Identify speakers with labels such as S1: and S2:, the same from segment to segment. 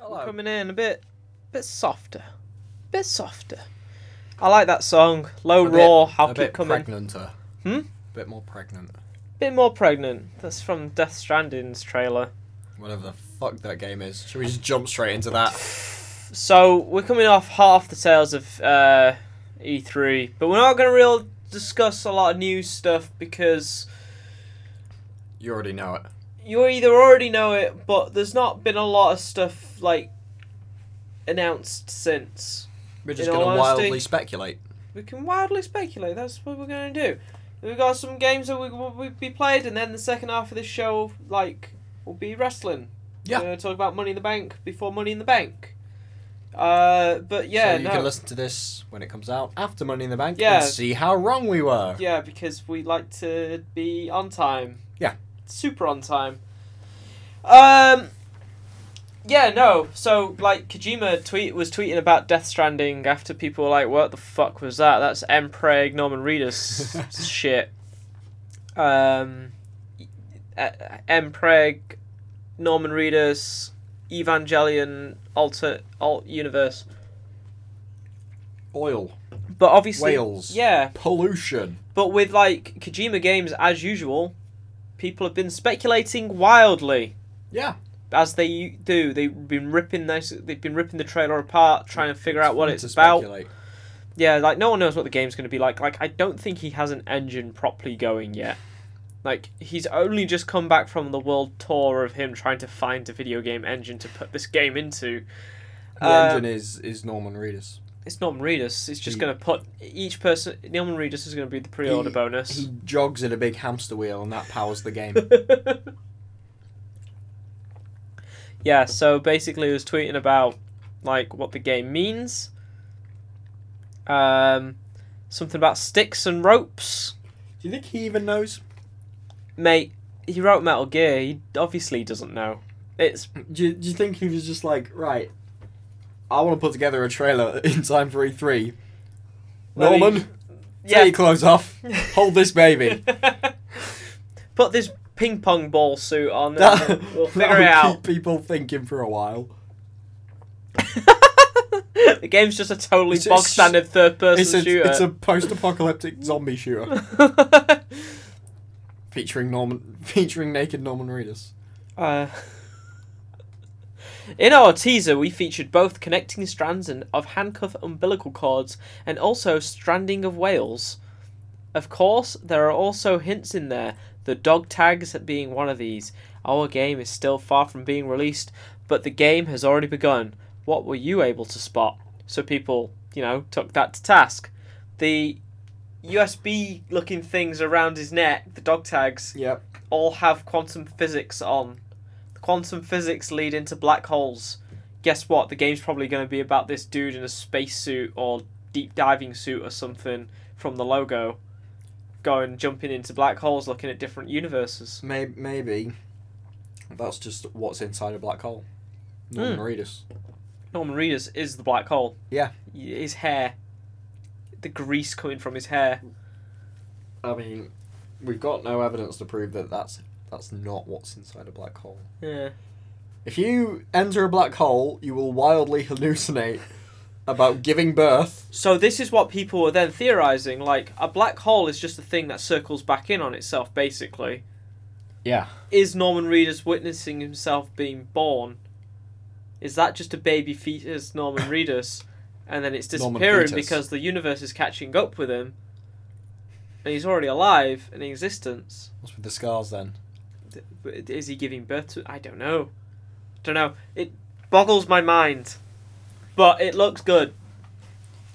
S1: mellow.
S2: coming in a bit bit softer bit softer i like that song low
S1: A bit-
S2: roar i'll
S1: a
S2: keep
S1: bit
S2: coming
S1: pregnanter.
S2: Hmm?
S1: Bit more pregnant.
S2: bit more pregnant that's from death stranding's trailer
S1: Whatever the fuck that game is. Should we just jump straight into that?
S2: so we're coming off half the sales of uh, e3 but we're not going to real discuss a lot of news stuff because
S1: You already know it.
S2: you either already know it but there's not been a lot of stuff like announced since
S1: We're just
S2: In all
S1: gonna
S2: honesty-
S1: wildly speculate.
S2: we can wildly speculate. That's what we're going to do. We've got some games that we will be played, and then the second half of this show, like, will be wrestling.
S1: Yeah.
S2: We're going to talk about Money in the Bank before Money in the Bank. Uh, but yeah,
S1: so you
S2: no.
S1: can listen to this when it comes out after Money in the Bank
S2: Yeah.
S1: and see how wrong we were.
S2: Yeah, because we like to be on time.
S1: Yeah.
S2: Super on time. Um Yeah, no. So like Kojima tweet was tweeting about Death Stranding after people were like, What the fuck was that? That's M Preg Norman Reedus shit. Um M Preg Norman Reedus Evangelion alter alt universe.
S1: Oil,
S2: But obviously
S1: Wales,
S2: Yeah.
S1: pollution.
S2: But with like Kojima games as usual, people have been speculating wildly
S1: Yeah.
S2: as they do. They've been ripping this, they've been ripping the trailer apart, trying to figure out what
S1: Fun
S2: it's
S1: to
S2: about.
S1: speculate.
S2: Yeah, like no one knows what the game's going to be like. Like I don't think he has an engine properly going yet. Like he's only just come back from the world tour of him trying to find a video game engine to put this game into.
S1: The
S2: Uh,
S1: engine is is Norman Reedus.
S2: It's Norman Reedus. It's just
S1: He-
S2: going to put each person. Norman Reedus is going to be the pre-order
S1: He-
S2: bonus.
S1: He jogs in a big hamster wheel and that powers the game.
S2: yeah, so basically, he was tweeting about like what the game means. Um, something about sticks and ropes,
S1: Do you think he even knows?
S2: mate. He wrote Metal Gear. He obviously doesn't know. It's
S1: Do you, do you think he was just like, right, I want to put together a trailer in time for E3.
S2: Let me-
S1: Norman,
S2: yeah.
S1: take your clothes off. Hold this baby.
S2: Put this ping pong ball suit on.
S1: That,
S2: And we'll
S1: that'll
S2: figure it out.
S1: keep people thinking for a while.
S2: the game's just a totally
S1: It's- it's
S2: bog
S1: just-
S2: standard third person
S1: It's a,
S2: shooter.
S1: it's a post-apocalyptic zombie shooter featuring Norman, featuring naked Norman Reedus.
S2: Uh, in our teaser, we featured both connecting strands and of handcuff umbilical cords and also stranding of whales. Of course, there are also hints in there, the dog tags being one of these. Our game is still far from being released, but the game has already begun. What were you able to spot? So people, you know, took that to task. The USB looking things around his neck, the dog tags,
S1: Yep.
S2: all have quantum physics on. Quantum physics lead into black holes. Guess what? The game's probably going to be about this dude in a spacesuit or deep diving suit or something from the logo, going jumping into black holes, looking at different universes.
S1: Maybe, maybe that's just what's inside a black hole.
S2: Hmm.
S1: Norman Reedus.
S2: Norman Reedus is the black hole.
S1: Yeah.
S2: Y- His hair, the grease coming from his hair.
S1: I mean, we've got no evidence to prove that that's that's not what's inside a black hole.
S2: Yeah.
S1: If you enter a black hole, you will wildly hallucinate about giving birth.
S2: So this is what people were then theorizing. Like a black hole is just a thing that circles back in on itself, basically.
S1: Yeah.
S2: Is Norman Reedus witnessing himself being born? Is that just a baby fetus, Norman Reedus, and then it's
S1: Norman
S2: disappearing
S1: fetus.
S2: because the universe is catching up with him, and he's already alive and in existence?
S1: What's with the scars then?
S2: Th- but Is he giving birth to? I don't know. Don't know. It boggles my mind, but it looks good.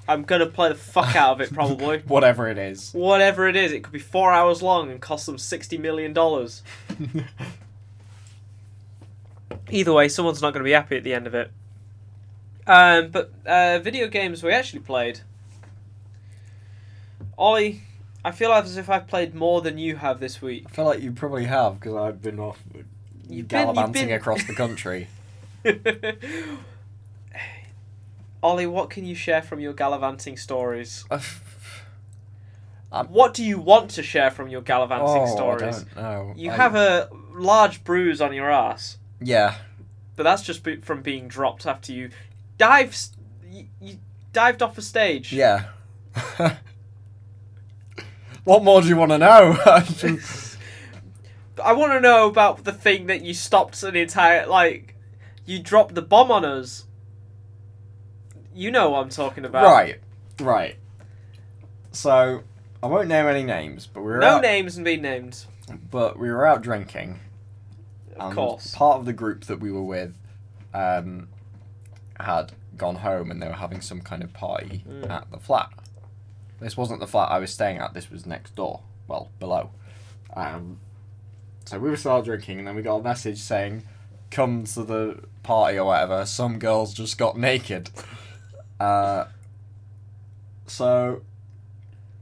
S2: I'm gonna play the fuck out of it probably.
S1: Whatever it is.
S2: whatever it is, it could be four hours long and cost them sixty million dollars. Either way, someone's not going to be happy at the end of it. Um, but uh, video games we actually played. Ollie, I feel as if I've played more than you have this week.
S1: I feel like you probably have because I've been off
S2: You've been- you've
S1: gallivanting
S2: been-
S1: across the country.
S2: Ollie, what can you share from your gallivanting stories?
S1: Oh, Um,
S2: What do you want to share from your gallivanting
S1: oh,
S2: stories?
S1: I don't know.
S2: You
S1: I-
S2: have a large bruise on your ass.
S1: yeah.
S2: But that's just be- from being dropped after you dive. s- You, you dived off a stage.
S1: Yeah. what more do you want to know?
S2: I want to know about the thing that you stopped an entire like. You dropped the bomb on us. You know what I'm talking about.
S1: right, right. So, I won't name any names, but we were
S2: No
S1: out,
S2: names and be named.
S1: but we were out drinking.
S2: Of
S1: and
S2: course.
S1: Part of the group that we were with um, had gone home and they were having some kind of party
S2: Mm.
S1: at the flat. This wasn't the flat I was staying at, this was next door. Well, below. Um, so we were still out drinking and then we got a message saying, come to the party or whatever, some girls just got naked. Uh, so,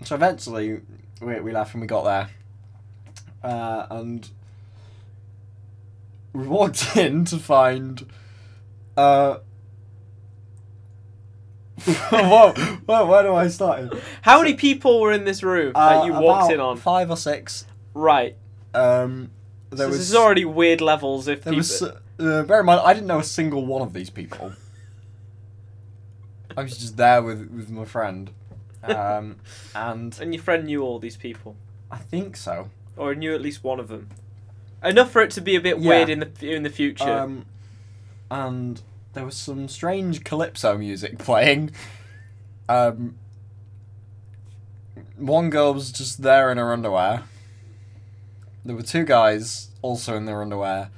S1: so eventually we, we left and we got there. Uh, and we walked in to find uh whoa, whoa, where do I start? here?
S2: How many people were in this room
S1: Uh,
S2: that Uh, you walked
S1: about
S2: in on?
S1: five or six.
S2: Right.
S1: Um,
S2: So
S1: there
S2: this
S1: was
S2: is already weird levels. If
S1: there
S2: people,
S1: was uh, bear in mind I didn't know a single one of these people. I was just there with with my friend, um, and
S2: and your friend knew all these people,
S1: I think so.
S2: or knew at least one of them, enough for it to be a bit
S1: Yeah.
S2: weird in the in the future.
S1: Um, and there was some strange calypso music playing. Um, one girl was just there in her underwear. There were two guys also in their underwear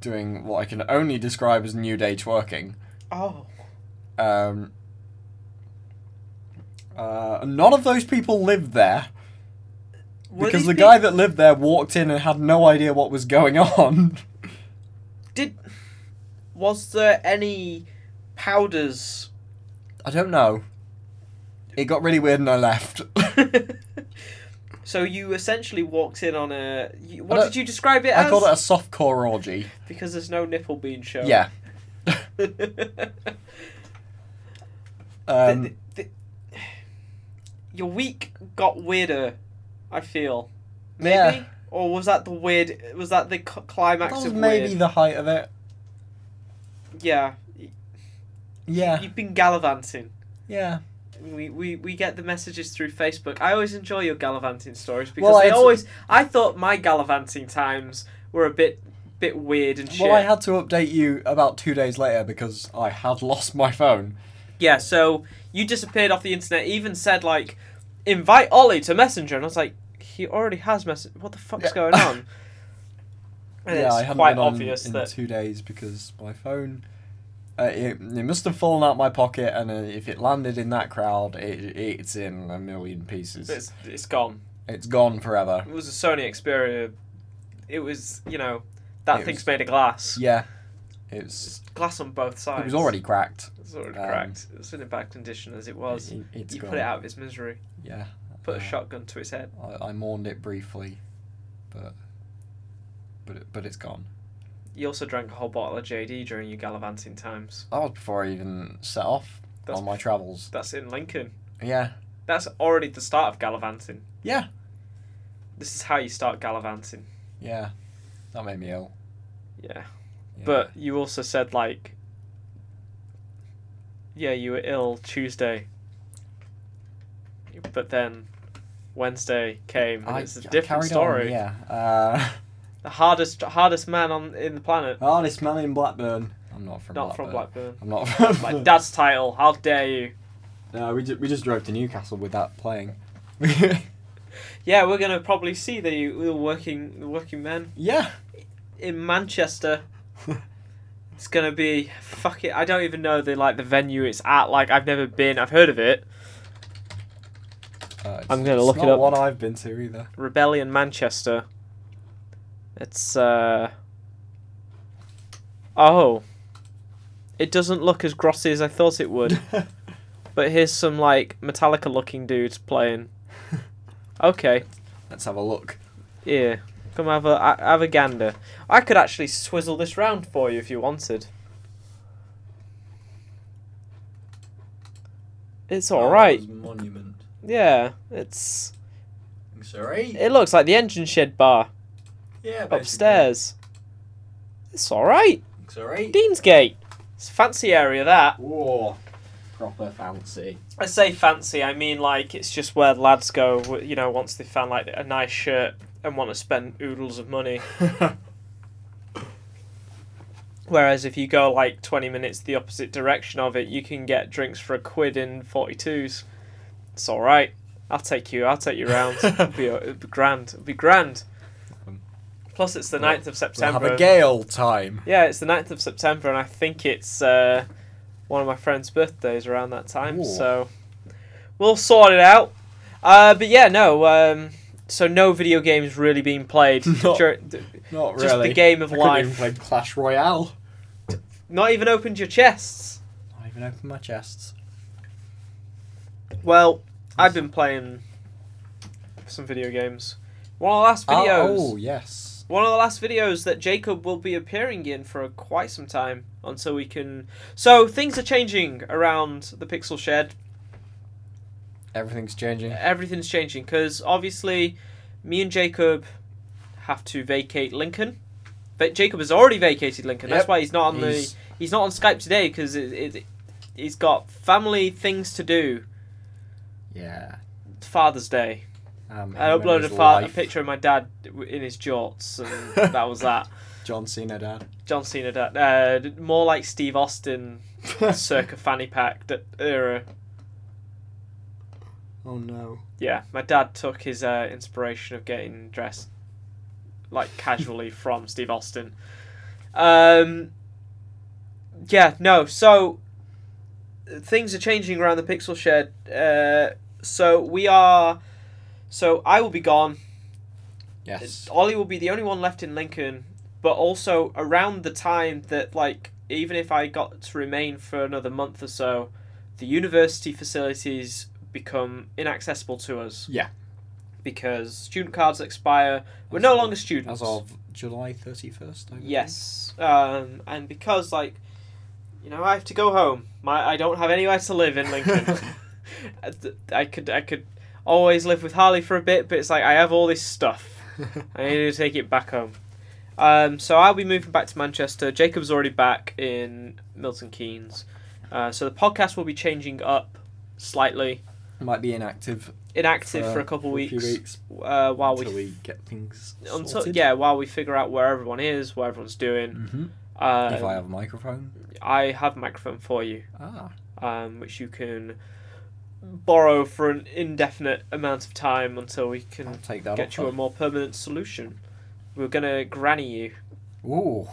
S1: doing what I can only describe as New Day twerking.
S2: oh.
S1: Um, uh, none of those people lived there
S2: Were
S1: because
S2: these
S1: the
S2: peop-
S1: guy that lived there walked in and had no idea what was going on.
S2: did was there any powders
S1: I don't know. It got really weird and I left.
S2: so you essentially walked in on a. You,
S1: I
S2: what
S1: don't-
S2: did you describe it
S1: I
S2: as?
S1: called it a softcore orgy.
S2: Because there's no nipple being shown.
S1: Yeah.
S2: The-
S1: Um,
S2: the- the- your week got weirder. I feel. Maybe.
S1: Yeah.
S2: Or was that the weird? Was that the c- climax
S1: that was
S2: of
S1: maybe
S2: weird?
S1: the height of it.
S2: Yeah. Y-
S1: Yeah.
S2: You've been gallivanting.
S1: Yeah.
S2: We, we, we get the messages through Facebook. I always enjoy your gallivanting stories because
S1: Well, I
S2: I
S1: had to-
S2: always I thought my gallivanting times were a bit bit weird and shit.
S1: Well, I had to update you about two days later because I had lost my phone.
S2: Yeah, so you disappeared off the internet. Even said like, invite Ollie to Messenger, and I was like, he already has Messenger. What the fuck's
S1: Yeah.
S2: going on? And
S1: yeah,
S2: it's
S1: I hadn't
S2: quite
S1: been on
S2: obvious
S1: in
S2: that
S1: two days because my phone. Uh, it, it must have fallen out my pocket, and uh, if it landed in that crowd, it, it's in a million pieces. It's,
S2: it's, it's gone.
S1: gone forever.
S2: It was a Sony Xperia. It was you know that
S1: It
S2: thing's
S1: was-
S2: made of glass.
S1: Yeah, it's
S2: Glass on both sides.
S1: it was already cracked.
S2: It was already
S1: um,
S2: cracked. It was in a bad condition as it was.
S1: It- it's
S2: you
S1: gone.
S2: put it out of its misery.
S1: Yeah,
S2: Put a
S1: Uh,
S2: shotgun to its head.
S1: I, I mourned it briefly, but but it, but it's gone.
S2: You also drank a whole bottle of JD during your gallivanting times.
S1: That was before I even set off
S2: That's-
S1: on my travels.
S2: That's in Lincoln.
S1: Yeah,
S2: That's already the start of gallivanting.
S1: yeah,
S2: this is how you start gallivanting.
S1: yeah. That made me ill.
S2: Yeah.
S1: Yeah.
S2: But you also said like Yeah, you were ill Tuesday. But then Wednesday came and
S1: I,
S2: it's a
S1: I
S2: different
S1: carried
S2: story.
S1: On, yeah. Uh,
S2: The hardest hardest man on in the planet.
S1: hardest man in Blackburn. I'm not from.
S2: not
S1: Blackburn.
S2: from Blackburn.
S1: I'm not from.
S2: Like dad's title, how dare you?
S1: no, we just, we just drove to Newcastle with that playing.
S2: Yeah, we're gonna probably see the, the working the working men
S1: yeah.
S2: in Manchester. It's gonna be fuck it. I don't even know the like the venue it's at. Like I've never been. I've heard of it.
S1: Uh, it's-
S2: I'm gonna
S1: it's
S2: look it
S1: not
S2: up.
S1: One I've been to either.
S2: Rebellion Manchester. It's uh Oh. It doesn't look as grossy as I thought it would. but here's some like Metallica looking dudes playing. Okay.
S1: Let's have a look.
S2: Yeah. Come have a ha- have a gander. I could actually swizzle this round for you if you wanted. It's all
S1: Oh.
S2: right.
S1: Monument.
S2: Yeah. It's
S1: Sorry.
S2: it looks like the engine shed bar
S1: Yeah.
S2: upstairs. It's all right.
S1: six or eight.
S2: Deansgate. It's a fancy area that.
S1: Whoa, proper fancy.
S2: I say fancy, I mean like it's just where lads go, w- you know, once they found like a nice shirt and want to spend oodles of money. Whereas if you go like 20 minutes the opposite direction of it, you can get drinks for a quid in 42s. It's all right. I'll take you. I'll take you round. it'd, be, it'd be grand. It'd be grand. Plus, it's the
S1: We'll-
S2: 9th of
S1: We'll
S2: September.
S1: have a gay old time.
S2: yeah, it's the 9th of September, and I think it's uh, one of my friend's birthdays around that time.
S1: Ooh.
S2: So we'll sort it out. Uh, but yeah, no. Um, so no video games really being played.
S1: Not
S2: dur-
S1: Not really.
S2: Just the game of
S1: I
S2: life.
S1: Couldn't even play Clash Royale.
S2: Not even opened your chests.
S1: I even open my chests.
S2: Well, I've been playing some video games. One of the last
S1: Oh,
S2: videos.
S1: Oh, yes.
S2: One of the last videos that Jacob will be appearing in for quite some time until we can. So things are changing around the Pixel Shed.
S1: Everything's changing.
S2: Everything's changing because obviously, me and Jacob have to vacate Lincoln. But Jacob has already vacated Lincoln. That's
S1: Yep.
S2: why he's not on the
S1: He's-
S2: he's not on Skype today because it, it, he's got family things to do.
S1: Yeah.
S2: Father's Day.
S1: Um,
S2: I
S1: him and
S2: uploaded a,
S1: his
S2: fa- a
S1: life.
S2: picture of my dad w- in his jorts, and that was that.
S1: John Cena dad.
S2: John Cena dad, uh, d- more like Steve Austin, circa fanny pack d- era.
S1: oh no.
S2: Yeah, my dad took his uh, inspiration of getting dressed like casually from Steve Austin. Um, yeah, no. So things are changing around the Pixel Shed. Uh, so we are. So I will be gone.
S1: Yes.
S2: Ollie will be the only one left in Lincoln, but also around the time that, like, even if I got to remain for another month or so, the university facilities become inaccessible to us.
S1: Yeah.
S2: Because student cards expire. We're no longer students.
S1: As of July 31st, I believe.
S2: Yes. Um, and because, like, you know, I have to go home. My I don't have anywhere to live in Lincoln. I- I could I could always live with Harley for a bit, but it's like I have all this stuff. I need to take it back home. Um, so I'll be moving back to Manchester. Jacob's already back in Milton Keynes. Uh, so the podcast will be changing up slightly,
S1: Might be inactive
S2: inactive for, a couple
S1: for
S2: weeks,
S1: few weeks
S2: Uh, while we,
S1: until we get things
S2: until,
S1: sorted.
S2: yeah while we figure out where everyone is, what everyone's doing.
S1: hmm if I
S2: Uh,
S1: have a microphone.
S2: I have a microphone for you,
S1: Ah.
S2: um, which you can borrow for an indefinite amount of time until we
S1: I'll
S2: can
S1: take that
S2: get you a
S1: off.
S2: more permanent solution. We're gonna granny you.
S1: Ooh.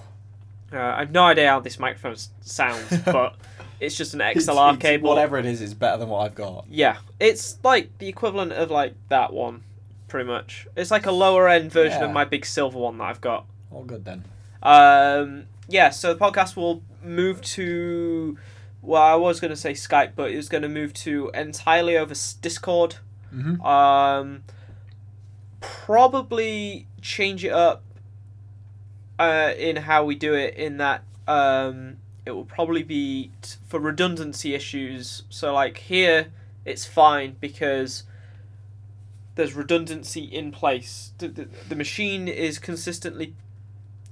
S2: Uh, I've no idea how this microphone s- sounds, but it's just an XLR
S1: It's- it's-
S2: cable.
S1: Whatever it is, is better than what I've got.
S2: Yeah, it's like the equivalent of like that one, pretty much. It's like a lower end version of
S1: Yeah.
S2: my big silver one that I've got.
S1: All good then.
S2: Um, yeah, so the podcast will move to. Well, I was going to say Skype, but it's going to move to entirely over s- Discord.
S1: Mm-hmm.
S2: Um, probably change it up uh, in how we do it. In that um, it will probably be t- for redundancy issues. So like here, it's fine because there's redundancy in place. The, the, the machine is consistently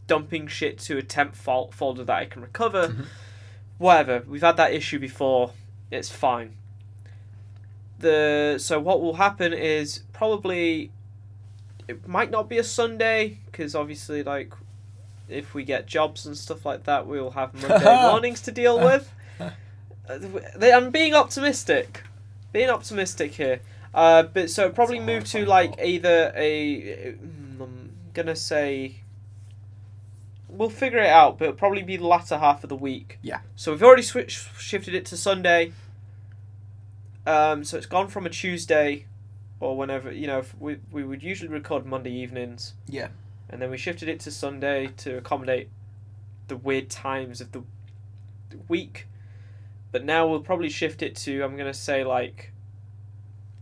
S2: dumping shit to a temp fault folder that I can recover.
S1: Mhm.
S2: Whatever. We've had that issue before. It's fine the so what will happen is probably it might not be a Sunday because obviously like if we get jobs and stuff like that we'll have Monday mornings to deal with. Uh, th- I'm being optimistic, being optimistic here. Uh, but so probably
S1: It's a
S2: move
S1: hard
S2: to
S1: one.
S2: like either a mm, I'm gonna say we'll figure it out, but it'll probably be the latter half of the week.
S1: Yeah.
S2: So we've already switched shifted it to Sunday. Um, so it's gone from a Tuesday, or whenever you know if we we would usually record Monday evenings.
S1: Yeah.
S2: And then we shifted it to Sunday to accommodate the weird times of the the week. But now we'll probably shift it to I'm gonna say like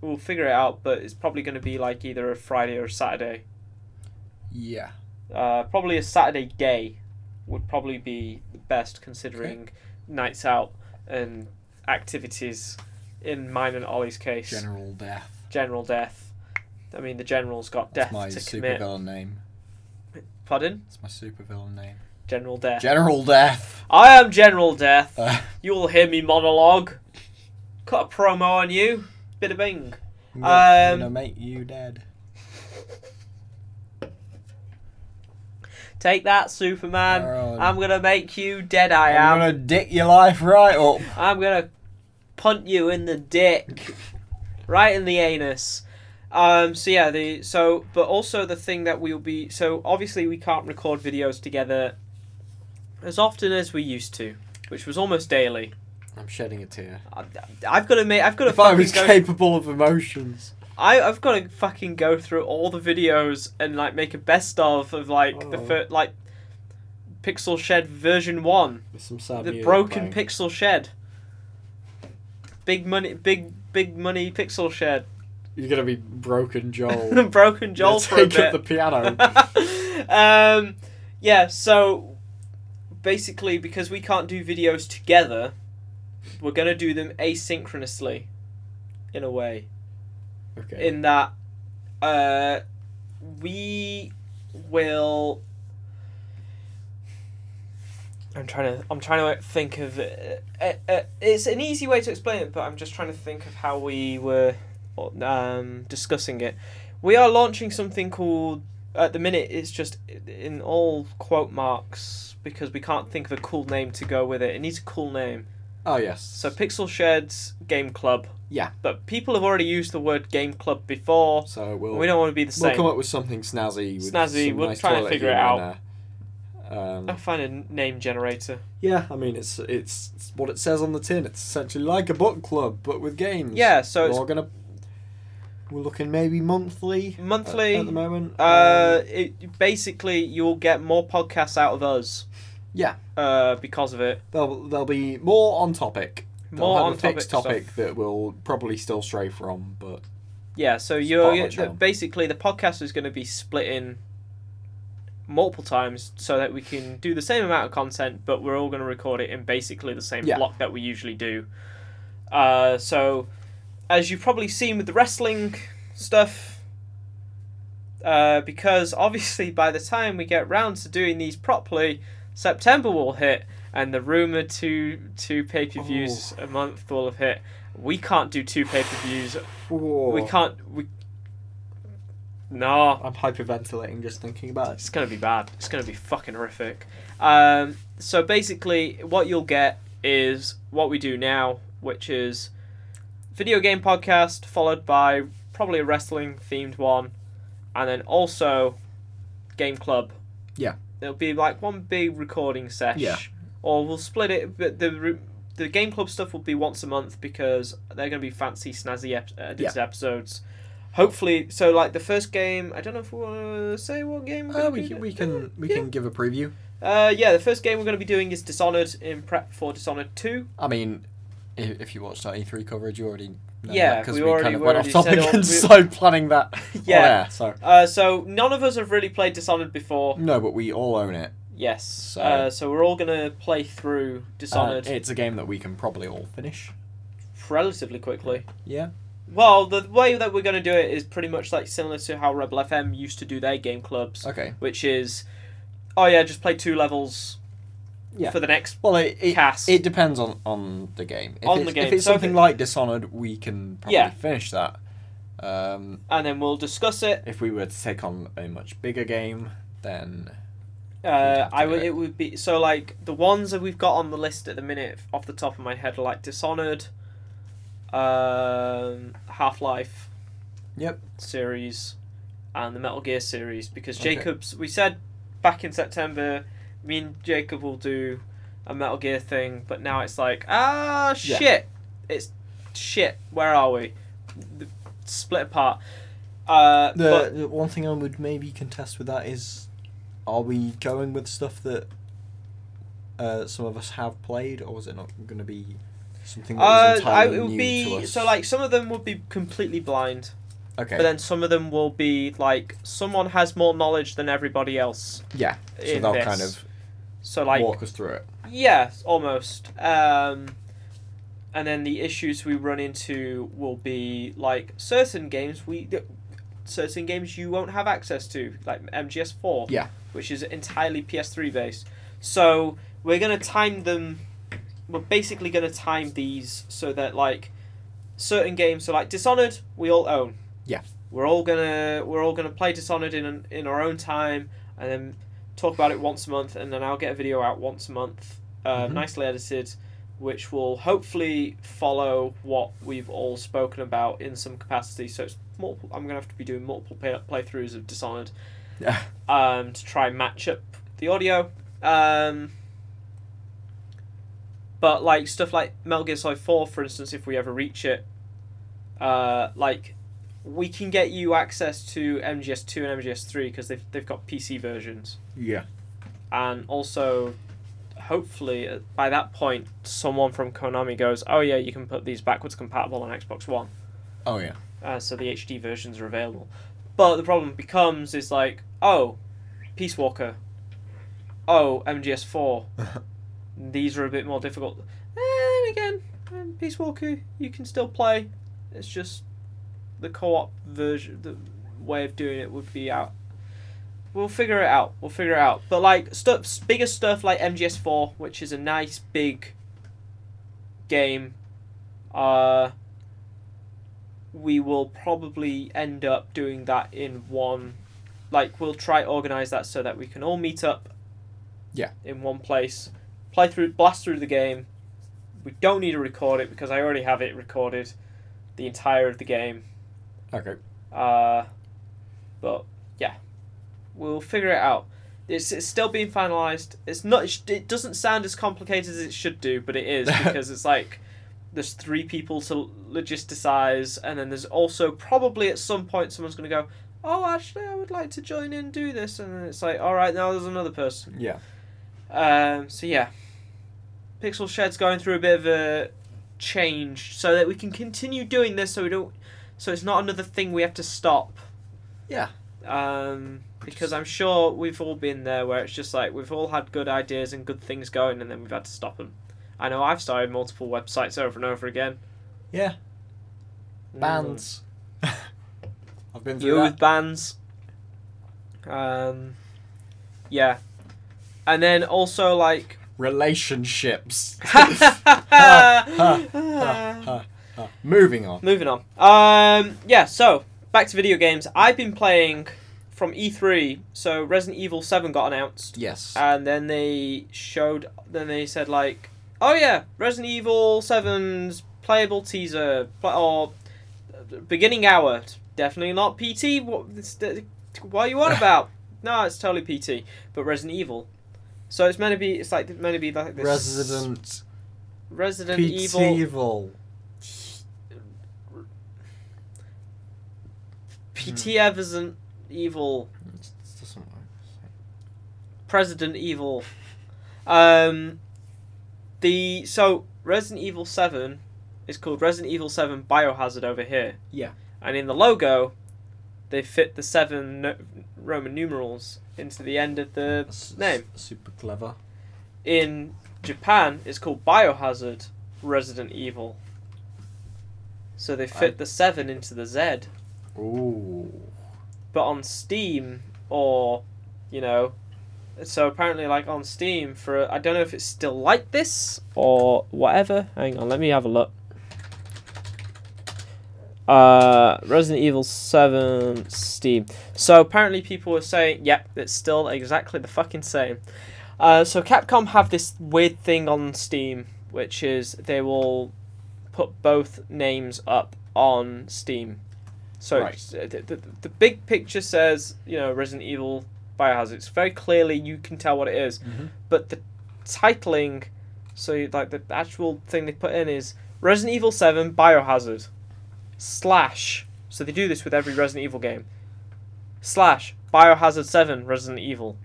S2: we'll figure it out, but it's probably gonna be like either a Friday or a Saturday.
S1: Yeah.
S2: Uh, probably a Saturday day would probably be the best considering nights out and activities in mine and Ollie's case.
S1: General Death.
S2: General death. I mean, the general's got
S1: That's
S2: death
S1: my
S2: to commit.
S1: supervillain name.
S2: Pardon?
S1: That's my supervillain name.
S2: General Death.
S1: General Death.
S2: I am General Death.
S1: Uh,
S2: You'll hear me monologue. Cut a promo on you. Bit of bing.
S1: I'm gonna- I'm
S2: Um,
S1: gonna make you dead.
S2: Take that, Superman.
S1: Alright.
S2: um, I'm gonna make you dead. I am.
S1: I'm gonna dick your life right up.
S2: I'm gonna punt you in the dick, right in the anus. Um, so yeah, the so but also the thing that we'll be so obviously we can't record videos together as often as we used to, which was almost daily.
S1: I'm shedding a tear.
S2: I, I've got to make I've got to
S1: If I
S2: fucking
S1: was
S2: go,
S1: capable of emotions.
S2: I, I've got to fucking go through all the videos and like make a best of of like the
S1: Oh.
S2: fir- like Pixel Shed version one.
S1: With some sad
S2: the
S1: music
S2: broken
S1: playing.
S2: pixel shed. Big money, big big money pixel shed.
S1: You're gonna be broken Joel. You're
S2: broken Joel
S1: gonna
S2: for a
S1: take up the
S2: bit.
S1: piano.
S2: um, yeah. So basically, because we can't do videos together, we're gonna do them asynchronously, in a way.
S1: okay.
S2: In that, uh, we will. I'm trying to. I'm trying to think of. Uh, uh, uh, it's an easy way to explain it, but I'm just trying to think of how we were um, discussing it. We are launching something called. At the minute, it's just in all quote marks because we can't think of a cool name to go with it. It needs a cool name.
S1: oh yes.
S2: So Pixel Sheds Game Club.
S1: Yeah.
S2: But people have already used the word Game Club before.
S1: So we'll
S2: we don't want to be the
S1: we'll
S2: same.
S1: come up with something snazzy. With
S2: Snazzy,
S1: some
S2: we'll
S1: nice
S2: try and
S1: toilet
S2: figure it
S1: humor in there. Um,
S2: I'll find a n- name generator.
S1: Yeah, I mean it's, it's it's what it says on the tin. It's essentially like a book club, but with games.
S2: Yeah, so
S1: we're
S2: it's
S1: all gonna we're looking maybe monthly. at-
S2: Monthly,
S1: uh, at, the moment.
S2: uh,
S1: Um,
S2: it, basically you'll get more podcasts out of us.
S1: Yeah.
S2: Uh, because of it,
S1: there'll there'll be more on topic. They'll
S2: more
S1: have
S2: on
S1: a fixed topic
S2: stuff.
S1: that we'll probably still stray from, but
S2: Yeah, so
S1: It's
S2: you're
S1: part of
S2: you
S1: the charm.
S2: basically the podcast is going to be split in multiple times so that we can do the same amount of content, but we're all going to record it in basically the same
S1: Yeah.
S2: block that we usually do. Uh, so, as you've probably seen with the wrestling stuff, uh, because obviously by the time we get round to doing these properly, September will hit, and the rumor two two pay per views a month will have hit. We can't do two pay per views we can't. We. No,
S1: I'm hyperventilating just thinking about it.
S2: it's gonna be bad. It's gonna be fucking horrific. Um, so basically, what you'll get is what we do now, which is video game podcast followed by probably a wrestling themed one, and then also game club.
S1: Yeah.
S2: It'll be like one big recording sesh.
S1: Yeah.
S2: Or we'll split it, but the re- the game club stuff will be once a month because they're going to be fancy snazzy ep- uh, edited episodes. Hopefully, so like the first game, I don't know if we want to say what game. we're
S1: Uh,
S2: gonna
S1: we
S2: do
S1: can
S2: ne-
S1: we can we
S2: yeah.
S1: can give a preview.
S2: Uh, yeah, the first game we're going to be doing is Dishonored in prep for Dishonored Two.
S1: I mean, if, if you watched our E3 coverage, you already know
S2: Yeah,
S1: because
S2: we
S1: we,
S2: already-
S1: kind of
S2: we
S1: went off
S2: already said
S1: topic
S2: all-
S1: and
S2: we-
S1: started planning that.
S2: Yeah.
S1: Yeah. So
S2: Uh, so none of us have really played Dishonored before.
S1: no, but we all own it.
S2: Yes.
S1: Mm. So-
S2: Uh, so we're all going to play through Dishonored
S1: Uh, it's a game that we can probably all finish.
S2: relatively quickly.
S1: Yeah.
S2: Well, the way that we're going to do it is pretty much like similar to how Rebel FM used to do their game clubs,
S1: Okay.
S2: which is, oh yeah, just play two levels
S1: Yeah.
S2: for the next
S1: Well, it it,
S2: cast.
S1: it depends on, on the game. If
S2: On
S1: it's,
S2: the game.
S1: If it's
S2: So if
S1: something
S2: it-
S1: like Dishonored, we can probably
S2: Yeah.
S1: finish that. Um,
S2: and then we'll discuss it.
S1: if we were to take on a much bigger game, then
S2: Uh,
S1: have to
S2: I
S1: do
S2: would.
S1: it.
S2: It would be so like the ones that we've got on the list at the minute, off the top of my head, are like Dishonored, um, Half Life.
S1: Yep.
S2: Series, and the Metal Gear series because
S1: Okay.
S2: Jacob's. We said back in September, me and Jacob will do a Metal Gear thing, but now it's like ah
S1: Yeah.
S2: shit, it's shit. Where are we? The, split apart. Uh,
S1: the,
S2: but
S1: the one thing I would maybe contest with that is, are we going with stuff that uh, some of us have played, or is it not going to be something that is
S2: Uh, I,
S1: entirely
S2: it would
S1: new to
S2: be
S1: us?
S2: so like some of them would be completely blind,
S1: okay,
S2: but then some of them will be like someone has more knowledge than everybody else.
S1: yeah, so
S2: in
S1: they'll
S2: this,
S1: kind of
S2: So like
S1: walk us through it.
S2: Yeah, almost. Um, and then the issues we run into will be like certain games we, th- certain games you won't have access to, like MGS4.
S1: Yeah.
S2: Which is entirely PS3 based. So we're gonna time them. We're basically gonna time these so that like certain games, so like Dishonored, we all own.
S1: Yeah.
S2: We're all gonna we're all gonna play Dishonored in an, in our own time, and then talk about it once a month, and then I'll get a video out once a month, uh,
S1: Mhm.
S2: nicely edited, which will hopefully follow what we've all spoken about in some capacity. So it's multiple, I'm gonna have to be doing multiple play, playthroughs of Dishonored
S1: Yeah.
S2: um, to try and match up the audio. Um, but like stuff like Metal Gear Solid Four, for instance, if we ever reach it, uh, like we can get you access to MGS Two and MGS Three because they've they've got PC versions,
S1: Yeah.
S2: and also hopefully uh, by that point someone from Konami goes, oh yeah, you can put these backwards compatible on Xbox One
S1: Oh yeah.
S2: uh, so the HD versions are available. But the problem becomes is like, oh, Peace Walker, oh MGS4, these are a bit more difficult. And again, um, Peace Walker you can still play. It's just the co-op version, the way of doing it would be out. We'll figure it out. We'll figure it out. But like stuff, bigger stuff like MGS4, which is a nice big game. Uh, we will probably end up doing that in one like we'll try organize that so that we can all meet up
S1: Yeah.
S2: in one place play through blast through the game we don't need to record it because i already have it recorded the entire of the game
S1: Okay.
S2: uh but yeah we'll figure it out it's, it's still being finalized it's not it sh- it doesn't sound as complicated as it should do but it is because it's like there's three people to logisticize, and then there's also probably at some point someone's going to go, oh, actually, I would like to join in and do this, and then it's like, all right, now there's another person.
S1: Yeah.
S2: Um, so yeah, Pixel Shed's going through a bit of a change so that we can continue doing this, so we don't, so it's not another thing we have to stop.
S1: Yeah.
S2: Um, because I'm sure we've all been there where it's just like we've all had good ideas and good things going, and then we've had to stop them. I know I've started multiple websites over and over again. Mm.
S1: Yeah. Bands. I've been through
S2: you
S1: that.
S2: with bands. Um, yeah, and then also like.
S1: Relationships.
S2: Moving
S1: Uh, moving on.
S2: on. Um, yeah, so back to video games. I've been playing from E3. So Resident Evil Seven got announced,
S1: Yes.
S2: and then they showed. Then they said like, "Oh yeah, Resident Evil 7's playable teaser pl- or uh, beginning hour. Definitely not PT. What, this- th- what are you on about? No, it's totally PT, but Resident Evil. So it's meant to be. It's like meant to be like this.
S1: Resident
S2: Resident
S1: Pete
S2: Evil
S1: Evil.
S2: PT Everson Evil
S1: Doesn't work.
S2: President Evil. Um, the so Resident Evil Seven is called Resident Evil Seven Biohazard over here.
S1: Yeah.
S2: And in the logo, they fit the seven no- Roman numerals into the end of the
S1: That's
S2: name.
S1: s- Super clever.
S2: in Japan it's called Biohazard Resident Evil. So they fit
S1: I-
S2: the 7 into the Z.
S1: Ooh.
S2: But on Steam, or, you know, so apparently, like on Steam, for I don't know if it's still like this or whatever. Hang on, let me have a look. Uh, Resident Evil 7 Steam. So apparently, people were saying, yep, it's still exactly the fucking same. Uh, so Capcom have this weird thing on Steam, which is they will put both names up on Steam. So
S1: Right.
S2: it's- uh, the, the, the big picture says, you know, Resident Evil Biohazard. It's very clearly you can tell what it is,
S1: Mhm.
S2: but the titling, so like the actual thing they put in is Resident Evil Seven Biohazard slash. So they do this with every Resident Evil game. Slash Biohazard Seven Resident Evil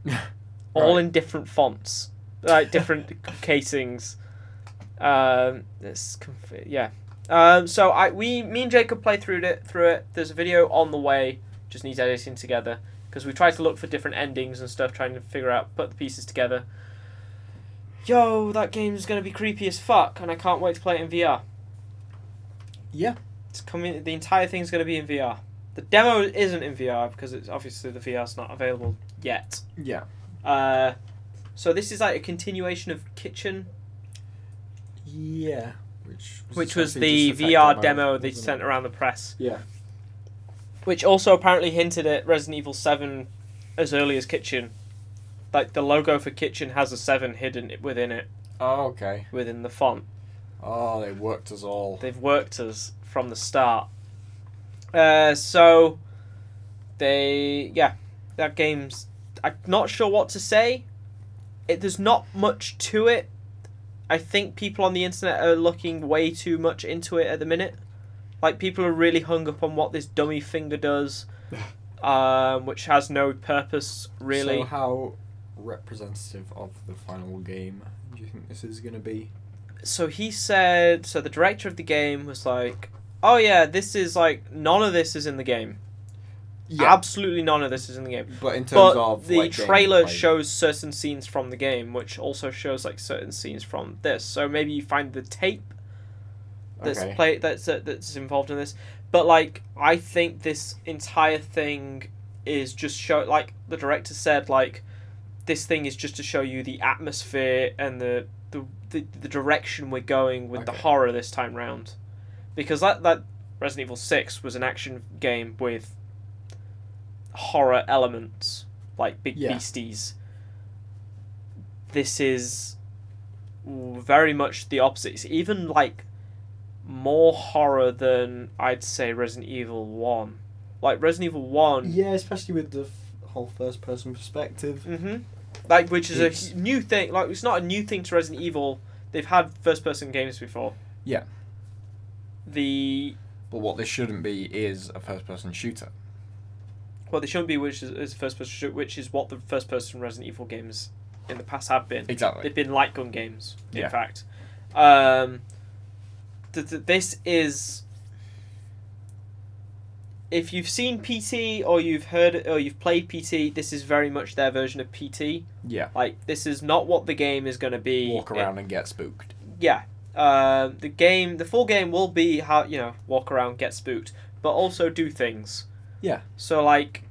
S2: all
S1: Right.
S2: in different fonts, like different casings. Um, it's conf- yeah. Um, so I we me and Jacob played through it through it. There's a video on the way. Just needs editing together because we tried to look for different endings and stuff, trying to figure out put the pieces together. Yo, that game's gonna be creepy as fuck, and I can't wait to play it in VR.
S1: Yeah.
S2: It's coming. The entire thing's gonna be in VR. The demo isn't in VR because it's obviously the VR's not available yet.
S1: Yeah.
S2: Uh, So this is like a continuation of Kitchen,
S1: Yeah. Which was,
S2: which was
S1: essentially
S2: the
S1: just a tech
S2: VR demo they
S1: wasn't it?
S2: sent around the press,
S1: Yeah.
S2: which also apparently hinted at Resident Evil Seven as early as Kitchen. Like the logo for Kitchen has a seven hidden within it,
S1: Oh, okay.
S2: within the font.
S1: Oh, they worked us all.
S2: They've worked us from the start. Uh, so they, yeah, that game's. I'm not sure what to say. It, there's not much to it. I think people on the internet are looking way too much into it at the minute. Like people are really hung up on what this dummy finger does, um, which has no purpose really.
S1: So how representative of the final game do you think this is going to be?
S2: so he said so the director of the game was like oh yeah this is like none of this is in the game absolutely none of this is in the game
S1: But in terms
S2: but
S1: of
S2: the
S1: like,
S2: trailer
S1: gameplay-
S2: shows certain scenes from the game which also shows like certain scenes from this so maybe you find the tape that's
S1: Okay.
S2: play that's uh, that's involved in this but like i think this entire thing is just show like the director said like this thing is just to show you the atmosphere and the the, the, the direction we're going with the
S1: Okay.
S2: horror this time round because that that resident evil 6 was an action game with horror elements like big
S1: Yeah.
S2: beasties this is very much the opposite it's even like more horror than i'd say resident evil 1 like resident evil 1
S1: Yeah, especially with the f- whole first person perspective.
S2: hmm Like, which is
S1: It's-
S2: a hu- new thing. Like, it's not a new thing to Resident Evil. They've had first-person games before.
S1: Yeah.
S2: The
S1: But what this shouldn't be is a first person shooter.
S2: well, they shouldn't be, which is, is first-person, shoot, which is what the first-person Resident Evil games in the past have been.
S1: Exactly.
S2: They've been light gun games, in
S1: Yeah.
S2: fact. Um, th- th- this is. If you've seen PT or you've heard or you've played PT, this is very much their version of PT.
S1: Yeah.
S2: Like this is not what the game is going to be.
S1: Walk
S2: It-
S1: around and get spooked.
S2: yeah, um, the game, the full game will be how you know walk around, get spooked, but also do things.
S1: Yeah.
S2: So like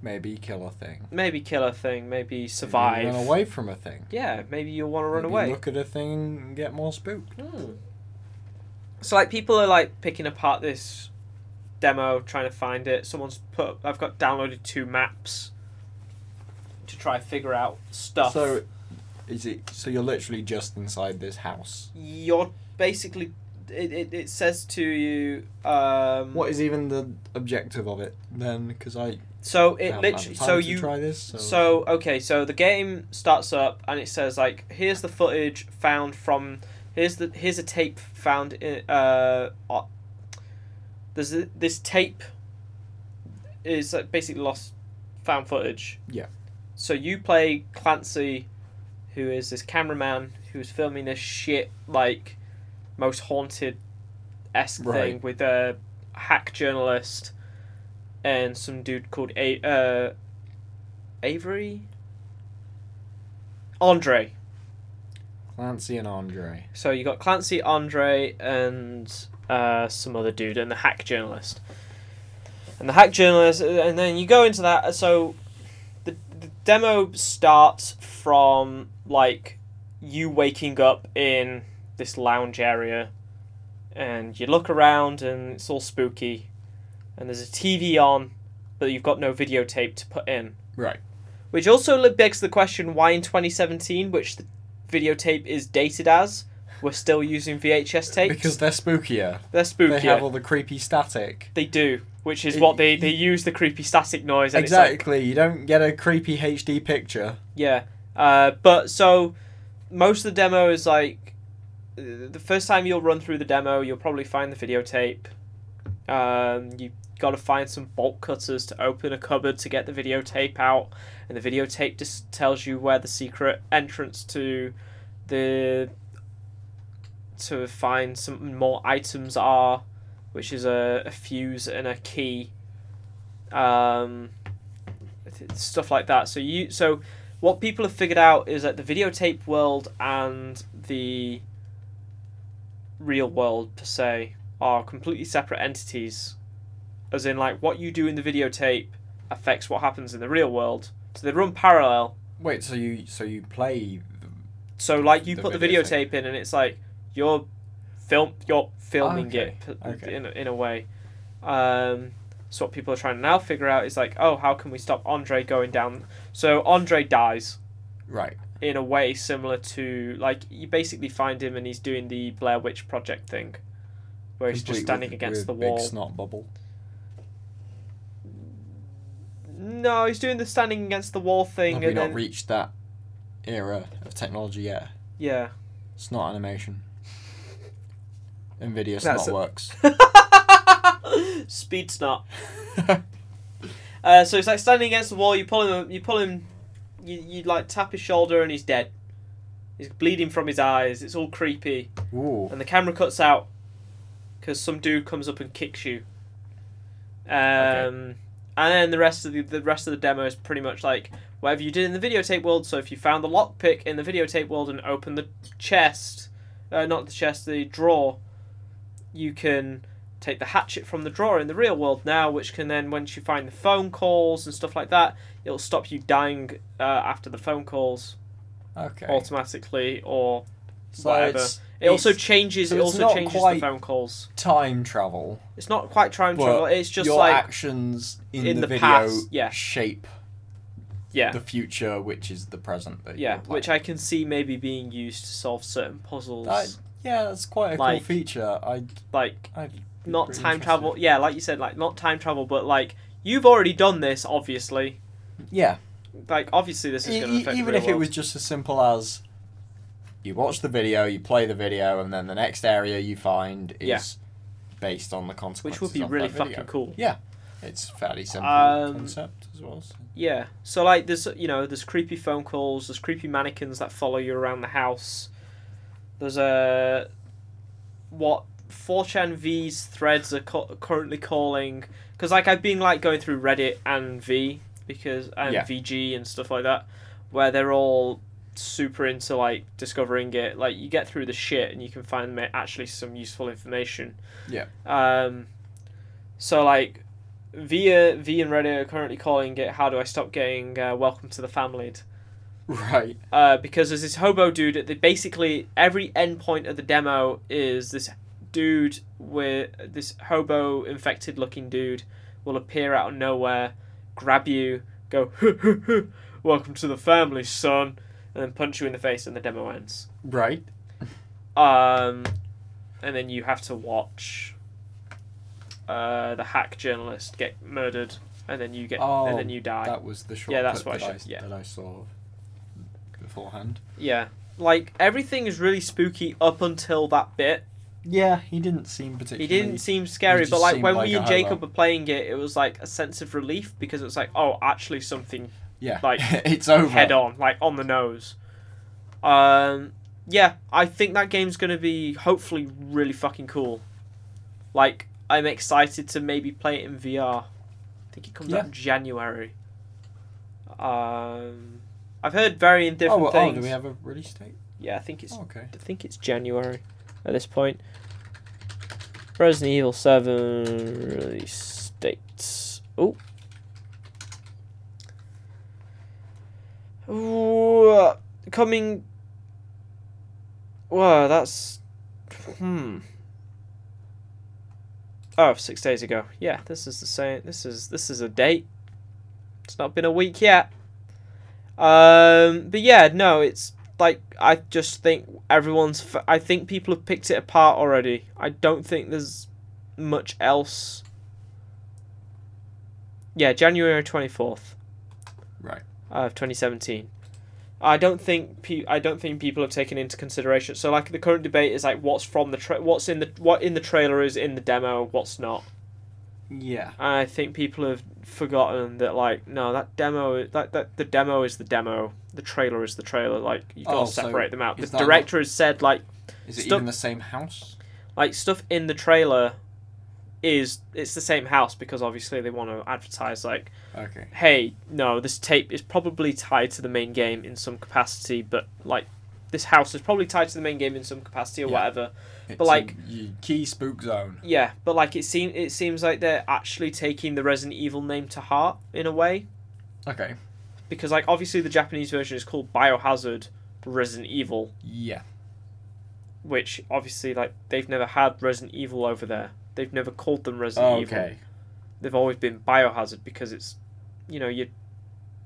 S1: Maybe kill a thing.
S2: maybe kill a thing, maybe
S1: Maybe
S2: survive.
S1: Run away from a thing.
S2: Yeah, maybe you'll want to run
S1: Maybe
S2: away.
S1: Look at a thing and get more spooked.
S2: Hmm. So like people are like picking apart this demo, trying to find it. Someone's put. I've got downloaded two maps to try figure out stuff.
S1: So, is it? So you're literally just inside this house.
S2: you're basically. It, it, it says to you. Um,
S1: What is even the objective of it then? Because I
S2: So it
S1: haven't had the
S2: literally.
S1: time
S2: So
S1: to
S2: you
S1: try this. So,
S2: So okay, so the game starts up and it says like, here's the footage found from, here's the here's a tape found in uh, o- there's a, this tape is like basically lost, found footage.
S1: Yeah.
S2: So you play Clancy, who is this cameraman who's filming this shit like, most haunted, esque thing
S1: Right.
S2: with a hack journalist, and some dude called a uh. Avery? Andre.
S1: Clancy and Andre.
S2: So you got Clancy, Andre, and uh, some other dude, and the hack journalist. And the hack journalist, uh, and then you go into that. uh, So the, the demo starts from like you waking up in this lounge area, and you look around, and it's all spooky, and there's a TV on, but you've got no videotape to put in.
S1: Right.
S2: Which also li- begs the question why in 2017, which the videotape is dated as, we're still using VHS tapes?
S1: Because they're spookier.
S2: they're spooky.
S1: They have all the creepy static.
S2: They do, which is
S1: It-
S2: what they, they use the creepy static noise. And It's like,
S1: Exactly. You don't get a creepy HD picture.
S2: yeah. Uh, but so most of the demo is like uh, the first time you'll run through the demo, you'll probably find the videotape. Um, you got to find some bolt cutters to open a cupboard to get the videotape out, and the videotape just tells you where the secret entrance to the to find some more items are, which is a, a fuse and a key, um, th- stuff like that. So you so what people have figured out is that the videotape world and the real world per se are completely separate entities as in like what you do in the videotape affects what happens in the real world so they run parallel
S1: Wait, so you so you play?
S2: So like you
S1: The
S2: put the
S1: videotape.
S2: videotape in, and it's like you're film you're filming
S1: okay,
S2: it p-
S1: okay.
S2: in a, in a way. Um, so what people are trying to now figure out is like, oh, how can we stop Andre going down? So Andre dies
S1: Right.
S2: in a way similar to like you basically find him and he's doing the Blair Witch Project thing, where he's just
S1: complete
S2: standing
S1: with-
S2: against
S1: with
S2: the
S1: big
S2: wall.
S1: snot bubble.
S2: no, he's doing the standing against the wall thing,
S1: Have we
S2: and
S1: not
S2: then
S1: reached that era of technology yet?
S2: yeah.
S1: Snot animation. Nvidia
S2: That's a-
S1: snot works.
S2: Speed snot. Uh, so it's like standing against the wall. You pull him. You pull him. You, you like tap his shoulder and he's dead. He's bleeding from his eyes. It's all creepy.
S1: Ooh.
S2: And the camera cuts out because some dude comes up and kicks you. Um, And then the rest of the the rest of the demo is pretty much like whatever you did in the videotape world. So if you found the lockpick in the videotape world and open the chest, uh, not the chest, the drawer, you can take the hatchet from the drawer in the real world now, which can then once you find the phone calls and stuff like that, it'll stop you dying uh, after the phone calls
S1: Okay.
S2: automatically or
S1: so
S2: whatever.
S1: it's
S2: it also
S1: it's
S2: changes.
S1: so
S2: it
S1: it's
S2: also
S1: not
S2: changes
S1: quite-
S2: the phone calls.
S1: time travel.
S2: It's not quite time
S1: But
S2: travel. It's just
S1: your
S2: like
S1: actions in,
S2: in
S1: the,
S2: the
S1: video
S2: past, yeah.
S1: shape
S2: yeah,
S1: the future, which is the present. That
S2: yeah,
S1: you're playing.
S2: which I can see maybe being used to solve certain puzzles,
S1: That- yeah, that's quite a
S2: Like-
S1: cool feature. I
S2: like
S1: I'd be
S2: not
S1: pretty
S2: time
S1: interested.
S2: travel. Yeah, like you said, like not time travel, but like you've already done this. Obviously,
S1: Yeah,
S2: like obviously this is
S1: E-
S2: going to
S1: e-
S2: affect
S1: even
S2: the real
S1: if it
S2: world.
S1: was just as simple as you watch the video, you play the video, and then the next area you find is
S2: Yeah.
S1: based on the consequences.
S2: which would be
S1: of
S2: really
S1: that video.
S2: fucking cool.
S1: It's fairly simple
S2: Um,
S1: concept as well. so-
S2: Yeah. So like there's you know, there's creepy phone calls, there's creepy mannequins that follow you around the house. There's a what 4chan V's threads are cu- currently calling cuz like I've been like going through Reddit and V because and
S1: Yeah.
S2: VG and stuff like that where they're all super into like discovering it like you get through the shit and you can find ma- actually some useful information
S1: Yeah.
S2: um so like via v and reddit are currently calling it how do i stop getting uh, welcome to the family
S1: Right.
S2: uh, because there's this hobo dude that basically every endpoint of the demo is this dude with this hobo infected looking dude will appear out of nowhere, grab you, go, welcome to the family, son, and then punch you in the face, and the demo ends.
S1: Right.
S2: Um, and then you have to watch uh, the hack journalist get murdered, and then you get,
S1: Oh,
S2: and then you die.
S1: That was the short
S2: Yeah, that's
S1: clip
S2: what I
S1: that,
S2: should- yeah.
S1: that I saw beforehand.
S2: Yeah. Like everything is really spooky up until that bit.
S1: Yeah, he didn't seem particularly.
S2: It didn't seem scary,
S1: just
S2: but like
S1: seemed
S2: when
S1: like
S2: we
S1: a
S2: and
S1: hobo.
S2: Jacob were playing it, it was like a sense of relief because it was like, oh, actually something
S1: Yeah.
S2: like,
S1: it's over.
S2: head on, like on the nose. Um, yeah, I think that game's gonna be hopefully really fucking cool. Like, I'm excited to maybe play it in VR. I think it comes
S1: Yeah.
S2: out in January. Um, I've heard very
S1: oh,
S2: different
S1: well, oh,
S2: things.
S1: do we have a release date?
S2: Yeah, I think it's
S1: Oh, okay.
S2: I think it's January at this point. Resident Evil 7 release dates. Oh. Ooh, uh, coming. Whoa, that's. Hmm. Oh, six days ago. Yeah, this is the same. This is this is a date. It's not been a week yet. Um, but yeah, no, it's like I just think everyone's. F- I think people have picked it apart already. I don't think there's much else. Yeah, January twenty fourth
S1: Right.
S2: of 2017. I don't think pe- I don't think people have taken into consideration. So like the current debate is like what's from the tra- what's in the what in the trailer is in the demo, what's not.
S1: Yeah.
S2: And I think people have forgotten that like no that demo that, that the demo is the demo, the trailer is the trailer. Like you gotta
S1: Oh, so
S2: separate them out. The
S1: is that
S2: director has said like
S1: Is it
S2: Stuff-
S1: even the same house?
S2: like stuff in the trailer is it's the same house because obviously they want to advertise like
S1: Okay.
S2: hey, no, this tape is probably tied to the main game in some capacity, but like this house is probably tied to the main game in some capacity or
S1: Yeah.
S2: whatever.
S1: It's
S2: like-
S1: a y- key spook zone.
S2: Yeah, but like it seem it seems like they're actually taking the Resident Evil name to heart in a way.
S1: Okay.
S2: because like obviously the Japanese version is called Biohazard Resident Evil,
S1: Yeah.
S2: which obviously like they've never had Resident Evil over there. They've never called them Resident Evil.
S1: Oh, Okay.
S2: They've always been Biohazard because it's you know you're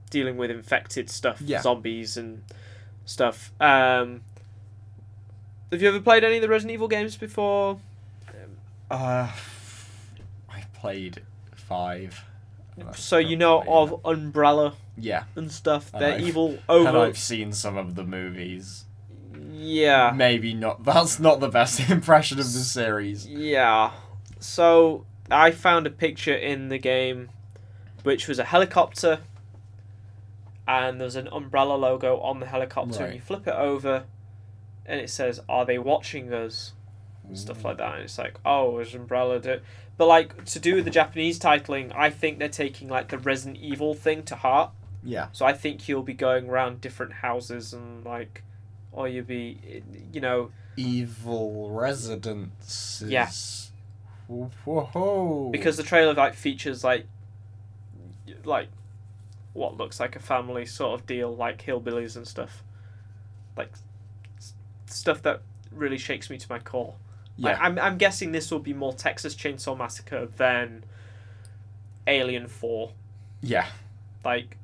S2: dealing with infected stuff,
S1: Yeah.
S2: zombies and stuff. Um, have you ever played any of the Resident Evil games before?
S1: Uh, I played five.
S2: So you know
S1: Probably,
S2: of Umbrella
S1: Yeah.
S2: and stuff.
S1: I
S2: They're
S1: know.
S2: evil
S1: And
S2: over.
S1: I've seen some of the movies.
S2: Yeah.
S1: Maybe not. That's not the best impression of the series.
S2: Yeah. So I found a picture in the game which was a helicopter and there's an umbrella logo on the helicopter and
S1: Right.
S2: you flip it over and it says are they watching us and stuff like that and it's like oh is umbrella do-? but like to do with the japanese titling i think they're taking like the resident evil thing to heart
S1: Yeah.
S2: So I think you'll be going around different houses and like, or you'll be, you know,
S1: Evil Residents.
S2: Yeah.
S1: Whoa.
S2: because the trailer like features like, like, what looks like a family sort of deal, like hillbillies and stuff, like, s- stuff that really shakes me to my core. Like,
S1: Yeah.
S2: I'm I'm guessing this will be more Texas Chainsaw Massacre than Alien Four.
S1: Yeah.
S2: like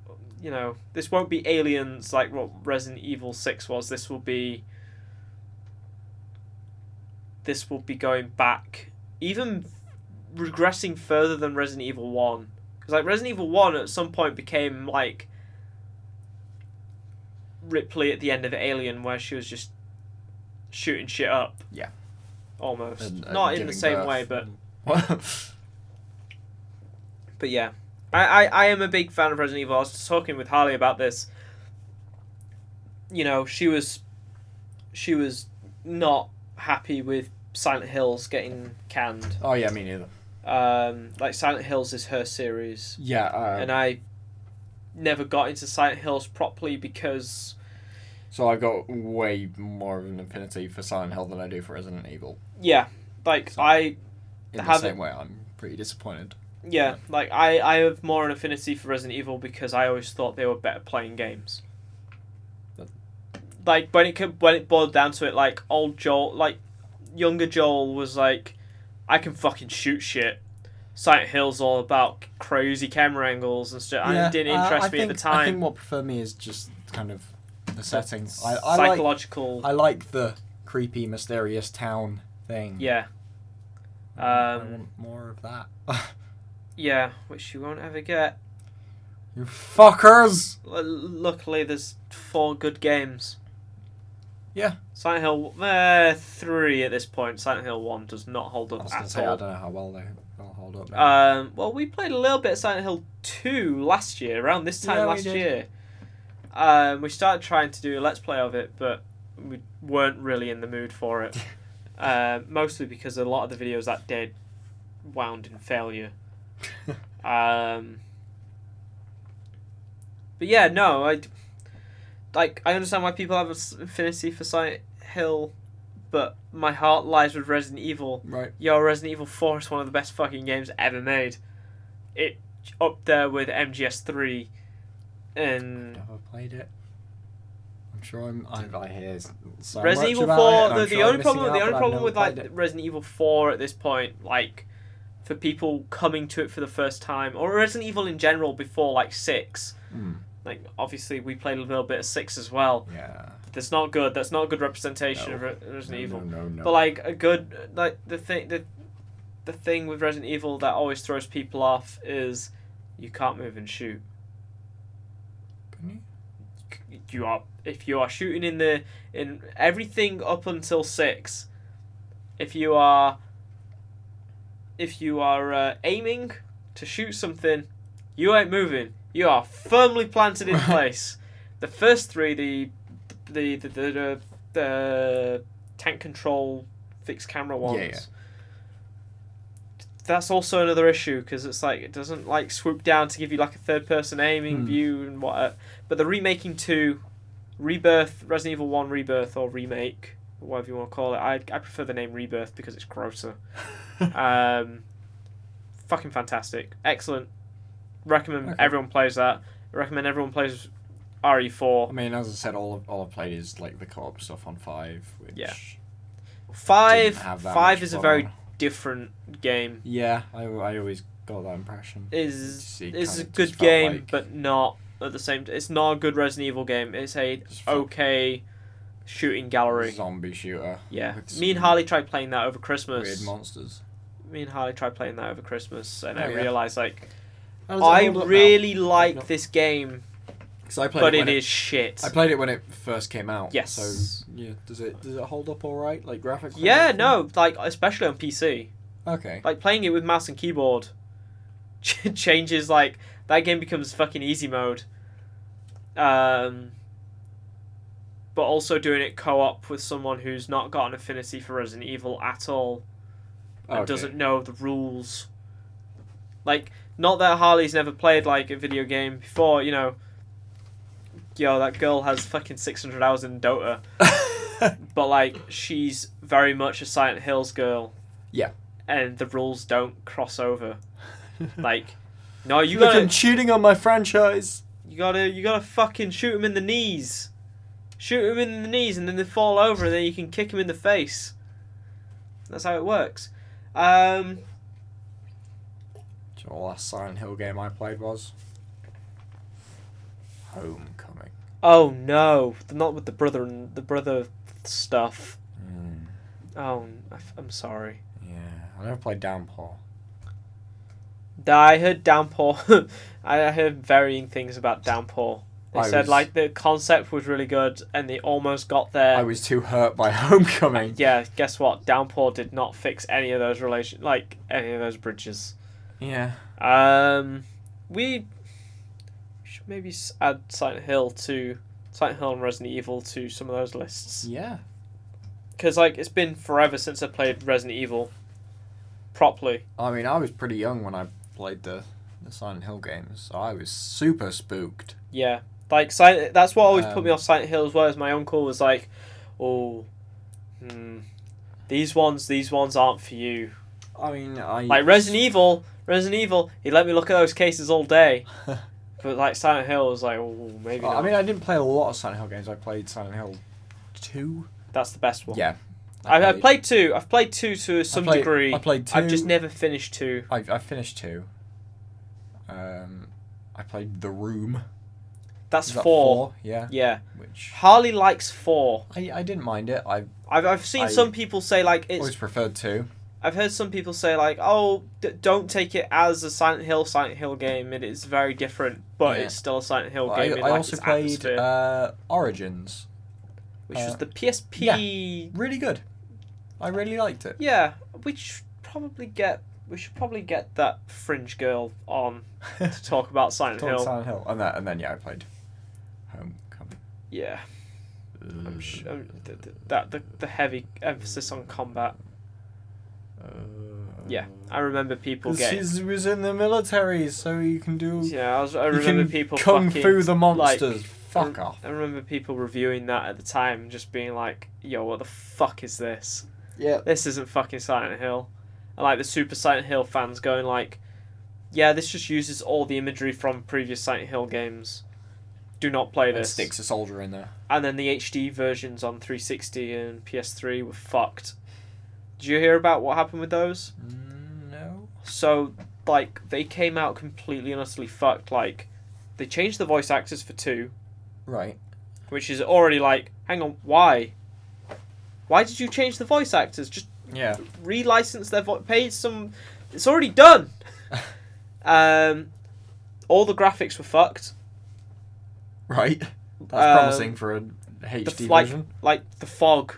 S2: you know this won't be aliens like what resident evil 6 was this will be this will be going back even regressing further than resident evil 1 because like resident evil 1 at some point became like ripley at the end of alien where she was just shooting shit up
S1: Yeah.
S2: almost
S1: And- and
S2: not in the
S1: giving
S2: same
S1: birth
S2: way but
S1: and-
S2: But yeah, I, I, I am a big fan of Resident Evil. I was just talking with Harley about this. You know, she was, she was not happy with Silent Hills getting canned.
S1: oh yeah, me neither.
S2: Um, like Silent Hills is her series,
S1: Yeah. Uh,
S2: and I never got into Silent Hills properly because uh,
S1: so I got way more of an affinity for Silent Hill than I do for Resident Evil.
S2: yeah, like
S1: So-
S2: I
S1: In the
S2: Have
S1: same way, I'm pretty disappointed.
S2: yeah, like I, I have more an affinity for Resident Evil because I always thought they were better playing games.
S1: That-
S2: Like when it could, when it boiled down to it, like old Joel, like younger Joel was like, I can fucking shoot shit. Silent Hill's all about crazy camera angles and stuff. and it didn't interest me at the
S1: uh, I think
S2: time.
S1: what preferred me is just kind of the settings. I, I like
S2: Psychological,
S1: I like the creepy, mysterious town thing.
S2: yeah,
S1: I
S2: um,
S1: want more of that.
S2: yeah, which you won't ever get.
S1: you fuckers!
S2: Well, Luckily, there's four good games.
S1: Yeah.
S2: Silent Hill uh, three at this point. Silent Hill one does not hold
S1: I
S2: up
S1: was gonna
S2: at
S1: say I
S2: all.
S1: don't know how well they will hold up. now.
S2: Um, well, we played a little bit of Silent Hill two last year, around this time
S1: Yeah, we
S2: last
S1: did.
S2: year. Um, we started trying to do a let's play of it, but we weren't really in the mood for it. uh, mostly because a lot of the videos that did wound in failure. Um, but yeah, no, I d- like I understand why people have an affinity for Silent Hill, but my heart lies with Resident Evil.
S1: right.
S2: Yo, Resident Evil Four is one of the best fucking games ever made. It up there with MGS three, and
S1: Never played it. I'm sure I'm. I, I hear so
S2: Resident
S1: much
S2: Evil
S1: about it,
S2: Four.
S1: and I'm
S2: The,
S1: sure
S2: the
S1: I'm
S2: only
S1: missing
S2: problem, the
S1: out, but
S2: only
S1: I've
S2: problem
S1: never
S2: with like
S1: played it.
S2: Resident Evil Four at this point, like for people coming to it for the first time, or Resident Evil in general before like six.
S1: Mm.
S2: Like obviously we played a little bit of six as well.
S1: yeah.
S2: That's not good. That's not a good representation
S1: No.
S2: of Re- Resident
S1: no,
S2: Evil.
S1: No, no, no.
S2: But like a good like the thing the the thing with Resident Evil that always throws people off is you can't move and shoot.
S1: Can you?
S2: You are if you are shooting in the in everything up until six. If you are if you are uh, aiming to shoot something, you ain't moving. You are firmly planted in place. The first three, the the the the, the, the tank control fixed camera ones.
S1: Yeah, yeah.
S2: That's also another issue because it's like it doesn't like swoop down to give you like a third person aiming
S1: Hmm.
S2: view and what. uh, But the remaking two, Rebirth, Resident Evil One Rebirth or remake, whatever you want to call it. I I prefer the name Rebirth because it's grosser. Um, fucking fantastic, excellent. Recommend
S1: Okay.
S2: everyone plays that. I recommend everyone plays E RE4.
S1: I mean, as I said, all all I've played is like the co-op stuff on five, which
S2: Yeah.
S1: didn't
S2: Five
S1: have that
S2: five
S1: much
S2: is a
S1: fun
S2: very
S1: on.
S2: different game.
S1: yeah. I, I always got that impression.
S2: Oh, Is
S1: It
S2: is a
S1: kinda
S2: good
S1: just felt
S2: game,
S1: like-
S2: but not at the same. It's not a good Resident Evil game. It's a
S1: Just felt-
S2: okay shooting gallery.
S1: Zombie shooter.
S2: Yeah,
S1: with
S2: me and
S1: some
S2: Harley tried playing that over Christmas.
S1: Weird monsters.
S2: me and Harley tried playing that over Christmas, and I
S1: Oh, yeah.
S2: realized like I really like
S1: Hold
S2: this game,
S1: because I played
S2: but
S1: it
S2: it
S1: when
S2: is shit.
S1: I played it when it first came out.
S2: Yes.
S1: So yeah, does it does it hold up all right, like graphically? and
S2: yeah,
S1: everything?
S2: no, like especially on PC,
S1: Okay.
S2: like playing it with mouse and keyboard ch- changes like that game becomes fucking easy mode. Um, but also doing it co-op with someone who's not got an affinity for Resident Evil at all and
S1: Oh, okay.
S2: doesn't know the rules. Like, not that Harley's never played like a video game before, you know. Yo, that girl has fucking six hundred hours in Dota, but like she's very much a Silent Hills girl.
S1: Yeah.
S2: And the rules don't cross over. Like, no, you
S1: you look, I'm
S2: gotta,
S1: cheating on my franchise.
S2: you gotta, you gotta fucking shoot him in the knees. Shoot him in the knees, and then they fall over, and then you can kick him in the face. That's how it works. Um,
S1: Do you know what the last Silent Hill game I played was? Homecoming.
S2: Oh no, not with the brother and the brother stuff.
S1: Mm,
S2: Oh, I f- I'm sorry.
S1: yeah, I never played Downpour.
S2: I heard Downpour. I I heard varying things about Downpour. They
S1: I
S2: said
S1: was-
S2: like the concept was really good and they almost got there.
S1: I was too hurt by Homecoming.
S2: Yeah, guess what? Downpour did not fix any of those relation like any of those bridges.
S1: Yeah.
S2: Um, we should maybe s- add Silent Hill to Silent Hill and Resident Evil to some of those lists.
S1: Yeah.
S2: because like it's been forever since I played Resident Evil properly.
S1: I mean, I was pretty young when I played the, the Silent Hill games, so I was super spooked.
S2: Yeah, like Silent, that's what always put me
S1: Um,
S2: off Silent Hill as well. As my uncle was like, "Oh, hmm, these ones, these ones aren't for you."
S1: I mean, I
S2: Like Resident Evil, Resident Evil, he let me look at those cases all day, but like Silent Hill was like, "Oh, maybe
S1: Well, I
S2: not."
S1: mean, I didn't play a lot of Silent Hill games. I played Silent Hill two.
S2: that's the best one.
S1: Yeah,
S2: I, I've played two. I've played two to some
S1: played-
S2: degree.
S1: I played two.
S2: I've just never finished two.
S1: I, I finished two. Um, I played The Room.
S2: That's
S1: Is that
S2: four.
S1: Yeah,
S2: Yeah,
S1: which
S2: Harley likes four.
S1: I, I didn't mind it. I
S2: I've, I've seen
S1: I-
S2: some people say like it's
S1: always preferred two.
S2: I've heard some people say like, "Oh, d- don't take it as a Silent Hill Silent Hill game. It is very different, but
S1: Yeah.
S2: it's still a Silent Hill
S1: I,
S2: game." in,
S1: I
S2: like,
S1: also
S2: its
S1: played
S2: atmosphere,
S1: uh, Origins.
S2: which was
S1: uh,
S2: the PSP. Yeah.
S1: Really good. I really liked it.
S2: we should probably get we should probably get that Fringe girl on to talk about Silent
S1: Talk
S2: Hill.
S1: Silent Hill, and that, and then yeah, I played Homecoming.
S2: Yeah, I'm Oh, sh- I'm, th- th- that the, the heavy emphasis on combat. Yeah, I remember people
S1: Uh, Because
S2: getting.
S1: he was in the military, so you can do.
S2: Yeah, I, was, I
S1: you
S2: remember
S1: can
S2: people
S1: kung
S2: fucking,
S1: fu the
S2: like,
S1: monsters. Fuck
S2: I,
S1: off.
S2: I remember people reviewing that at the time, and just being like, "Yo, what the fuck is this?
S1: Yeah.
S2: This isn't fucking Silent Hill." And like the Super Silent Hill fans going like, "Yeah, this just uses all the imagery from previous Silent Hill games. Do not play
S1: It
S2: this."
S1: sticks a soldier in there.
S2: And then the HD versions on 360 and PS3 were fucked. Did you hear about what happened with those?
S1: Mm, No.
S2: So like they came out completely and utterly fucked. Like they changed the voice actors for two.
S1: Right.
S2: which is already like, hang on, why? Why did you change the voice actors? Just
S1: Yeah.
S2: relicense their voice, pay some. It's already done. um, all the graphics were fucked.
S1: Right. That's
S2: Um,
S1: promising for a HD
S2: The like,
S1: version.
S2: like the fog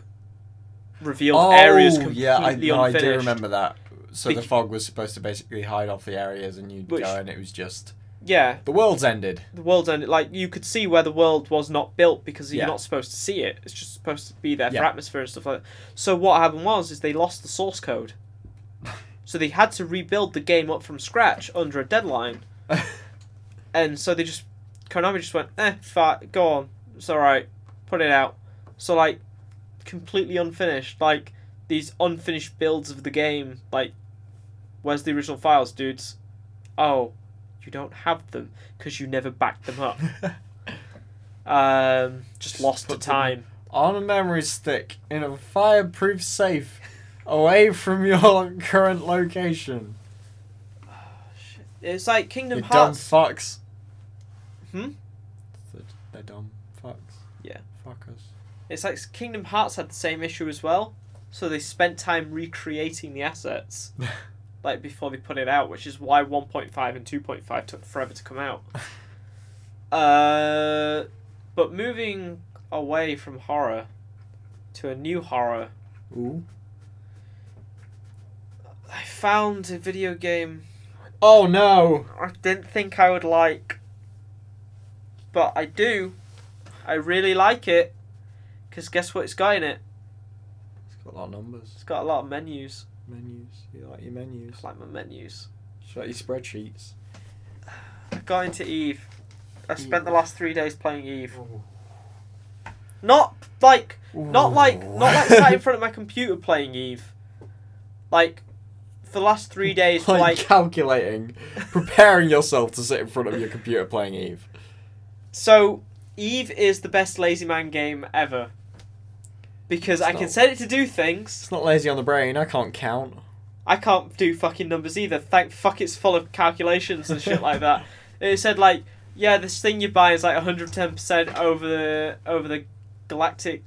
S2: revealed areas completely
S1: Oh, yeah, I, no, I
S2: unfinished.
S1: do remember that. So the
S2: Bec-
S1: fog was supposed to basically hide off the areas, and you'd
S2: Which-
S1: go, and it was just
S2: Yeah,
S1: the world's ended.
S2: the world's ended. Like you could see where the world was not built because you're
S1: Yeah.
S2: not supposed to see it. It's just supposed to be there
S1: Yeah.
S2: for atmosphere and stuff like that. So what happened was is they lost the source code. So they had to rebuild the game up from scratch under a deadline. And so they just Konami just went, eh, fat, go on, it's alright, put it out. So like completely unfinished, like these unfinished builds of the game, like where's the original files, dudes? Oh, you you don't have them because you never backed them up. Um, just lost to
S1: Put them-
S2: time.
S1: on a memory stick in a fireproof safe away from your current location.
S2: It's like Kingdom
S1: you dumb
S2: Hearts.
S1: fucks.
S2: Hmm?
S1: They're, they're dumb fucks.
S2: Yeah.
S1: Fuckers.
S2: It's like Kingdom Hearts had the same issue as well. So they spent time recreating the assets, like before they put it out, which is why 1.5 and 2.5 took forever to come out. Uh, but moving away from horror to a new horror,
S1: Ooh.
S2: I found a video game
S1: Oh no!
S2: I didn't think I would like, but I do. I really like it, because guess what? It's got in it.
S1: It's got a lot of numbers.
S2: It's got a lot of menus.
S1: Menus. You like your menus.
S2: It's like my menus.
S1: You like your spreadsheets.
S2: I got into Eve. I spent
S1: Eve.
S2: the last three days playing Eve. Not like, not like, not like sat in front of my computer playing Eve. Like, for the last three days,
S1: like,
S2: like,
S1: calculating, preparing yourself to sit in front of your computer playing Eve.
S2: so Eve is the best lazy man game ever. Because
S1: It's
S2: I can
S1: not.
S2: set it to do things.
S1: It's not lazy on the brain. I can't count.
S2: I can't do fucking numbers either. Thank fuck, it's full of calculations and shit like that. It said like, yeah, this thing you buy is like 110 percent over the over the galactic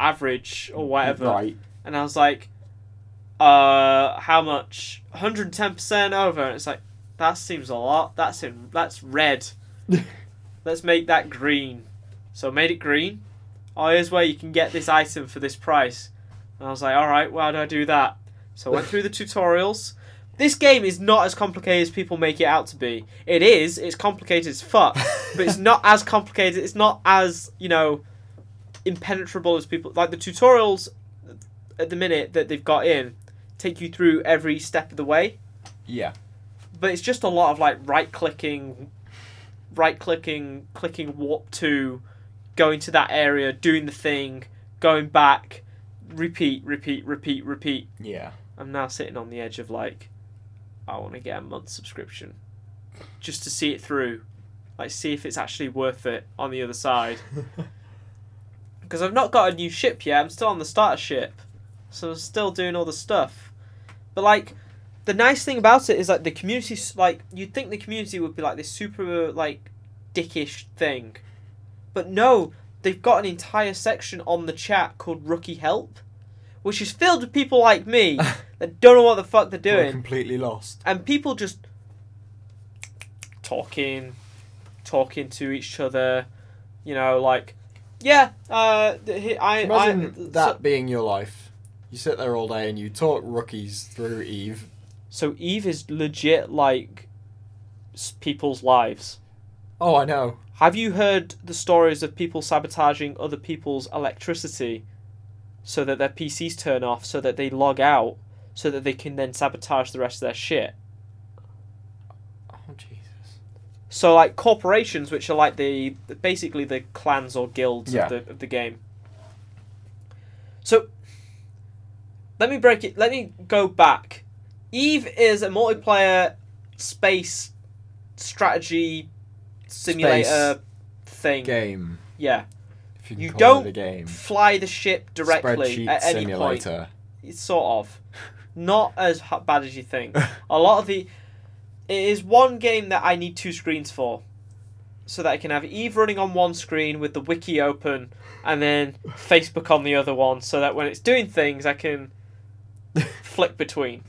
S2: average or whatever.
S1: Right.
S2: and I was like, uh, how much? 110% over. And it's like, that seems a lot. That's in that's red. Let's make that green. So I made it green. Oh, here's where you can get this item for this price. And I was like, alright, well, how do I do that? So I went through the tutorials. This game is not as complicated as people make it out to be. It is, it's complicated as fuck but it's not as complicated. It's not as you know impenetrable as people like the tutorials at the minute that they've got in take you through every step of the way.
S1: yeah.
S2: But it's just a lot of like right clicking, right clicking, clicking warp to, going to that area, doing the thing, going back, repeat, repeat, repeat, repeat.
S1: Yeah.
S2: I'm now sitting on the edge of like, I want to get a month subscription, just to see it through, like see if it's actually worth it on the other side. Because I've not got a new ship yet. I'm still on the starter ship, so I'm still doing all the stuff. But like, the nice thing about it is like the community. Like you'd think the community would be like this super like dickish thing, but no, they've got an entire section on the chat called Rookie Help, which is filled with people like me that don't know what the fuck they're
S1: We're
S2: doing,
S1: completely lost.
S2: and people just talking, talking to each other, you know, like. Yeah, uh, th- he- I
S1: Imagine
S2: I,
S1: that being your life. You sit there all day and you talk rookies through Eve.
S2: So Eve is legit like s- people's lives.
S1: Oh, I know.
S2: Have you heard the stories of people sabotaging other people's electricity so that their PCs turn off, so that they log out, so that they can then sabotage the rest of their shit?
S1: Oh Jesus.
S2: So like corporations, which are like the the- basically the clans or guilds
S1: Yeah.
S2: of the of the game. So let me break it. Let me go back. Eve is a multiplayer space strategy simulator thing.
S1: Game.
S2: Yeah,
S1: If you can
S2: You
S1: call
S2: don't
S1: it a game.
S2: fly the ship directly
S1: Spreadsheet
S2: at any point.
S1: simulator.
S2: It's sort of not as h- bad as you think. a lot of the it is one game that I need two screens for, so that I can have Eve running on one screen with the wiki open, and then Facebook on the other one, so that when it's doing things, I can flick between.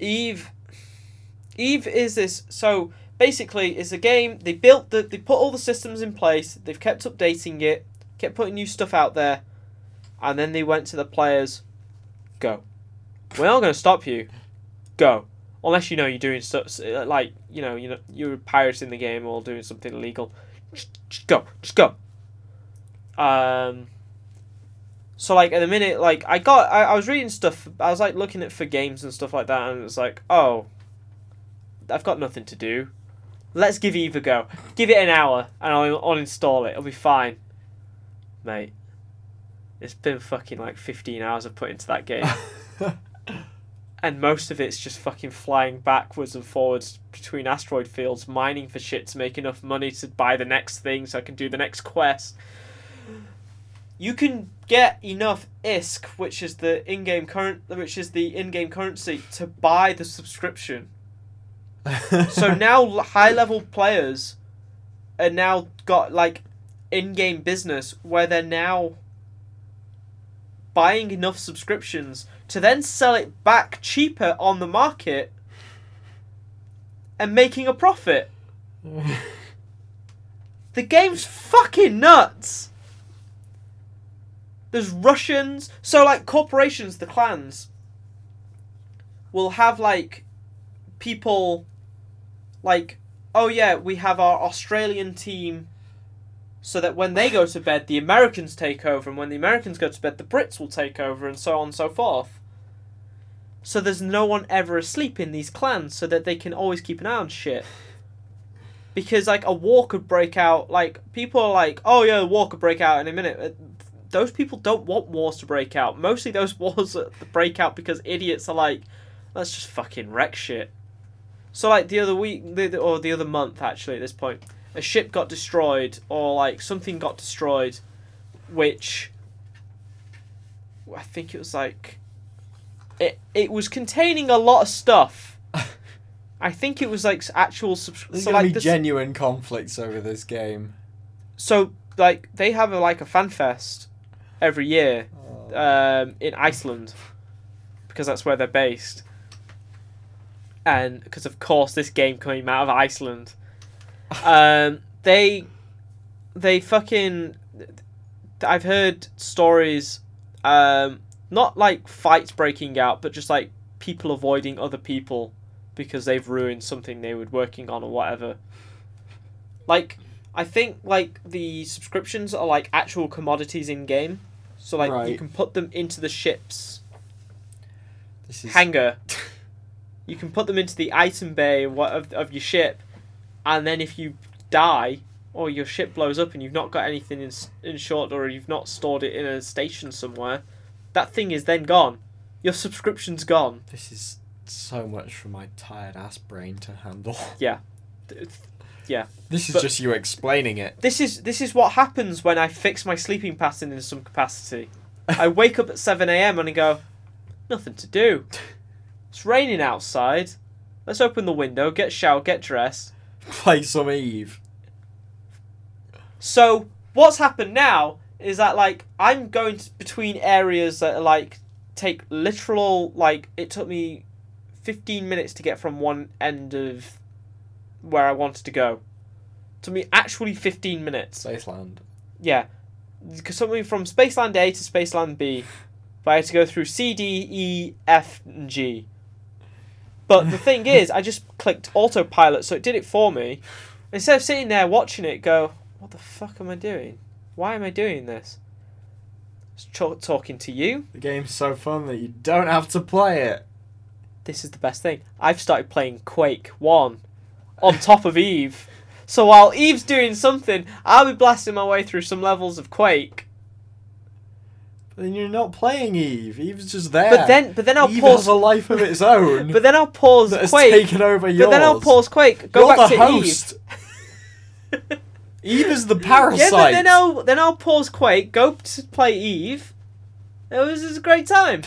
S2: Eve, Eve is this so basically it's a game they built the, they put all the systems in place they've kept updating it kept putting new stuff out there and then they went to the players go we're not going to stop you go unless you know you're doing stuff like you know you know you're pirating the game or doing something illegal just, just go just go um so like at the minute like i got I, I was reading stuff i was like looking at for games and stuff like that and it's like oh i've got nothing to do let's give eve a go give it an hour and i'll uninstall it it'll be fine mate it's been fucking like 15 hours i've put into that game and most of it's just fucking flying backwards and forwards between asteroid fields, mining for shit to make enough money to buy the next thing so I can do the next quest. You can get enough ISK, which is the in-game current, which is the in-game currency, to buy the subscription. So now high-level players are now got like in-game business where they're now buying enough subscriptions to then sell it back cheaper on the market and making a profit. The game's fucking nuts. There's Russians, so like corporations, the clans will have like people like oh yeah, we have our Australian team so that when they go to bed, the Americans take over, and when the Americans go to bed, the Brits will take over, and so on and so forth. So there's no one ever asleep in these clans, so that they can always keep an eye on shit. Because like a war could break out, like people are like, oh yeah, a war could break out in a minute. Uh, Those people don't want wars to break out. Mostly those wars that break out because idiots are like, let's just fucking wreck shit. So like the other week, the, the- or the other month actually at this point, a ship got destroyed or like something got destroyed, which I think it was like it it was containing a lot of stuff. I think it was like s- actual subs-
S1: There's
S2: so
S1: gonna
S2: like
S1: be
S2: this,
S1: genuine conflicts over this game.
S2: so like they have a, like a fan fest every year
S1: Oh.
S2: um, in Iceland because that's where they're based. And because of course this game came out of Iceland, um, they they fucking I've heard stories, um, not like fights breaking out, but just like people avoiding other people because they've ruined something they were working on or whatever. Like I think like the subscriptions are like actual commodities in game. So like you
S1: Right.
S2: can put them into the ship's
S1: this is
S2: hangar. you can put them into the item bay of, what- of, of your ship, and then if you die or your ship blows up and you've not got anything in, s- in short or you've not stored it in a station somewhere, that thing is then gone. Your subscription's gone.
S1: this is so much for my tired ass brain to handle.
S2: Th-
S1: This is
S2: But-
S1: just you explaining it.
S2: This is this is what happens when I fix my sleeping pattern in some capacity. I wake up at seven a.m. and I go, nothing to do. It's raining outside. Let's open the window, get showered, get dressed,
S1: Play some Eve.
S2: So what's happened now is that like I'm going to, between areas that are, like take literal like it took me 15 minutes to get from one end of where I wanted to go. To me, actually 15 minutes.
S1: Spaceland.
S2: Yeah, because something from Spaceland A to Spaceland B, but I had to go through C, D, E, F, and G. But the thing is, I just clicked autopilot, so it did it for me. Instead of sitting there watching it, go, what the fuck am I doing? Why am I doing this? It's cho- talking to you.
S1: The game's so fun that you don't have to play it.
S2: This is the best thing. I've started playing Quake One, on top of Eve. So while Eve's doing something, I'll be blasting my way through some levels of Quake.
S1: But then you're not playing Eve. Eve's just there.
S2: But then, but then I'll
S1: Eve
S2: pause
S1: has a life of its own.
S2: But then I'll pause
S1: that has
S2: Quake.
S1: taken over yours.
S2: But then I'll pause Quake. Go
S1: You're
S2: back
S1: the
S2: to
S1: host.
S2: Eve.
S1: Eve is the parasite.
S2: yeah, but then I'll then I'll pause Quake. Go to play Eve. It was just a great time.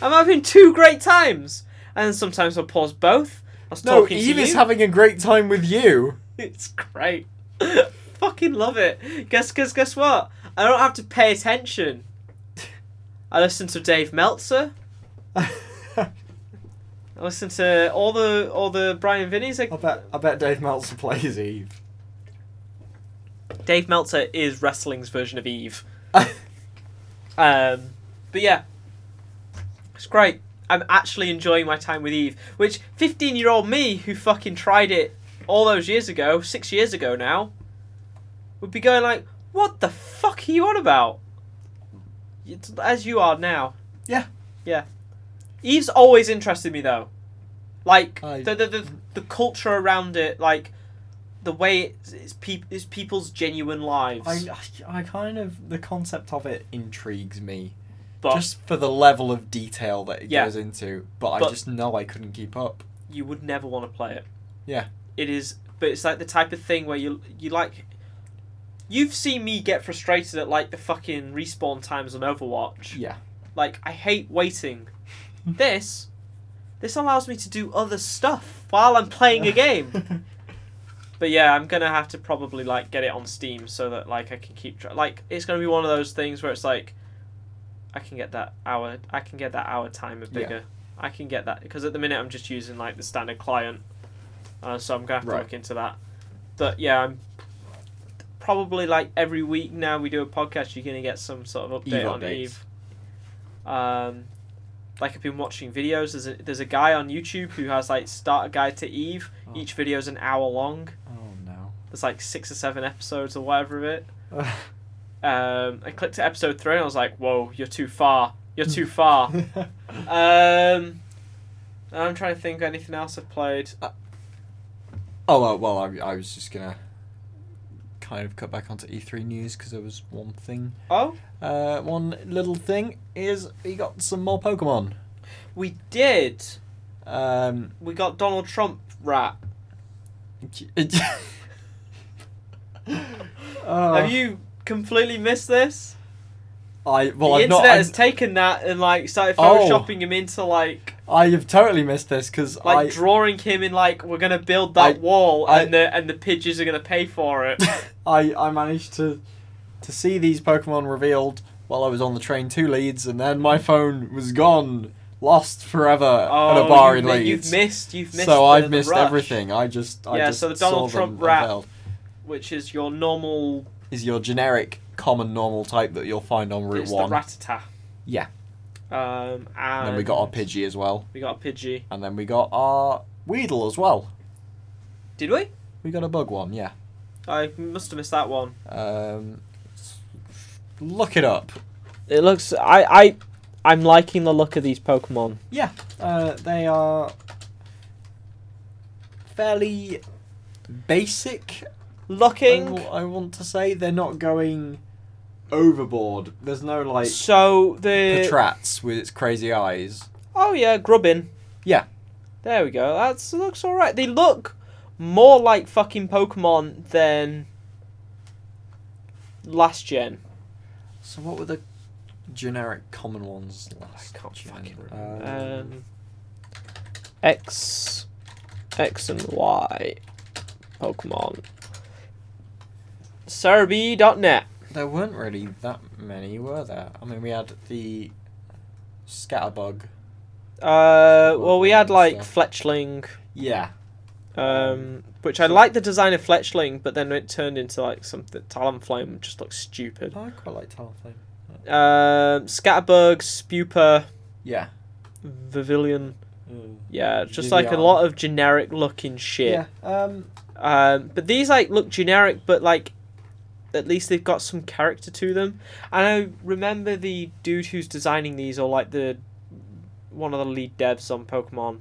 S2: I'm having two great times, and sometimes I'll pause both. I was
S1: no,
S2: talking
S1: Eve
S2: to
S1: is
S2: you.
S1: having a great time with you.
S2: it's great. Fucking love it. Guess guess guess what? I don't have to pay attention. I listen to Dave Meltzer.
S1: I
S2: I listen to all the all the Brian Vinny's. Like,
S1: bet. I bet Dave Meltzer plays Eve.
S2: Dave Meltzer is wrestling's version of Eve. Um, but yeah, it's great. I'm actually enjoying my time with Eve, which 15 year old me, who fucking tried it all those years ago, six years ago now, would be going like, "What the fuck are you on about?" It's, as you are now.
S1: Yeah.
S2: Yeah. Eve's always interested me though, like
S1: I- Mm.
S2: the, the the the culture around it, like the way it's, it's, peop it's people's genuine lives.
S1: I, I kind of the concept of it intrigues me.
S2: But
S1: just for the level of detail that it
S2: Yeah.
S1: goes into. But, I
S2: But-
S1: just know I couldn't keep up.
S2: you would never want to play it.
S1: Yeah.
S2: It is, but it's like the type of thing where you you like. You've seen me get frustrated at like the fucking respawn times on Overwatch.
S1: Yeah.
S2: Like I hate waiting. this, this allows me to do other stuff while I'm playing a game. But yeah, I'm gonna have to probably like get it on Steam so that like I can keep track. Like it's gonna be one of those things where it's like, I can get that hour. I can get that hour timer
S1: Yeah.
S2: bigger. I can get that because at the minute I'm just using like the standard client. Uh, so I'm gonna have to
S1: Right.
S2: look into that. But yeah, I'm probably like every week now we do a podcast. You're gonna get some sort of update
S1: Eve
S2: on
S1: updates.
S2: Eve. Um, like I've been watching videos. There's a, there's a guy on YouTube who has like start a guide to Eve.
S1: Oh.
S2: Each video's an hour long
S1: oh no.
S2: there's like six or seven episodes or whatever of it. Um, I clicked to episode three and I was like, "Whoa, you're too far. You're too far." um, I'm trying to think of anything else I've played.
S1: oh uh, well, I, I was just gonna kind of cut back onto E3 news because there was one thing.
S2: Oh,
S1: Uh, one little thing is we got some more Pokemon.
S2: we did.
S1: Um,
S2: We got Donald Trump rat.
S1: Uh,
S2: Have you completely missed this?
S1: I well,
S2: the
S1: I've
S2: internet
S1: not.
S2: has
S1: I've,
S2: taken that and like started
S1: Oh.
S2: photoshopping him into like
S1: I have totally missed this because
S2: like
S1: I.
S2: drawing him in like we're gonna build that
S1: I-
S2: wall
S1: I-
S2: and the and the pigeons are gonna pay for it.
S1: I I managed to to see these Pokemon revealed while I was on the train to Leeds, and then my phone was gone, lost forever at a bar
S2: Oh, you
S1: in
S2: mi-
S1: Leeds.
S2: You've missed. You've missed.
S1: so
S2: the-
S1: I've
S2: the
S1: missed
S2: rush,
S1: everything. I just I
S2: Yeah,
S1: just
S2: so the Donald
S1: saw them
S2: Trump rap-
S1: unveiled.
S2: which is your normal.
S1: is your generic common normal type that you'll find on Route
S2: it's
S1: One.
S2: the ratata.
S1: Yeah.
S2: Um, and,
S1: and then we got our Pidgey as well,
S2: We got a Pidgey.
S1: and then we got our Weedle as well.
S2: Did we?
S1: We got a bug one, yeah.
S2: I must have missed that one.
S1: Um, look it up.
S2: It looks. I. I. I'm liking the look of these Pokemon.
S1: Uh, they are fairly basic. I,
S2: Looking.
S1: wa- I want to say they're not going overboard. There's no like
S2: so the.
S1: Patrats with its crazy eyes.
S2: oh yeah, Grubbin.
S1: Yeah.
S2: There we go. That's looks all right. They look more like fucking Pokemon than last gen.
S1: So what were the generic common ones? Last
S2: I can't
S1: gen?
S2: fucking
S1: Um,
S2: remember. Um, X, X and Y, Pokemon. Cerebi.net.
S1: There weren't really that many, were there? I mean, we had the Scatterbug.
S2: Uh, well, we had
S1: Pokemon
S2: like
S1: stuff.
S2: Fletchling,
S1: Yeah.
S2: um, which I like the design of Fletchling, but then it turned into like something Talonflame, which just looks stupid.
S1: I quite like Talonflame.
S2: Um, Scatterbug, Spupa,
S1: Yeah.
S2: Vivillion.
S1: Mm.
S2: Yeah, just like a
S1: Vivian.
S2: lot of generic looking shit.
S1: Yeah. Um,
S2: Um, but these like look generic, but like at least they've got some character to them. And I remember the dude who's designing these, or like the one of the lead devs on Pokemon,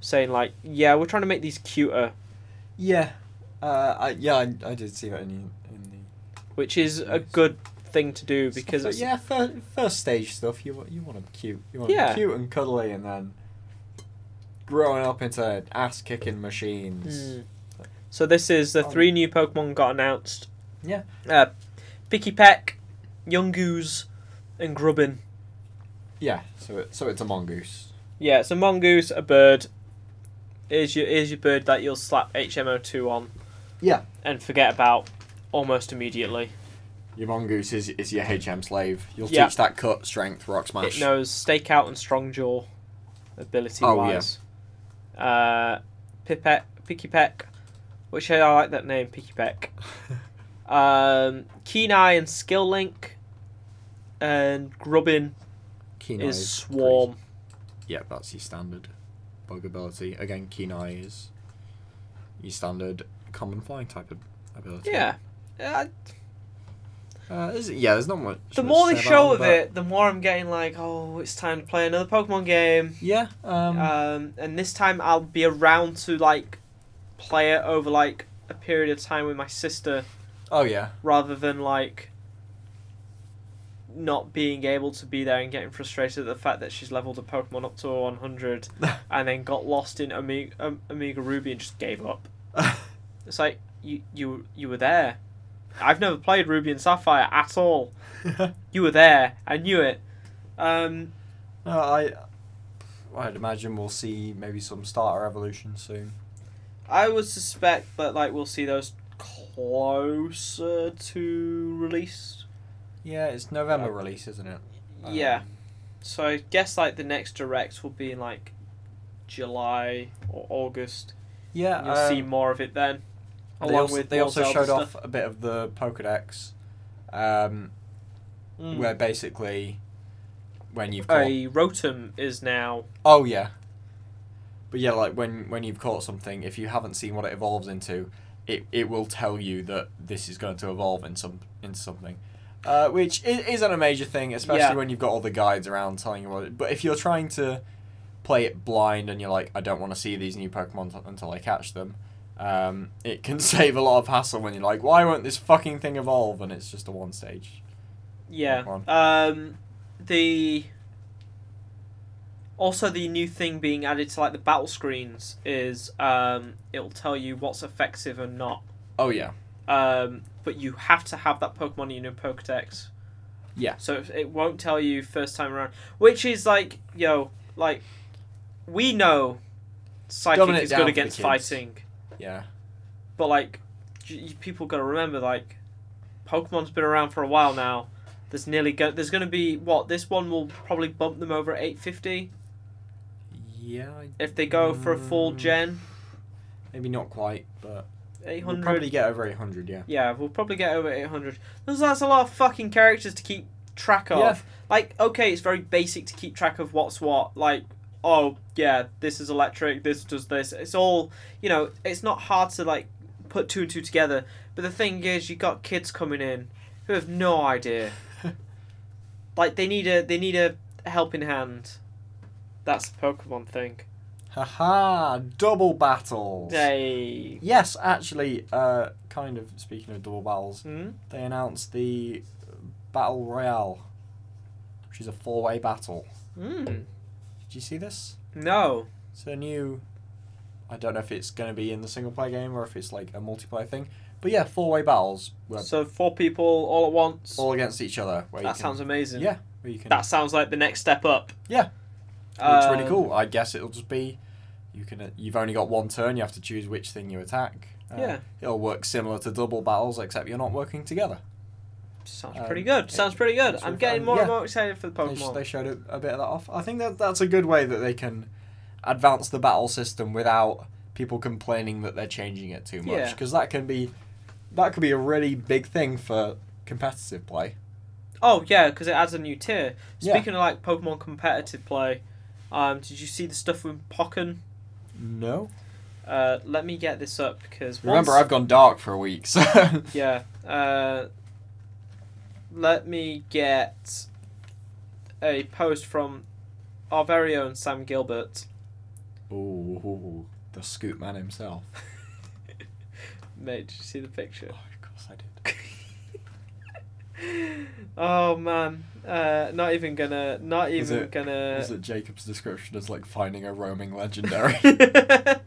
S2: saying like, "Yeah, we're trying to make these cuter,"
S1: yeah. Uh, I, yeah, I, I did see that in the. In the
S2: which is a good thing to do because
S1: But
S2: it's,
S1: yeah, first, first stage stuff. You want you want them cute. You want 'em
S2: Yeah.
S1: cute and cuddly, and then growing up into ass kicking machines.
S2: Mm. So this is the
S1: Um,
S2: three new Pokemon got announced.
S1: Yeah.
S2: Uh, Picky Peck, Yungoos, and Grubbin.
S1: Yeah. So it, so it's a mongoose.
S2: Yeah, it's a mongoose, a bird. Is your is your bird that you'll slap HMO2 on?
S1: Yeah.
S2: And forget about almost immediately.
S1: Your mongoose is is your HM slave. You'll
S2: Yeah.
S1: teach that cut, strength, rock smash.
S2: It knows stakeout and strong jaw, ability
S1: Oh, yeah.
S2: wise. Uh, Pipet, Picky Peck, which I like that name, Picky Peck. Um, Keen Eye and Skill Link, and Grubbin
S1: Keen eye
S2: is Swarm.
S1: Yeah, that's your standard bug ability. Again, keen eye is your standard common flying type of ability.
S2: Yeah. Uh,
S1: Uh, there's- yeah, there's not much.
S2: the
S1: much
S2: more
S1: to
S2: they
S1: say about
S2: show of
S1: but-
S2: it, the more I'm getting like, oh, it's time to play another Pokemon game.
S1: Yeah. Um,
S2: um, and this time I'll be around to like play it over like a period of time with my sister
S1: oh yeah.
S2: rather than like not being able to be there and getting frustrated at the fact that she's leveled a Pokemon up to a 100 and then got lost in Amiga, um, Amiga Ruby and just gave up. It's like you you you were there. I've never played Ruby and Sapphire at all. You were there. I knew it. Um,
S1: no, I. I'd imagine we'll see maybe some starter evolution soon.
S2: I would suspect that like we'll see those closer to release.
S1: Yeah, it's November release, isn't it? Um,
S2: yeah. So I guess like the next direct will be in like July or August.
S1: Yeah. um,
S2: You'll see more of it then.
S1: they also, they
S2: more
S1: also
S2: Zelda
S1: showed
S2: stuff.
S1: off a bit of the Pokedex, um,
S2: Mm.
S1: where basically when you've caught
S2: a Rotom is now
S1: Oh yeah. But yeah, like when when you've caught something, if you haven't seen what it evolves into, it, it will tell you that this is going to evolve in some into something. Uh, which is, isn't a major thing, especially
S2: Yeah.
S1: when you've got all the guides around telling you what it, but if you're trying to play it blind and you're like, I don't want to see these new Pokemon t- until I catch them, um, it can save a lot of hassle when you're like, why won't this fucking thing evolve? And it's just a one stage.
S2: yeah.
S1: Pokemon.
S2: Um, the also the new thing being added to like the battle screens is um, it'll tell you what's effective and not.
S1: Oh yeah.
S2: Um, but you have to have that Pokemon in your Pokedex.
S1: Yeah.
S2: So it- it won't tell you first time around, which is like yo, like we know psychic
S1: Dumbing it
S2: is
S1: down for
S2: good
S1: the
S2: against
S1: kids.
S2: fighting.
S1: Yeah.
S2: but like you, you people got to remember like pokemon's been around for a while now there's nearly go- there's going to be what this one will probably bump them over at 850
S1: Yeah. I-
S2: if they go for a full
S1: Mm.
S2: gen
S1: Maybe not quite, but We'll
S2: 800
S1: probably get over 800, yeah.
S2: yeah we'll probably get over 800 There's that's a lot of fucking characters to keep track of
S1: Yeah.
S2: like okay it's very basic to keep track of what's what like oh yeah this is electric this does this it's all you know it's not hard to like put two and two together but the thing is you got kids coming in who have no idea like they need a they need a helping hand that's the pokemon thing
S1: Haha, double battles.
S2: they
S1: Yes, actually, uh, kind of speaking of double battles,
S2: hmm?
S1: they announced the Battle Royale, which is a four way battle.
S2: Mm.
S1: Did you see this?
S2: no
S1: It's a new. I don't know if it's going to be in the single player game or if it's like a multiplayer thing. But yeah, four way battles. Where
S2: so four people all at once
S1: all against each other. Where
S2: that
S1: you can,
S2: sounds amazing
S1: Yeah, where you can.
S2: that sounds like the next step up
S1: Yeah.
S2: It's
S1: It's
S2: Um,
S1: really cool. I guess it'll just be you can you've only got one turn. You have to choose which thing you attack. Uh,
S2: Yeah.
S1: it'll work similar to double battles, except you're not working together.
S2: Sounds
S1: Um,
S2: pretty good.
S1: it-
S2: Sounds pretty good.
S1: it's
S2: I'm
S1: with-
S2: getting
S1: um,
S2: more and
S1: yeah.
S2: more excited for the
S1: They, sh-
S2: Pokemon.
S1: they showed a, a bit of that off. I think that that's a good way that they can advance the battle system without people complaining that they're changing it too much,
S2: Yeah.
S1: because that can be that could be a really big thing for competitive play.
S2: Oh yeah, because it adds a new tier.
S1: Yeah.
S2: Speaking of like Pokemon competitive play, um, did you see the stuff with Pokken?
S1: No,
S2: Uh, let me get this up because
S1: remember I've gone dark for a week. So
S2: yeah. Uh, let me get a post from our very own Sam Gilbert.
S1: Ooh, the scoop man himself.
S2: Mate, did you see the picture?
S1: Oh, of course I did.
S2: Oh man, uh, not even gonna, not
S1: Was
S2: even
S1: it-
S2: gonna.
S1: Was it Jacob's description as like finding a roaming legendary?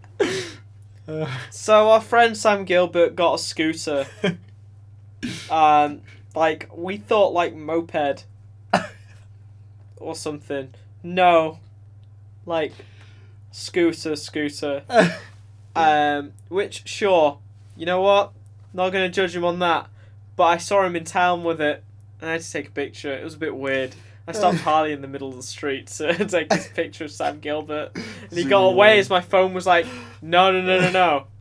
S1: Uh,
S2: so our friend Sam Gilbert got a scooter. Um, like we thought like moped or something. No, like scooter, scooter. Um, which sure, you know what? Not gonna judge him on that. But I saw him in town with it, and I had to take a picture. It was a bit weird. I stopped Harley in the middle of the street to take this picture of Sam Gilbert, and he got
S1: Zooming
S2: away
S1: in.
S2: as my phone was like, no, no, no, no, no.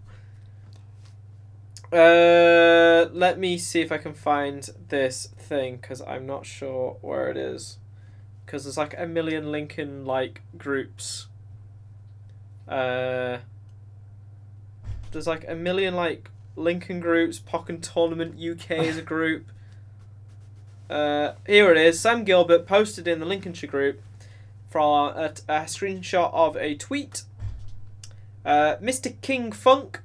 S2: Uh, let me see if I can find this thing because I'm not sure where it is. Because there's like a million Lincoln like groups. Uh, there's like a million like Lincoln groups. Pokken Tournament UK is a group. Uh, here it is. Sam Gilbert posted in the Lincolnshire group from a, a screenshot of a tweet. Uh, Mr. King Funk,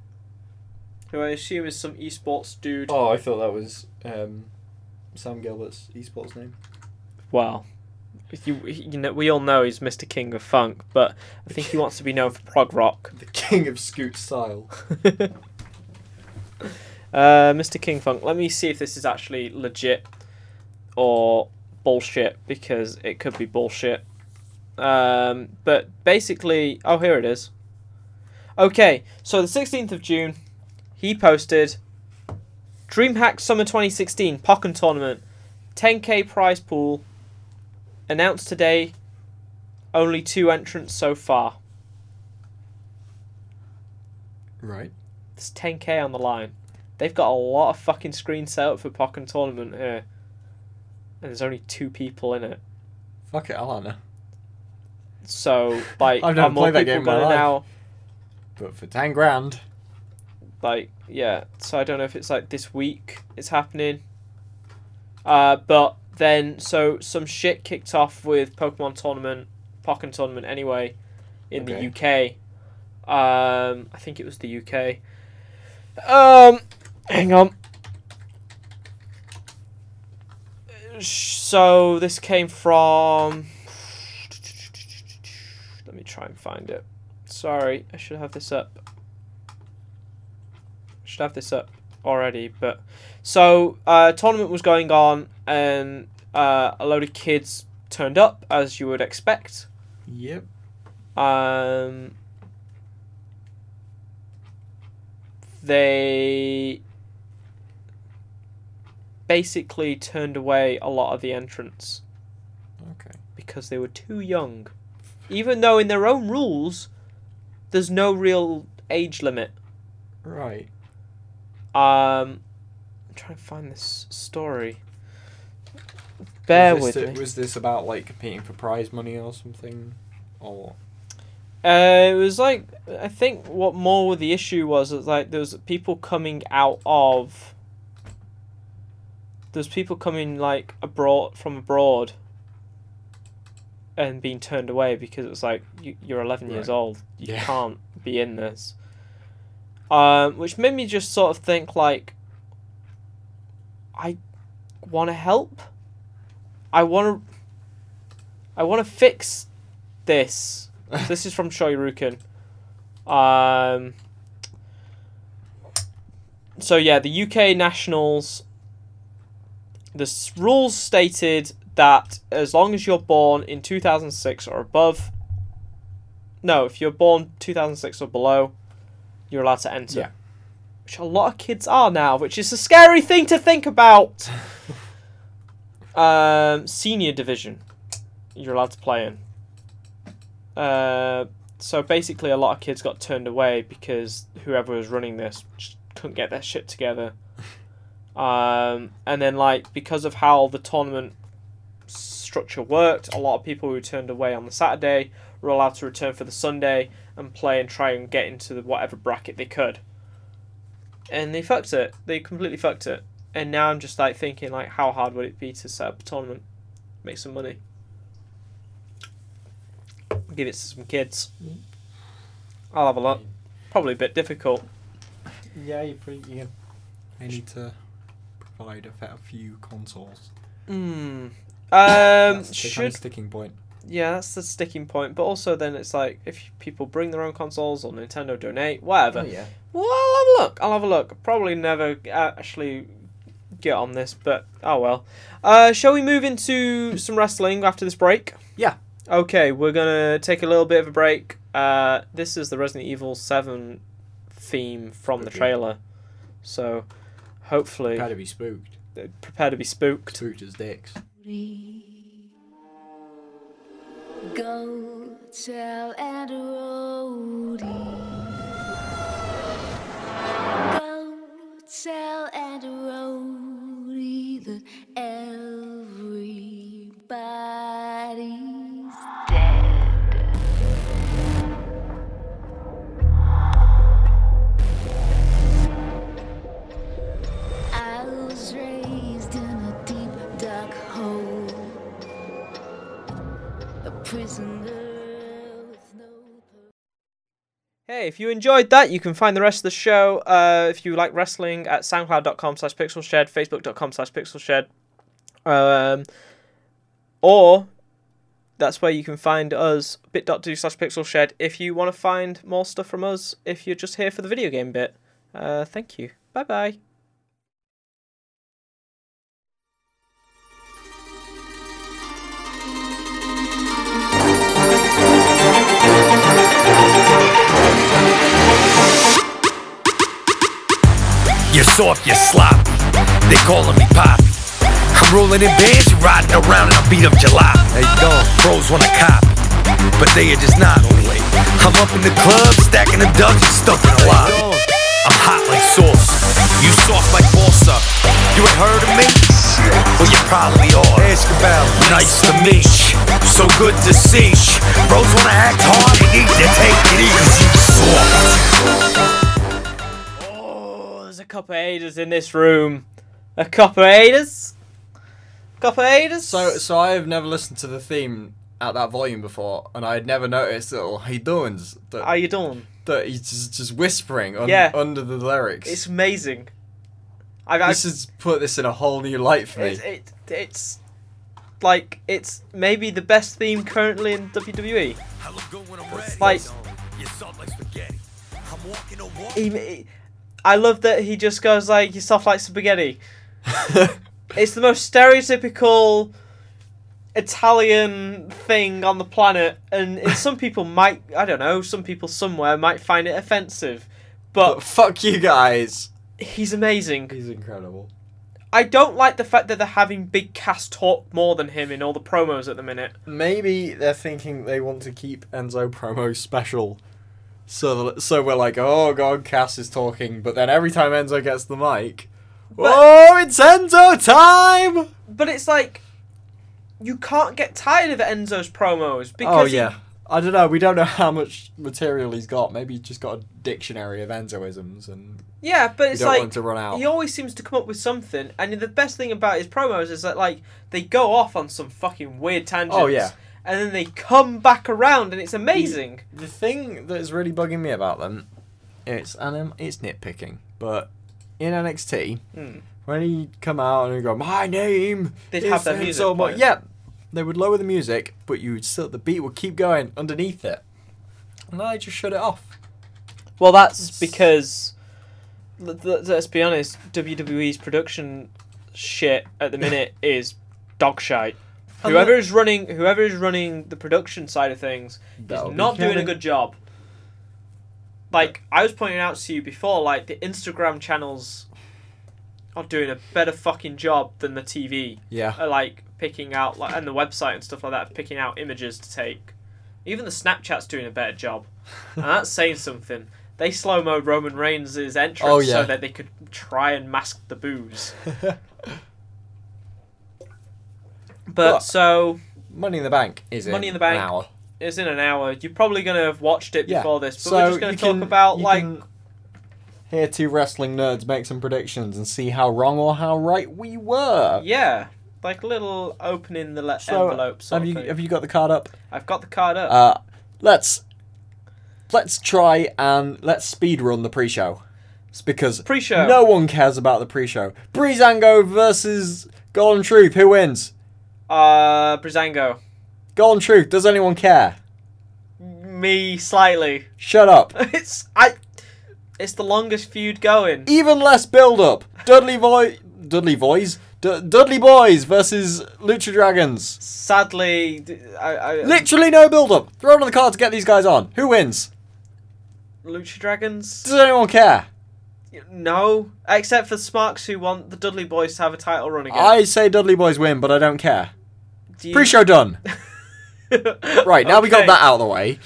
S2: who I assume is some esports dude.
S1: oh, I thought that was um, Sam Gilbert's esports name.
S2: well, you you know we all know he's Mr. King of Funk, but I think he wants to be known for prog rock.
S1: The king of scoot style.
S2: Uh, Mr. King Funk. Let me see if this is actually legit or bullshit because it could be bullshit. Um, but basically, oh, here it is. Okay, so the 16th of June, he posted DreamHack Summer 2016 Pokken Tournament 10k prize pool announced today. Only two entrants so far.
S1: Right.
S2: There's 10k on the line. They've got a lot of fucking screen set up for Pokken Tournament here. And there's only two people in it.
S1: Fuck it, I'll Anna.
S2: So, like,
S1: I've never
S2: are more
S1: played that
S2: people
S1: game in my
S2: gonna
S1: life.
S2: now?
S1: But for ten grand,
S2: Like, yeah. So I don't know if it's like this week it's happening. Uh, but then, so some shit kicked off with Pokemon Tournament, Pokken Tournament anyway, in
S1: Okay.
S2: the UK. Um, I think it was the UK. Um, hang on. So this came from. Let me try and find it. Sorry, I should have this up. Should have this up already, but so uh, tournament was going on, and uh, a load of kids turned up as you would expect.
S1: yep.
S2: Um, they basically turned away a lot of the entrants
S1: Okay.
S2: because they were too young. Even though in their own rules, there's no real age limit.
S1: Right.
S2: Um, I'm trying to find this story. Bear
S1: was
S2: with
S1: this,
S2: me.
S1: Was this about like competing for prize money or something? Or
S2: Uh, it was like I think what more the issue was is like there was people coming out of. There's people coming like abroad from abroad. And being turned away because it was like you, you're 11 years
S1: Right.
S2: old, you
S1: Yeah.
S2: can't be in this. Um, which made me just sort of think like, I want to help. I want to. I want to fix this. So this is from Shoyurukin. Um, so yeah, the UK nationals. The s- rules stated that as long as you're born in 2006 or above, no, if you're born 2006 or below, you're allowed to enter.
S1: Yeah.
S2: Which a lot of kids are now, which is a scary thing to think about. um, senior division, you're allowed to play in. Uh, so basically, a lot of kids got turned away because whoever was running this just couldn't get their shit together. Um, and then, like, because of how the tournament structure worked, a lot of people who were turned away on the Saturday were allowed to return for the Sunday and play and try and get into the whatever bracket they could. And they fucked it. They completely fucked it. And now I'm just like thinking, like, how hard would it be to set up a tournament, make some money, give it to some kids? I'll have a look. Probably a bit difficult.
S1: yeah, you pretty yeah. I need to provide a fair few consoles.
S2: Hmm.
S1: That's
S2: Um.
S1: the kind
S2: should
S1: of sticking point.
S2: yeah, that's the sticking point. But also, then it's like if people bring their own consoles or Nintendo donate, whatever.
S1: Oh, yeah.
S2: Well, I'll have a look. I'll have a look. Probably never actually get on this, but oh well. Uh, shall we move into some wrestling after this break?
S1: Yeah.
S2: Okay, we're gonna take a little bit of a break. Uh, this is the Resident Evil Seven theme from the
S1: Okay.
S2: trailer, so hopefully
S1: Gotta be spooked.
S2: prepare to be spooked.
S1: Spooked as dicks.
S3: Go tell Ed Rhodey. Go tell Ed Rhodey that everybody's dead. I was raised in a deep, dark hole. A prisoner with no purpose.
S2: Hey, if you enjoyed that, you can find the rest of the show, uh, if you like wrestling, at soundcloud.com slash pixelshed, facebook.com slash pixelshed. Um, Or that's where you can find us, bit.do slash pixel shed, if you want to find more stuff from us, if you're just here for the video game bit. Uh, thank you. Bye bye.
S4: You soft, you slop. They calling me pop. I'm rolling in bands, you riding around, and I beat up July. There you go. Pros wanna cop, but they are just not only. I'm up in the club, stacking the dubs and stuffing a lot. I'm hot like sauce. You soft like balsa. You ain't heard of me? Well, you probably are. Ask about nice to meet you. So good to see you. Bros wanna act hard, they need to take it easy. Soft.
S2: Oh, there's a couple of haters in this room. A couple of haters? Couple of haters?
S1: So, so I have never listened to the theme at that volume before, and I had never noticed little he doings that,
S2: How you doing?
S1: that he's just, just whispering un-
S2: Yeah.
S1: under the lyrics.
S2: It's amazing. I've, I've
S1: this has put this in a whole new light for me.
S2: It's, it, it's like it's maybe the best theme currently in E. WWE.
S4: I look good when I'm ready.
S2: like-
S4: you soft like spaghetti. I'm walking a walk.
S2: He, he- I love that he just goes like you're soft like spaghetti. It's the most stereotypical Italian thing on the planet, and, and some people might I don't know some people somewhere might find it offensive,
S1: but
S2: but
S1: fuck you guys.
S2: he's amazing.
S1: He's incredible.
S2: I don't like the fact that they're having Big Cass talk more than him in all the promos at the minute.
S1: Maybe they're thinking they want to keep Enzo promo special. So, th- so we're like, oh god, Cass is talking, but then every time Enzo gets the mic, oh, it's Enzo time!
S2: But it's like you can't get tired of Enzo's promos
S1: Oh
S2: because he-
S1: yeah, I don't know. We don't know how much material he's got. Maybe he's just got a dictionary of Enzoisms, and
S2: yeah, but
S1: we
S2: it's
S1: don't
S2: like
S1: want him to run out.
S2: he always seems to come up with something. And the best thing about his promos is that like they go off on some fucking weird tangents.
S1: Oh, yeah.
S2: and then they come back around, and it's amazing.
S1: The thing that is really bugging me about them, it's and um, it's nitpicking, but in NXT,
S2: Hmm.
S1: when he come out and go, my name,
S2: They'd
S1: is
S2: have their
S1: Enzo
S2: music
S1: Mo-"
S2: playing.
S1: Yeah, they would lower the music, but you would still the beat would keep going underneath it, and I just shut it off.
S2: Well, that's because l- l- let's be honest, WWE's production shit at the minute is dog shite.
S1: And
S2: Whoever is running, whoever is running the production side of things is
S1: That'll be
S2: not doing a
S1: Kevin.
S2: good job. Like I was pointing out to you before, like the Instagram channels are doing a better fucking job than the TV.
S1: Yeah,
S2: At, like picking out, like, and the website and stuff like that, picking out images to take. Even the Snapchat's doing a better job, and that's saying something. They slow mo Roman Reigns' entrance
S1: Oh, yeah.
S2: so that they could try and mask the booze. But
S1: But-
S2: so
S1: Money in the Bank is
S2: Money in the
S1: an
S2: Bank.
S1: hour.
S2: it's in an hour. You're probably going to have watched it
S1: Yeah.
S2: before this, but
S1: so
S2: we're just going
S1: you
S2: to talk
S1: can-
S2: about
S1: you
S2: like
S1: can hear two wrestling nerds make some predictions and see how wrong or how right we were.
S2: yeah, like little opening the le-
S1: So,
S2: envelope sort
S1: have you
S2: of thing.
S1: have you got the card up?
S2: I've got the card up.
S1: Uh, let's let's try and let's speed run the pre-show. It's because
S2: Pre-show.
S1: no one cares about the pre-show. Breezango versus Golden Truth. Who wins?
S2: Uh, Brizango,
S1: Golden Truth. Does anyone care?
S2: me slightly.
S1: Shut up.
S2: It's I. It's the longest feud going.
S1: Even less build-up. Dudley Boy. Dudley Boys. D- Dudley Boys versus Lucha Dragons.
S2: Sadly, d- I, I-
S1: Literally no build up. Throw it on the card to get these guys on. Who wins?
S2: Lucha Dragons.
S1: Does anyone care?
S2: No, except for Smarks who want the Dudley Boys to have a title run again.
S1: I say Dudley Boys win, but I don't care.
S2: Do you-
S1: Pre show done. Right, now we got
S2: Okay.
S1: that out of the way.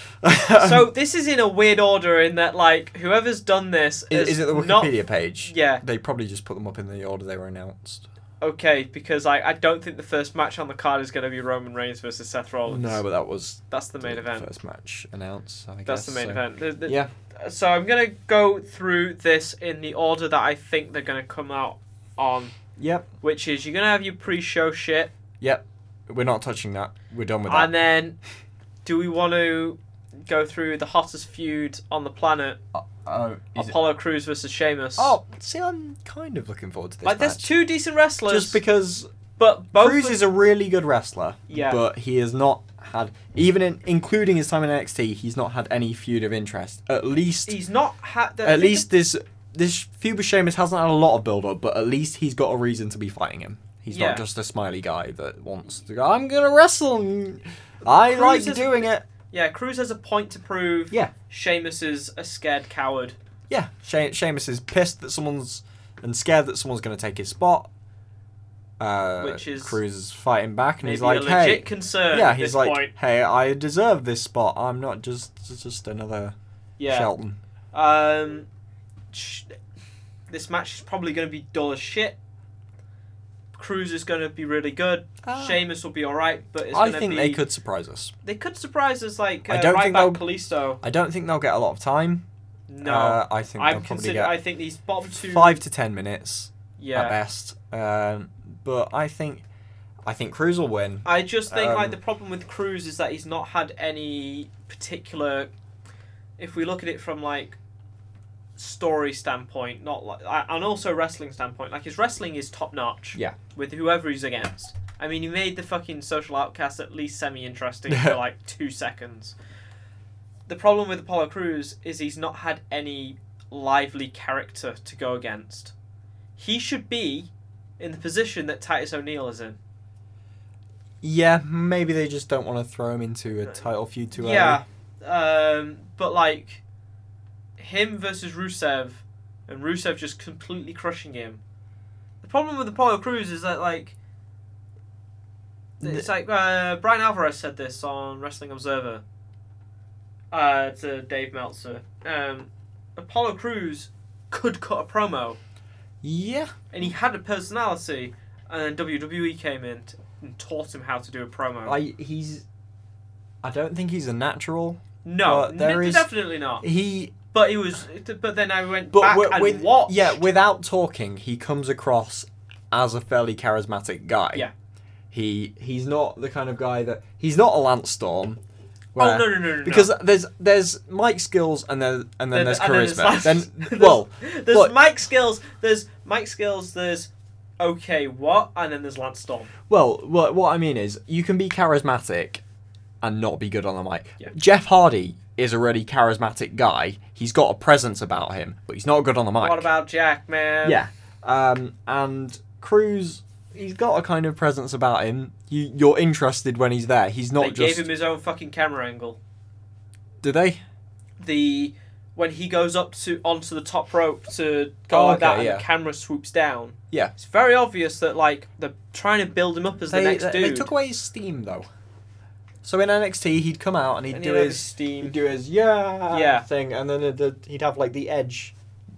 S2: so this is in a weird order in that like whoever's done this is,
S1: is, is it the
S2: not
S1: Wikipedia page?
S2: Yeah.
S1: They probably just put them up in the order they were announced.
S2: okay because I, I don't think the first match on the card is going to be Roman Reigns versus Seth Rollins.
S1: No, but that was
S2: that's the main event.
S1: First match announced. I
S2: That's
S1: guess,
S2: the main
S1: so-
S2: event. The- the-
S1: Yeah.
S2: So I'm gonna go through this in the order that I think they're gonna come out on,
S1: Yep.
S2: which is you're gonna have your pre-show shit,
S1: Yep. We're not touching that. We're done with that.
S2: and then do we want to go through the hottest feud on the planet,
S1: oh, is it-
S2: Apollo Crews versus Sheamus?
S1: oh, see, I'm kind of looking forward to this.
S2: like there's
S1: match.
S2: two decent wrestlers.
S1: Just because
S2: But both
S1: Cruz is a really good wrestler.
S2: Yeah.
S1: But he has not had even in including his time in NXT, he's not had any feud of interest. At least
S2: he's not had
S1: at least this this feud with Sheamus hasn't had a lot of build up, but at least he's got a reason to be fighting him. He's
S2: Yeah.
S1: not just a smiley guy that wants to go. I'm gonna wrestle. and I
S2: Cruz
S1: like
S2: is-
S1: doing it.
S2: Yeah, Cruz has a point to prove.
S1: Yeah.
S2: Sheamus is a scared coward.
S1: Yeah, she- Sheamus is pissed that someone's and scared that someone's gonna take his spot. Uh,
S2: Which is
S1: Cruz is fighting back, and
S2: Maybe
S1: he's like,
S2: a legit
S1: "Hey,
S2: concern.
S1: yeah."
S2: at
S1: He's
S2: this
S1: like,
S2: point.
S1: "Hey, I deserve this spot. I'm not just just another
S2: yeah.
S1: Shelton."
S2: Um, sh- this match is probably going to be dull as shit. Cruz is going to be really good.
S1: Ah.
S2: Sheamus will be all right, but it's
S1: I
S2: going
S1: think
S2: be,
S1: they could surprise us.
S2: They could surprise us like uh,
S1: I don't
S2: right
S1: think
S2: back
S1: they'll-
S2: Kalisto.
S1: I don't think they'll get a lot of time.
S2: No,
S1: uh, I think
S2: I'm
S1: they'll probably
S2: consider.
S1: get
S2: I think these bottom two.
S1: five to ten minutes at
S2: Yeah.
S1: best. Um, but I think I think Cruz will win.
S2: I just think like
S1: Um,
S2: the problem with Cruz is that he's not had any particular. If we look at it from like story standpoint, not like uh, and also wrestling standpoint, like his wrestling is top notch.
S1: Yeah.
S2: With whoever he's against. I mean, he made the fucking social outcast at least semi interesting for like two seconds. The problem with Apollo Cruz is he's not had any lively character to go against. He should be in the position that Titus O'Neil is in.
S1: Yeah, maybe they just don't want to throw him into a
S2: Right.
S1: title feud too
S2: yeah, um, but like him versus Rusev, and Rusev just completely crushing him. The problem with Apollo Cruz is that like
S1: early.
S2: it's like uh, Brian Alvarez said this on Wrestling Observer uh, to Dave Meltzer. Um, Apollo Cruz could cut a promo,
S1: Yeah,
S2: and he had a personality, and then WWE came in t- and taught him how to do a promo.
S1: I he's. I don't think he's a natural.
S2: no,
S1: but there
S2: n-
S1: is-
S2: definitely not.
S1: He,
S2: But it was. But then I went
S1: but
S2: back
S1: wi-
S2: and
S1: with
S2: watched.
S1: yeah, without talking, he comes across as a fairly charismatic guy.
S2: Yeah.
S1: He he's not the kind of guy that he's not a Lance Storm.
S2: oh
S1: where-
S2: no no no no.
S1: Because
S2: no.
S1: there's there's Mike skills and there and then there's
S2: and
S1: charisma. Then,
S2: Lance- there's-
S1: well,
S2: there's
S1: look.
S2: Mike skills. There's Mike skills. There's okay what, and then there's Lance Storm.
S1: well, what what I mean is you can be charismatic and not be good on the mic.
S2: Yeah.
S1: Jeff Hardy is a really charismatic guy. He's got a presence about him, but he's not good on the mic.
S2: What about Jack man?
S1: yeah. Um, and Cruz, he's got a kind of presence about him. You you're interested when he's there. He's
S2: They
S1: not
S2: gave
S1: just.
S2: him his own fucking camera angle.
S1: do they?
S2: The when he goes up to onto the top rope to go
S1: Oh,
S2: like that,
S1: okay,
S2: and
S1: yeah.
S2: the camera swoops down.
S1: Yeah.
S2: It's very obvious that like they're trying to build him up as
S1: They,
S2: the next
S1: they,
S2: dude.
S1: they took away his steam though. So in NXT, he'd come out and he'd
S2: and
S1: do
S2: he'd have
S1: his
S2: steam.
S1: He'd do his yeah,
S2: Yeah.
S1: thing, and then it, the, he'd have like the edge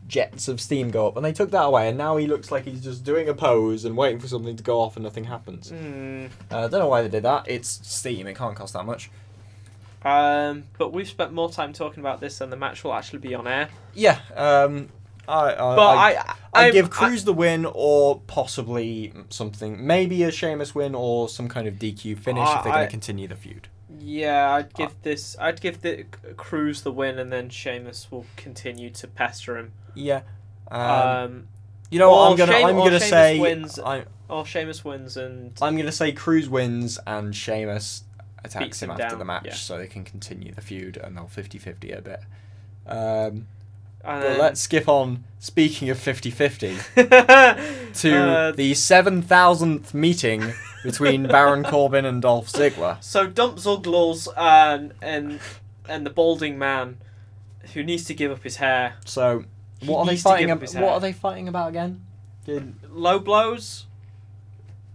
S1: jets of steam go up, and they took that away, and now he looks like he's just doing a pose and waiting for something to go off, and nothing happens.
S2: Mm.
S1: Uh, I don't know why they did that. It's steam; it can't cost that much.
S2: Um, but we've spent more time talking about this than the match will actually be on air.
S1: Yeah, um, I, I,
S2: But
S1: I,
S2: I,
S1: I
S2: I'm-
S1: give Cruz the win, or possibly something, maybe a Sheamus win, or some kind of DQ finish
S2: I-
S1: if they're going
S2: I-
S1: to continue the feud.
S2: Yeah, I'd
S1: Uh,
S2: give this. I'd give the Cruz the win, and then Sheamus will continue to pester him.
S1: Yeah. Um,
S2: Um,
S1: you know what?
S2: or
S1: I'm gonna,
S2: Shea-
S1: I'm
S2: or
S1: gonna
S2: Sheamus
S1: say,
S2: wins.
S1: I,
S2: or Sheamus wins, and
S1: I'm gonna say Cruz wins and Sheamus attacks
S2: Beats
S1: him,
S2: him
S1: after
S2: down,
S1: the match,
S2: yeah.
S1: so they can continue the feud and they'll 50-50 a bit. Um,
S2: and
S1: but
S2: then-
S1: let's skip on. Speaking of 50-50, to
S2: Uh,
S1: the seven thousandth meeting between Baron Corbin and Dolph Ziggler.
S2: so dump Zuggles and and and the balding man who needs to give up his hair.
S1: So,
S2: He
S1: what are they
S2: needs to
S1: fighting?
S2: give up
S1: Ab-
S2: his
S1: what
S2: hair.
S1: are they fighting about again? Did
S2: Low blows.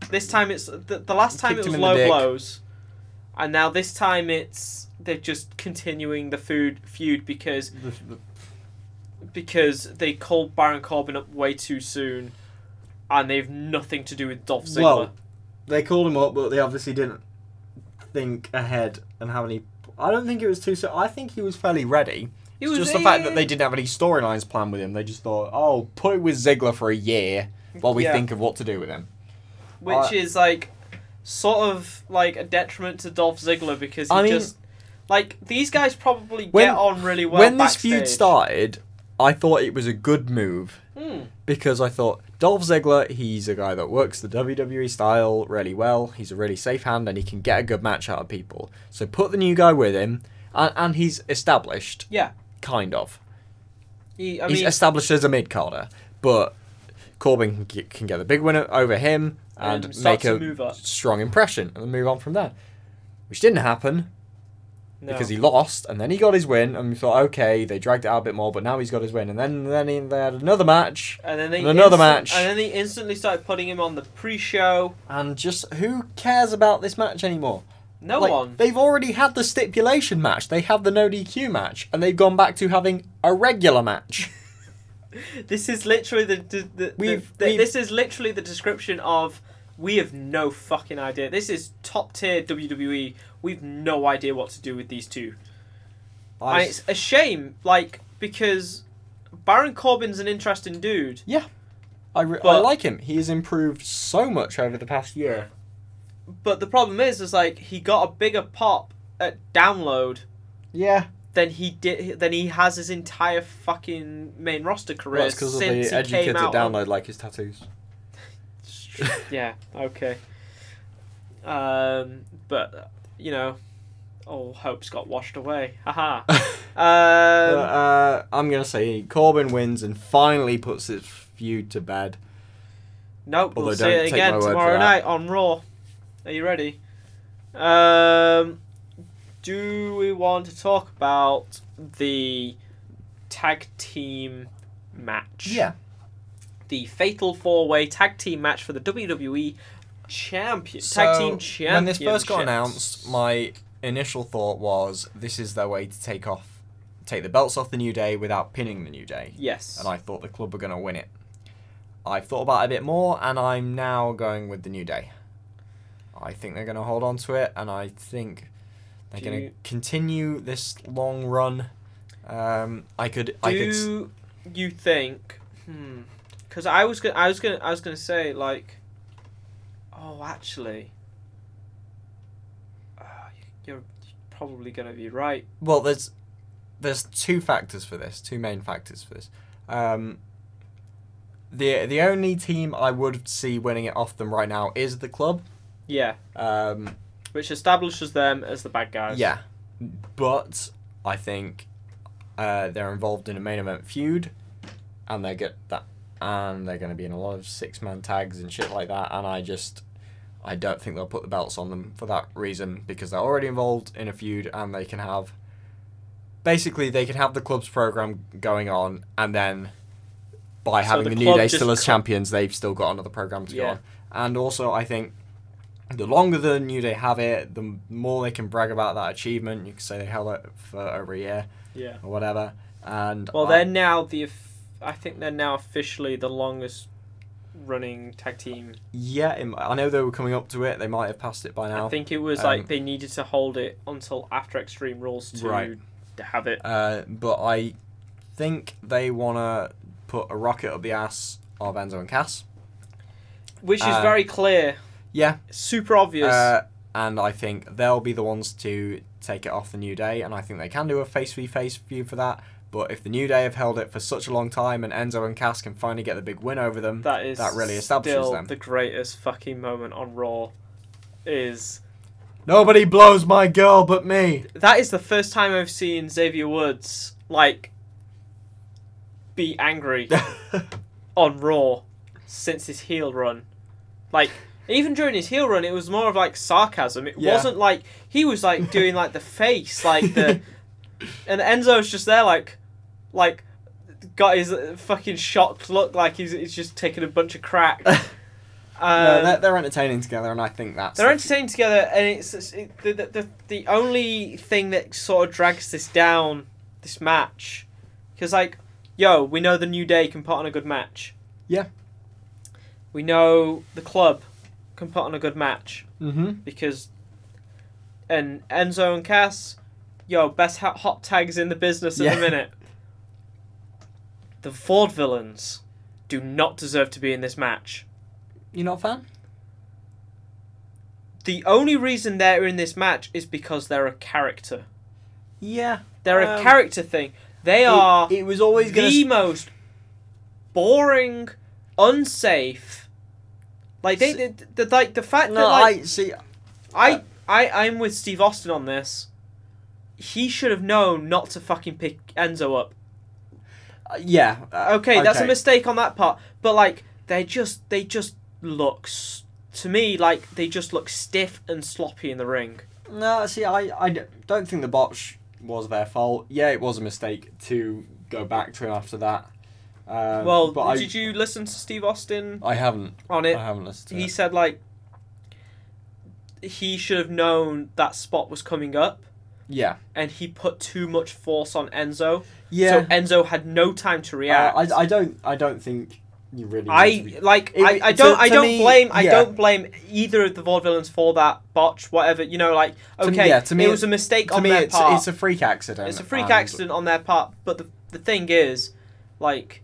S2: This time it's the, the last time
S1: Kicked
S2: it
S1: him
S2: was
S1: in the
S2: low
S1: dick.
S2: blows, and now this time it's they're just continuing the food feud because because they called Baron Corbin up way too soon, and they've nothing to do with Dolph Ziggler.
S1: Well, they called him up, but they obviously didn't think ahead and have any. I don't think it was too. So I think he was fairly ready.
S2: It
S1: It's
S2: was
S1: just the fact that
S2: a-
S1: they didn't have any storylines planned with him. They just thought, oh, put it with Ziggler for a year while we
S2: Yeah.
S1: think of what to do with him.
S2: which
S1: I-
S2: is like sort of like a detriment to Dolph Ziggler because he
S1: I mean-
S2: just like these guys probably
S1: When-
S2: get on really well.
S1: when this feud
S2: backstage.
S1: started, I thought it was a good move
S2: Hmm.
S1: because I thought Dolph Ziggler, he's a guy that works the WWE style really well. He's a really safe hand and he can get a good match out of people. So put the new guy with him, and, and he's established,
S2: Yeah.
S1: kind of.
S2: He, I
S1: he's
S2: mean,
S1: established as a mid carder, but Corbin can get, can get the big winner over him and,
S2: And start
S1: make
S2: to
S1: a
S2: move up.
S1: strong impression and then move on from there. Which didn't happen
S2: no.
S1: because he lost and then he got his win and we thought okay they dragged it out a bit more but now he's got his win and then then he, they had another match
S2: and then they
S1: and another
S2: instant-
S1: match.
S2: and then they instantly started putting him on the pre-show.
S1: and just who cares about this match anymore?
S2: No
S1: Like,
S2: one.
S1: They've already had the stipulation match. They have the no DQ match, and they've gone back to having a regular match.
S2: This is literally the, the, the,
S1: We've-
S2: the-
S1: we've-
S2: this is literally the description of we have no fucking idea. This is top tier WWE. We've no idea what to do with these two. And it's a shame, like because Baron Corbin's an interesting dude,
S1: I, re- I
S2: But-
S1: like him. He has improved so much over the past year.
S2: but the problem is, is like he got a bigger pop at download
S1: Yeah,
S2: than he did than he has his entire fucking main roster career
S1: well, it's because of
S2: since
S1: the
S2: he
S1: edgy
S2: came
S1: kids that
S2: out. on-
S1: download like his tattoos.
S2: yeah. Okay. Um, but you know, all hopes got washed away. Haha.
S1: But,
S2: Um,
S1: uh, I'm gonna say Corbin wins and finally puts his feud to bed.
S2: nope. We'll
S1: although
S2: see
S1: don't
S2: it
S1: take my
S2: again
S1: word for
S2: tomorrow
S1: that.
S2: night on Raw. Are you ready? Um, do we want to talk about the tag team match? The Fatal Four Way Tag Team Match for the WWE Champion Tag Team Champion.
S1: When this first got announced, my initial thought was this is their way to take off, take the belts off the New Day without pinning the New Day.
S2: Yes.
S1: and I thought the club were going to win it. I've thought about it a bit more, and I'm now going with the New Day. I think they're going to hold on to it, and I think they're
S2: Do
S1: going to
S2: you-
S1: continue this long run. Um, I could, I could. s-
S2: Do you think? Hmm. Because I was gonna, I was gonna, I was gonna say like, oh, actually, uh, you're probably gonna be right.
S1: Well, there's, there's two factors for this, two main factors for this. Um, the the only team I would see winning it off them right now is the club.
S2: Yeah,
S1: Um,
S2: which establishes them as the bad guys.
S1: Yeah, but I think uh, they're involved in a main event feud, and they get that, and they're going to be in a lot of six man tags and shit like that. And I just, I don't think they'll put the belts on them for that reason because they're already involved in a feud, and they can have. Basically, they can have the club's program going on, and then by
S2: So
S1: having
S2: the
S1: the, New
S2: club
S1: Day
S2: just
S1: still as
S2: co-
S1: champions, they've still got another program to go
S2: Yeah.
S1: on. And also, I think the longer the New Day have it, the more they can brag about that achievement. You can say they held it for over a year
S2: Yeah.
S1: or whatever. And
S2: Well,
S1: I-
S2: they're now the. If- I think they're now officially the longest running tag team.
S1: yeah, it, mi- I know they were coming up to it. They might have passed it by now.
S2: I think it was
S1: um,
S2: like they needed to hold it until after Extreme Rules to
S1: Right.
S2: to have it.
S1: Uh, but I think they wanna put a rocket up the ass of Enzo and Cass.
S2: Which is
S1: uh,
S2: very clear,
S1: Yeah.
S2: super obvious.
S1: Uh, and I think they'll be the ones to take it off the New Day, and I think they can do a face v face feud for that. But if the New Day have held it for such a long time, and Enzo and Cass can finally get the big win over them,
S2: that is
S1: that really establishes
S2: still
S1: them.
S2: the greatest fucking moment on Raw. Is
S1: Nobody blows my girl but me.
S2: that is the first time I've seen Xavier Woods like be angry on Raw since his heel run. Like even during his heel run, it was more of like sarcasm. It
S1: Yeah.
S2: wasn't like he was like doing like the face, like the and Enzo's just there like like got his uh, fucking shocked look, like he's, he's just taking a bunch of crack. Um,
S1: no, they're, they're entertaining together, and I think that's.
S2: They're entertaining together, and it's, it's it, the, the, the the only thing that sort of drags this down, this match, because like, yo, we know the New Day can put on a good match.
S1: Yeah.
S2: We know the club can put on a good match
S1: Mm-hmm.
S2: because, and Enzo and Cass, yo, best hot, hot tags in the business at
S1: Yeah.
S2: the minute. The Ford villains do not deserve to be in this match.
S1: You're not a fan?
S2: The only reason they're in this match is because they're a character.
S1: Yeah.
S2: They're a
S1: Um,
S2: character thing. They
S1: It,
S2: are
S1: it was always
S2: the
S1: going to.
S2: most boring, unsafe. Like they, they, the like the fact that
S1: No,
S2: like,
S1: I see. uh,
S2: I, I, I'm with Steve Austin on this. He should have known not to fucking pick Enzo up.
S1: uh, Yeah. uh,
S2: Okay, that's a
S1: okay.
S2: mistake on that part. But like, they just, they just look s- to me like they just look stiff and sloppy in the ring.
S1: No, see, I, I d- don't think the botch was their fault. Yeah, it was a mistake to go back to him after that. Um,
S2: well,
S1: but
S2: did
S1: I,
S2: you listen to Steve Austin
S1: I haven't.
S2: on it?
S1: I haven't listened to
S2: he
S1: it.
S2: said like he should have known that spot was coming up,
S1: Yeah.
S2: and he put too much force on Enzo. So
S1: Yeah. Uh,
S2: Enzo had no time to react.
S1: I, I don't. I don't think you really. need to
S2: I
S1: be-
S2: like
S1: It-
S2: I, I
S1: to-
S2: don't I
S1: to
S2: don't
S1: me,
S2: blame I
S1: yeah.
S2: don't blame either of the vaudevillains for that botch whatever you know like
S1: To me-
S2: okay
S1: yeah, to me
S2: it
S1: it-
S2: was a mistake
S1: to
S2: on
S1: me,
S2: their
S1: it's,
S2: part
S1: it's a freak accident.
S2: it's a freak
S1: and-
S2: accident on their part but the the thing is like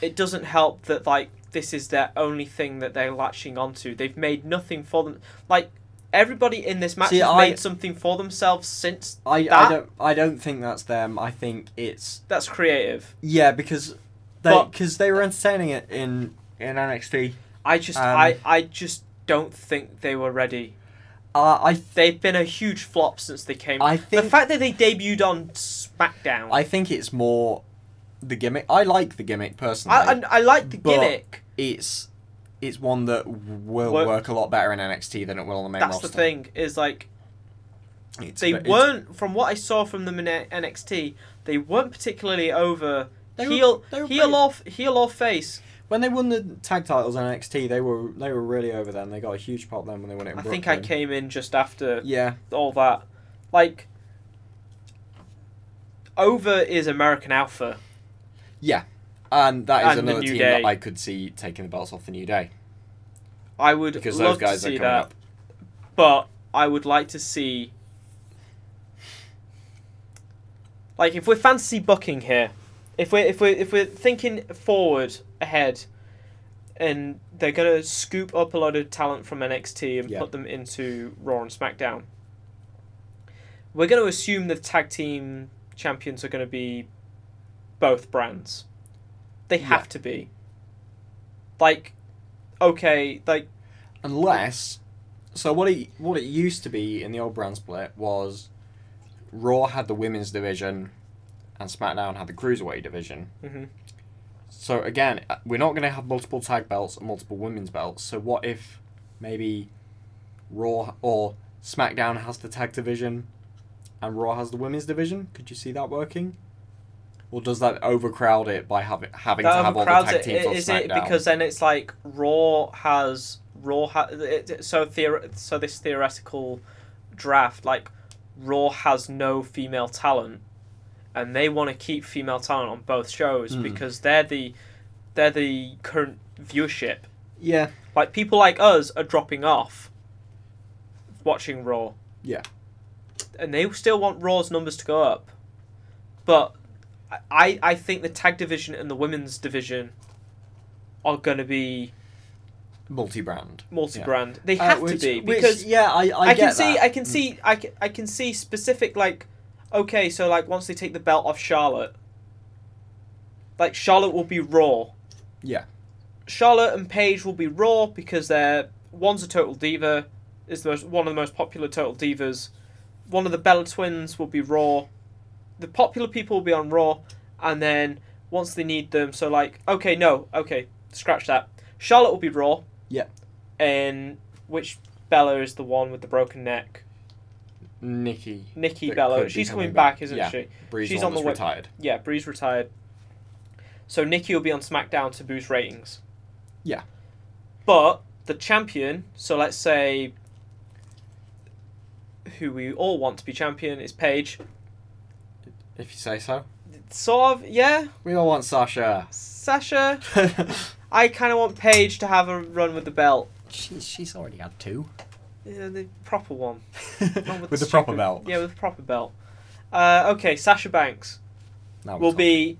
S2: it doesn't help that like this is their only thing that they're latching onto they've made nothing for them like everybody in this match
S1: See,
S2: has
S1: I-
S2: made something for themselves since
S1: I, I
S2: that-
S1: don't. I don't think that's them. I think it's
S2: that's creative
S1: yeah because they
S2: But-
S1: because they were entertaining it in in NXT.
S2: I just
S1: Um,
S2: I I just don't think they were ready
S1: Uh, I th-
S2: They've been a huge flop since they came.
S1: I
S2: the
S1: think-
S2: fact that they debuted on SmackDown.
S1: I think it's more the gimmick. I like the gimmick personally.
S2: I, I, I like the
S1: But
S2: gimmick.
S1: it's it's one that will
S2: Wo-
S1: work, a lot better in NXT than it will on the main
S2: That's
S1: roster.
S2: the thing is like
S1: It's
S2: they
S1: a bit- it's-
S2: weren't from what I saw from them in N- NXT. They weren't particularly over
S1: They were-
S2: heel
S1: they were
S2: heel
S1: pretty-
S2: off heel off face.
S1: when they won the tag titles in NXT. They were they were really over then. They got a huge pop then when they won it. In
S2: I think I
S1: Brooklyn.
S2: came in just after
S1: Yeah,
S2: all that. Like over is American Alpha.
S1: yeah, and that is
S2: And the
S1: another
S2: New
S1: team
S2: Day.
S1: that I could see taking the belts off the New Day
S2: I would
S1: because
S2: love
S1: those guys
S2: to
S1: are
S2: see
S1: coming
S2: that,
S1: up.
S2: but I would like to see. Like, if we're fantasy booking here, if we're if we're if we're thinking forward ahead, and they're gonna scoop up a lot of talent from NXT and
S1: Yeah.
S2: put them into Raw and SmackDown. We're gonna assume the tag team champions are gonna be both brands. They have to be. Like, okay, like
S1: Unless, so what it what it used to be in the old brand split was, Raw had the women's division, and SmackDown had the cruiserweight division.
S2: Mhm.
S1: So again, uh, we're not going to have multiple tag belts and multiple women's belts. So what if maybe Raw or SmackDown has the tag division, and Raw has the women's division? Could you see that working? Or does that overcrowd it by having having to
S2: that
S1: have all the
S2: overcrowds
S1: tag
S2: it,
S1: teams on
S2: Um, is
S1: SmackDown?
S2: it because then it's like Raw has Raw ha- it, it- so theor- so this theoretical draft like Raw has no female talent and they want to keep female talent on both shows
S1: Mm.
S2: because they're the they're the current viewership
S1: yeah,
S2: like people like us are dropping off watching Raw.
S1: Yeah.
S2: And they still want Raw's numbers to go up. But I I think the tag division and the women's division are going to be
S1: multi-brand.
S2: multi-brand. They
S1: Uh,
S2: have
S1: which-
S2: to be
S1: which-
S2: because
S1: yeah, I I,
S2: I,
S1: get
S2: can see
S1: that.
S2: I can see I can, I can see specific like okay so like once they take the belt off Charlotte like Charlotte will be Raw
S1: Yeah.
S2: Charlotte and Paige will be Raw because they're one's a total diva is the most one of the most popular total divas one of the Bella twins will be Raw the popular people will be on Raw and then once they need them so like okay no okay scratch that Charlotte will be Raw
S1: Yeah.
S2: and which Bella is the one with the broken neck.
S1: Nikki
S2: Nikki
S1: That could
S2: Bella.
S1: be
S2: She's
S1: coming
S2: coming back,
S1: back.
S2: isn't
S1: Yeah.
S2: she?
S1: Breeze
S2: She's
S1: the
S2: on
S1: one
S2: the
S1: that's
S2: way-
S1: retired.
S2: Yeah, Bree's retired. So Nikki will be on SmackDown to boost ratings.
S1: Yeah.
S2: But the champion, so let's say who we all want to be champion is Paige.
S1: If you say so.
S2: Sort of, yeah.
S1: We all want Sasha.
S2: Sasha. I kind of want Paige to have a run with the belt.
S1: she's she's already had two.
S2: Yeah, the proper one. Not
S1: with the
S2: stupid-
S1: proper belt.
S2: Yeah, with the proper belt. Uh, okay, Sasha Banks
S1: Now we're
S2: will
S1: talking.
S2: be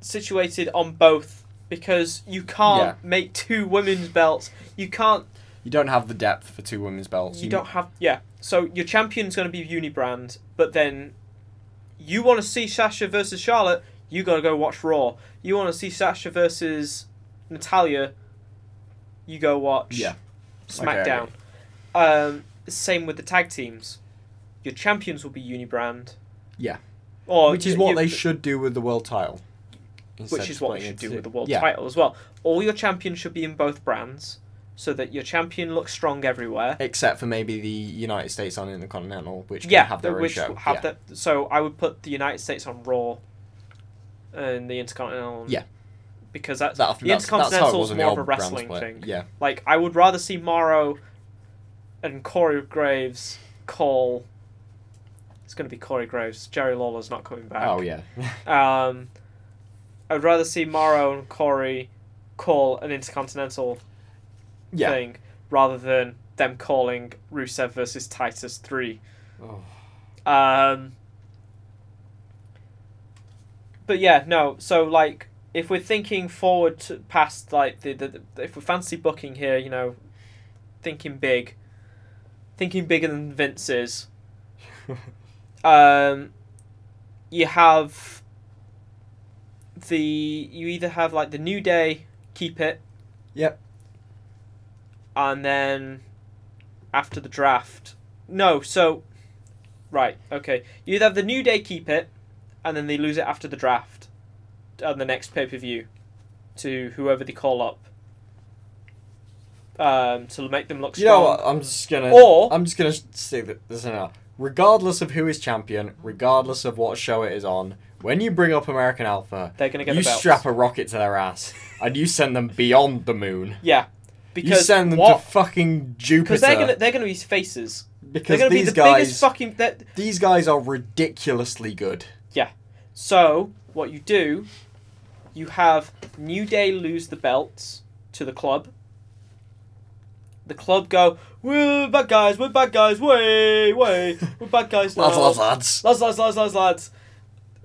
S2: situated on both because you can't make two women's belts. You can't.
S1: You don't have the depth for two women's belts.
S2: You don't have. Yeah. So your champion's going to be Unibrand, but then you want to see Sasha versus Charlotte. You gotta go watch Raw. You want to see Sasha versus Natalia? You go watch
S1: Yeah.
S2: SmackDown. Um, same with the tag teams. Your champions will be unibrand.
S1: Yeah.
S2: Or
S1: Which is
S2: you-
S1: what
S2: you-
S1: they should do with the world title.
S2: Which
S1: Instead
S2: is
S1: of
S2: what they should
S1: splitting it
S2: do
S1: to-
S2: with the world
S1: yeah.
S2: title as well. All your champions should be in both brands, so that your champion looks strong everywhere.
S1: Except for maybe the United States on Intercontinental, which can
S2: yeah,
S1: have their
S2: which
S1: own show.
S2: have
S1: yeah.
S2: the- So I would put the United States on Raw, and the Intercontinental. on-
S1: Yeah.
S2: Because that's
S1: That-
S2: the
S1: that's, that's how it
S2: Intercontinental's
S1: was in the
S2: more
S1: old
S2: of a
S1: brand
S2: wrestling
S1: split.
S2: thing.
S1: Yeah.
S2: Like I would rather see Morrow and Corey Graves call. It's going to be Corey Graves. Jerry Lawler's not coming back.
S1: Oh yeah.
S2: Um, I'd rather see Morrow and Corey call an intercontinental
S1: yeah.
S2: thing rather than them calling Rusev versus Titus three.
S1: Oh.
S2: Um, but yeah, no. So like, if we're thinking forward to past like the, the, the if we're fancy booking here, you know, thinking big, thinking bigger than Vince's. um, you have the you either have like the New Day keep it.
S1: Yep.
S2: And then after the draft, no. So right, okay. You either have the New Day keep it, and then they lose it after the draft, on the next pay per view, to whoever they call up. Um, to make them look
S1: You know
S2: strong.
S1: what? I'm just gonna.
S2: Or-
S1: I'm just gonna say that there's an. Regardless of who is champion, regardless of what show it is on, when you bring up American Alpha,
S2: They're gonna get
S1: you
S2: the belts.
S1: strap a rocket to their ass and you send them beyond the moon.
S2: Yeah, because
S1: you send them
S2: what?
S1: to fucking Jupiter.
S2: Because they're gonna they're gonna be faces. They're
S1: because
S2: gonna be
S1: these
S2: the
S1: guys,
S2: biggest fucking. That
S1: these guys are ridiculously good.
S2: so what you do, you have New Day lose the belts to the club. The club go, we're bad guys, we're bad guys, way, way, we're bad guys now.
S1: Lads, lads, lads.
S2: lads, lads, lads, lads, lads.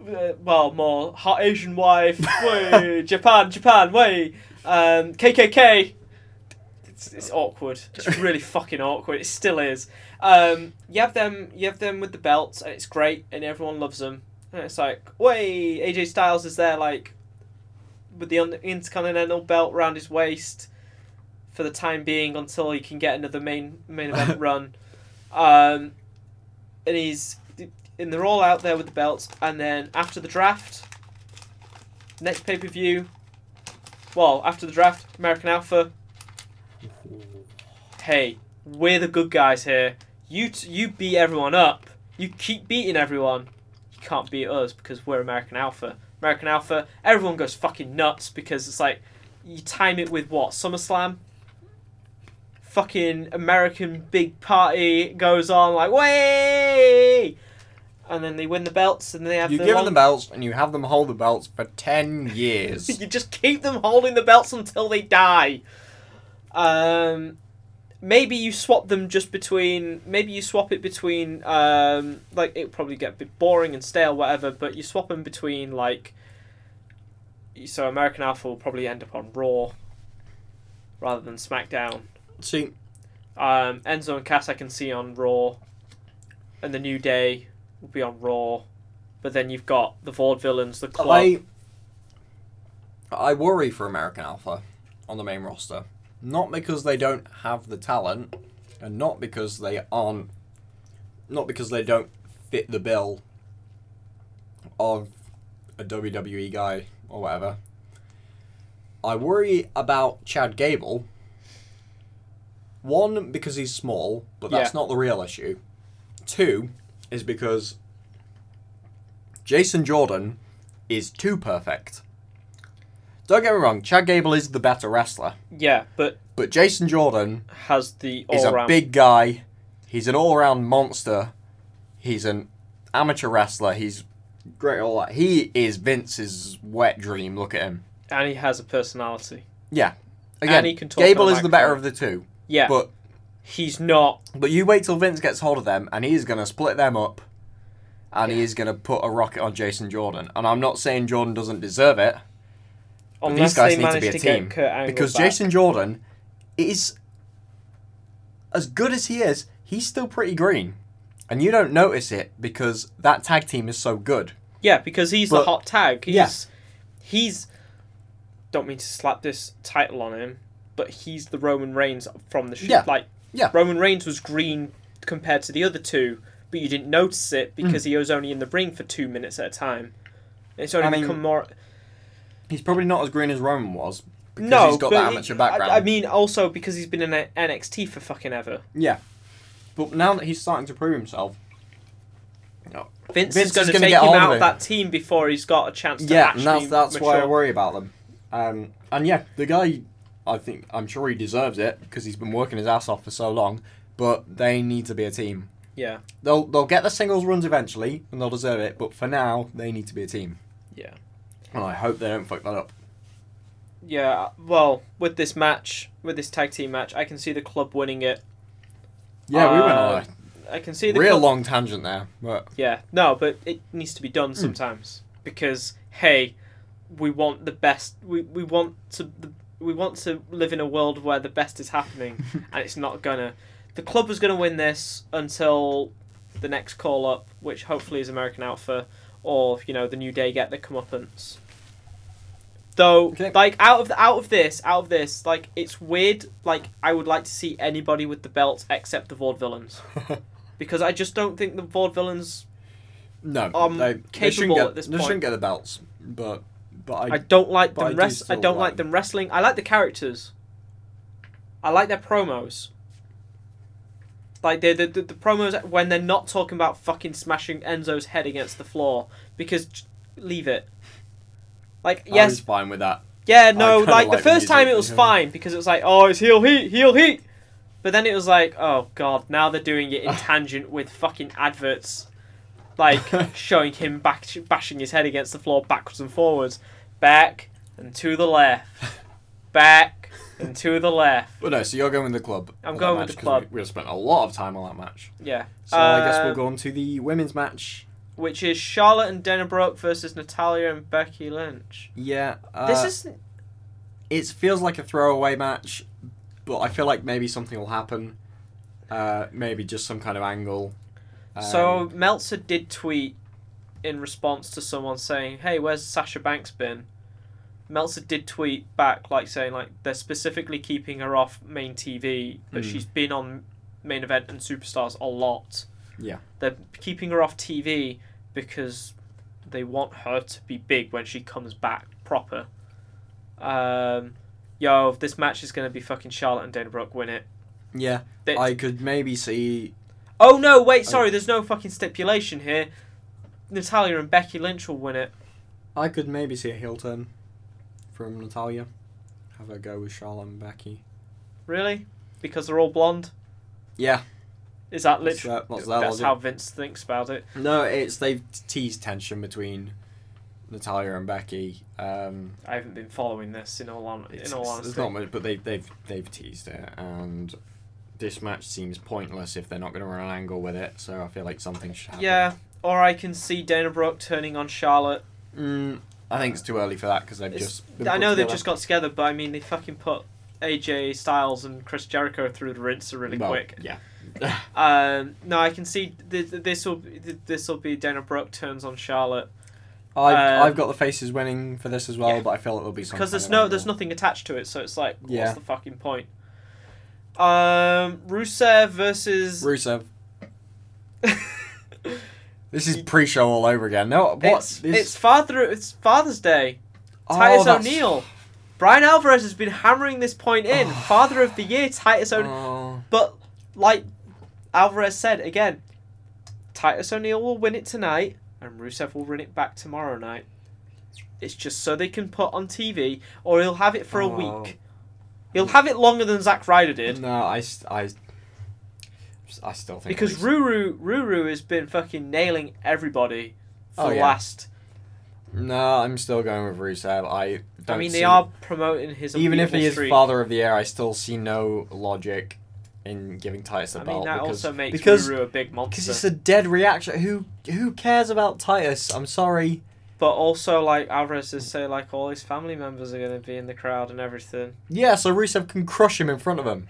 S2: Uh, well, more hot Asian wife. way, Japan, Japan, way. Um, KKK. It's, it's awkward. It's really fucking awkward. It still is. Um, you have them. You have them with the belts, and it's great, and everyone loves them. And it's like, way, AJ Styles is there, like, with the un- intercontinental belt around his waist, for the time being, until he can get another main main event run. Um, and he's and they're all out there with the belts. And then after the draft, next pay per view, well, after the draft, American Alpha. Hey, we're the good guys here. You t- you beat everyone up. You keep beating everyone. You can't beat us because we're American Alpha. American Alpha. Everyone goes fucking nuts because it's like you time it with what SummerSlam. Fucking American big party goes on like way, and then they win the belts and they have
S1: You
S2: the
S1: give
S2: long-
S1: them the belts and you have them hold the belts for ten years.
S2: you just keep them holding the belts until they die. Um, maybe you swap them just between. Maybe you swap it between. Um, like it probably get a bit boring and stale, whatever. But you swap them between like. So American Alpha will probably end up on Raw, rather than SmackDown.
S1: See,
S2: Um, Enzo and Cass I can see on Raw, and the New Day will be on Raw. But then you've got the Vaudevillains, the Club.
S1: I I worry for American Alpha on the main roster, not because they don't have the talent, and not because they aren't, not because they don't fit the bill of a WWE guy or whatever. I worry about Chad Gable. One because he's small, but that's
S2: Yeah.
S1: not the real issue. Two is because Jason Jordan is too perfect. Don't get me wrong, Chad Gable is the better wrestler,
S2: yeah, but
S1: but Jason Jordan
S2: has the all
S1: is a
S2: round.
S1: big guy. He's an all-round monster. He's an amateur wrestler. He's great. at All that. He is Vince's wet dream. Look at him.
S2: and he has a personality.
S1: Yeah. Again,
S2: he can talk
S1: Gable
S2: on a
S1: is the better
S2: microphone.
S1: of the two,
S2: Yeah,
S1: but
S2: he's not.
S1: but you wait till Vince gets hold of them, and he is going to split them up, and he is going to put a rocket on Jason Jordan. And I'm not saying Jordan doesn't deserve it.
S2: Unless
S1: these guys
S2: they
S1: need to
S2: manage
S1: be a
S2: to,
S1: team,
S2: get Kurt Angle
S1: because
S2: back.
S1: Jason Jordan is as good as he is. He's still pretty green, and you don't notice it because that tag team is so good.
S2: Yeah, because he's the
S1: But-
S2: hot tag. He's,
S1: Yeah.
S2: He's. Don't mean to slap this title on him, but he's the Roman Reigns from the shoot.
S1: Yeah.
S2: Like,
S1: Yeah.
S2: Roman Reigns was green compared to the other two, but you didn't notice it
S1: Hmm.
S2: because he was only in the ring for two minutes at a time. It's only
S1: I mean,
S2: become more.
S1: He's probably not as green as Roman was because
S2: No,
S1: he's got
S2: but
S1: that
S2: he-
S1: amateur background.
S2: I, I mean, also because he's been in a- NXT for fucking ever.
S1: yeah. But now that he's starting to prove himself,
S2: Oh, Vince, is
S1: Vince is
S2: going to
S1: gonna
S2: take
S1: get
S2: him
S1: hold of
S2: out of
S1: it.
S2: that team before he's got a chance to
S1: yeah,
S2: actually
S1: and that's that's why I
S2: mature.
S1: worry about them. Um, and yeah, the guy, I think I'm sure he deserves it because he's been working his ass off for so long. But they need to be a team.
S2: Yeah,
S1: They'll they'll get the singles runs eventually, and they'll deserve it. But for now, they need to be a team.
S2: yeah.
S1: And I hope they don't fuck that up.
S2: Yeah, well, with this match, with this tag team match, I can see the club winning it.
S1: Yeah, we went on
S2: I can see
S1: a
S2: the
S1: Uh, real
S2: club...
S1: long tangent there, but
S2: Yeah, no, but it needs to be done sometimes because hey, we want the best. We we want to the, we want to live in a world where the best is happening, and it's not gonna. The club was gonna win this until the next call up, which hopefully is American Alpha or you know the New Day get their comeuppance. Though,
S1: Okay.
S2: like out of the, out of this, out of this, like it's weird. Like I would like to see anybody with the belt except the Vaude villains, because I just don't think the Vaude villains
S1: no,
S2: Um,
S1: they, they
S2: capable
S1: shouldn't get
S2: at this
S1: they
S2: point.
S1: shouldn't get the belts, but but I,
S2: I don't like
S1: But I
S2: them.
S1: do
S2: Res- I
S1: still
S2: don't
S1: like
S2: like them wrestling. I like the characters. I like their promos. Like the the, the the promos when they're not talking about fucking smashing Enzo's head against the floor because j- leave it. Like
S1: I was
S2: yes,
S1: fine with that.
S2: yeah, no.
S1: kinda
S2: Like the
S1: like the
S2: first time it
S1: music,
S2: was
S1: yeah.
S2: fine because it was like oh it's heel heat heel heat, but then it was like oh god now they're doing it in tangent with fucking adverts like showing him back bashing his head against the floor backwards and forwards, back and to the left, back and to the left.
S1: But no, so you're going with the club.
S2: I'm
S1: on that
S2: going with
S1: match
S2: the
S1: 'cause
S2: club.
S1: We, we spent a lot of time on that match,
S2: Yeah.
S1: so I guess
S2: Uh,
S1: we'll go on to the women's match.
S2: Which is Charlotte and Dana Brooke versus Natalia and Becky Lynch.
S1: Yeah, uh,
S2: This is
S1: it feels like a throwaway match, but I feel like maybe something will happen. Uh, maybe just some kind of angle. Um,
S2: so Meltzer did tweet in response to someone saying, "Hey, where's Sasha Banks been?" Meltzer did tweet back like saying like they're specifically keeping her off main TV, but
S1: Mm.
S2: she's been on main event and superstars a lot.
S1: Yeah.
S2: They're keeping her off TV because they want her to be big when she comes back proper. Um yo, this match is going to be fucking Charlotte and Dana Brooke win it.
S1: yeah,
S2: They-
S1: I could maybe see.
S2: Oh no, wait, sorry, there's no fucking stipulation here. Natalia and Becky Lynch will win it.
S1: I could maybe see a heel turn from Natalia. Have a go with Charlotte and Becky.
S2: Really? Because they're all blonde?
S1: Yeah,
S2: Is that
S1: What's
S2: literally
S1: that- what's that
S2: that's
S1: logic?
S2: how Vince thinks about it.
S1: no, it's they've teased tension between Natalia and Becky. Um,
S2: I haven't been following this in all on,
S1: It's,
S2: in all
S1: it's-
S2: honesty.
S1: it's not much, but they've they've they've teased it, and this match seems pointless if they're not going to run an angle with it. So I feel like something should happen.
S2: yeah, or I can see Dana Brooke turning on Charlotte.
S1: Mm, I think it's too early for that because they've
S2: It's-
S1: just. been
S2: I
S1: put
S2: know they've
S1: together.
S2: just got together, but I mean they fucking put AJ Styles and Chris Jericho through the rinser really
S1: Well,
S2: quick.
S1: Yeah.
S2: Um, no, I can see this will this will be Dana Brooke turns on Charlotte
S1: I've,
S2: Um,
S1: I've got the faces winning for this as well,
S2: yeah.
S1: but I feel it'll be something.
S2: because there's no there's nothing attached to it, so it's like
S1: Yeah.
S2: what's the fucking point? Um, Rusev versus
S1: Rusev. This is pre-show all over again. No, what?
S2: It's,
S1: this,
S2: it's Father it's Father's Day.
S1: oh,
S2: Titus
S1: that's-
S2: O'Neil. Brian Alvarez has been hammering this point in. Father of the year, Titus O'Neil.
S1: Oh,
S2: But like Alvarez said again, Titus O'Neil will win it tonight, and Rusev will win it back tomorrow night. It's just so they can put on TV, or he'll have it for a
S1: Oh.
S2: week. He'll have it longer than Zack Ryder did
S1: no, I, st- I, I still think
S2: because Ruru
S1: Rusev-
S2: Ruru has been fucking nailing everybody for
S1: Oh,
S2: the
S1: yeah.
S2: last.
S1: No, I'm still going with Rusev. I. Don't
S2: I mean,
S1: see,
S2: they are promoting his
S1: Even if he
S2: unbeatable
S1: is
S2: streak.
S1: father of the year, I still see no logic in giving Titus the
S2: I
S1: belt
S2: mean, that
S1: because
S2: also makes
S1: because
S2: Ruru a big
S1: because it's
S2: monster.
S1: a dead reaction. Who who cares about Titus? I'm sorry.
S2: But also, like Alvarez is saying, like all his family members are going to be in the crowd and everything.
S1: Yeah, so Rusev can crush him in front of him.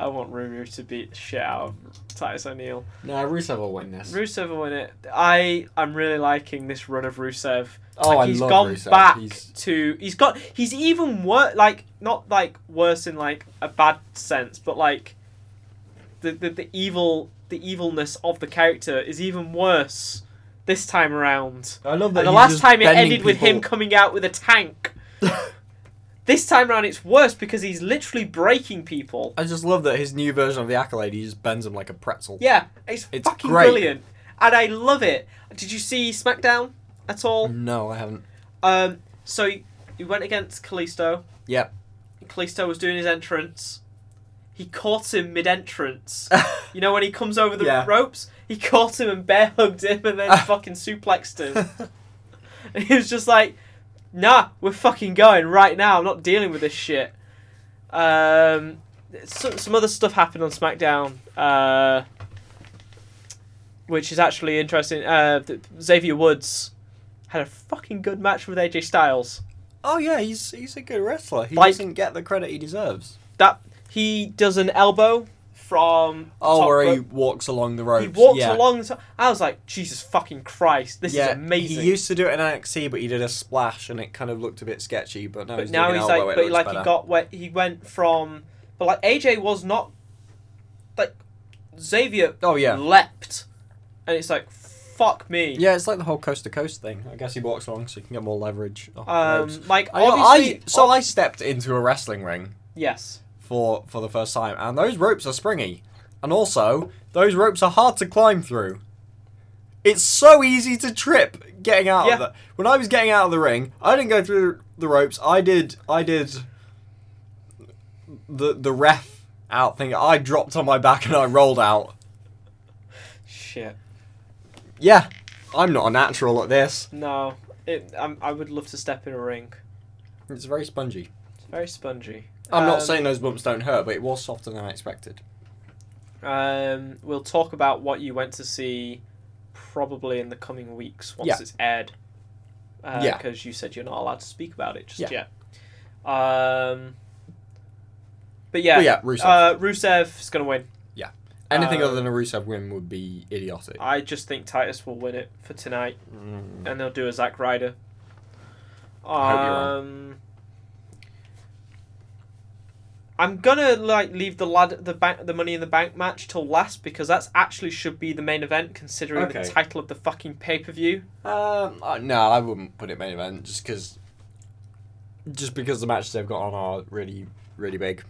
S2: I want Ruru to beat the shit out of Titus O'Neil.
S1: No, Rusev will win this.
S2: Rusev will win it. I am really liking this run of Rusev.
S1: Oh,
S2: like,
S1: I
S2: he's
S1: love
S2: gone
S1: Rusev.
S2: back
S1: He's-
S2: to he's got he's even worse like not like worse in like a bad sense, but like the, the the evil the evilness of the character is even worse this time around.
S1: I love
S2: And the
S1: he's
S2: last
S1: just
S2: time it
S1: bending
S2: ended with him
S1: people-
S2: coming out with a tank. this time around it's worse because he's literally breaking people.
S1: I just love that his new version of the accolade. He just bends him like a pretzel.
S2: Yeah, it's,
S1: It's
S2: fucking
S1: great.
S2: brilliant. And I love it. Did you see SmackDown at all?
S1: No, I haven't.
S2: Um, so he, he went against Kalisto.
S1: Yep.
S2: Kalisto was doing his entrance. He caught him mid entrance. you know, when he comes over the
S1: Yeah.
S2: ropes, he caught him and bear hugged him and then fucking suplexed him. And he was just like, nah, we're fucking going right now. I'm not dealing with this shit. Um, so, some other stuff happened on SmackDown, uh, which is actually interesting. Uh, th- Xavier Woods had a fucking good match with AJ Styles.
S1: oh yeah, he's he's a good wrestler. He
S2: Like-
S1: doesn't get the credit he deserves.
S2: That he does an elbow from
S1: Oh,
S2: top
S1: where he
S2: rope.
S1: walks along the ropes.
S2: he walks
S1: yeah.
S2: along. The top. I was like, Jesus fucking Christ, this is amazing.
S1: He used to do it in NXT, but he did a splash and it kind of looked a bit sketchy. But now
S2: but
S1: he's
S2: now
S1: doing
S2: he's
S1: an
S2: like,
S1: elbow, it
S2: but
S1: looks
S2: like
S1: better.
S2: he got where he went from, but like AJ was not, like Xavier
S1: Oh yeah,
S2: leapt, and it's like, fuck me.
S1: yeah. It's like the whole coast to coast thing. I guess he walks along so he can get more leverage. off the ropes.
S2: Um, like
S1: I, I
S2: obviously,
S1: so I stepped into a wrestling ring
S2: yes,
S1: for for the first time, and those ropes are springy, and also those ropes are hard to climb through. It's so easy to trip getting out
S2: Yeah.
S1: of the. When I was getting out of the ring, I didn't go through the ropes. I did. I did. The the ref out thing. I dropped on my back and I rolled out.
S2: shit.
S1: Yeah, I'm not a natural at this.
S2: No, it. I'm, I would love to step in a ring.
S1: It's very spongy.
S2: It's very spongy.
S1: I'm
S2: Um,
S1: not saying those bumps don't hurt, but it was softer than I expected.
S2: Um, we'll talk about what you went to see probably in the coming weeks once
S1: Yeah.
S2: it's aired. Uh,
S1: Yeah.
S2: Because you said you're not allowed to speak about it just
S1: Yeah.
S2: yet. Um, but yeah,
S1: But yeah, Rusev.
S2: Uh, Rusev is going to win.
S1: Anything
S2: uh,
S1: other than a Rusev win would be idiotic.
S2: I just think Titus will win it for tonight,
S1: Mm.
S2: and they'll do a Zack Ryder. Um,
S1: hope you're wrong.
S2: I'm gonna like leave the lad the bank the money in the bank match till last because that's actually should be the main event considering the
S1: Okay.
S2: title of the fucking pay per view.
S1: Um, uh, no, I wouldn't put it main event just because, just because the matches they've got on are really, really big.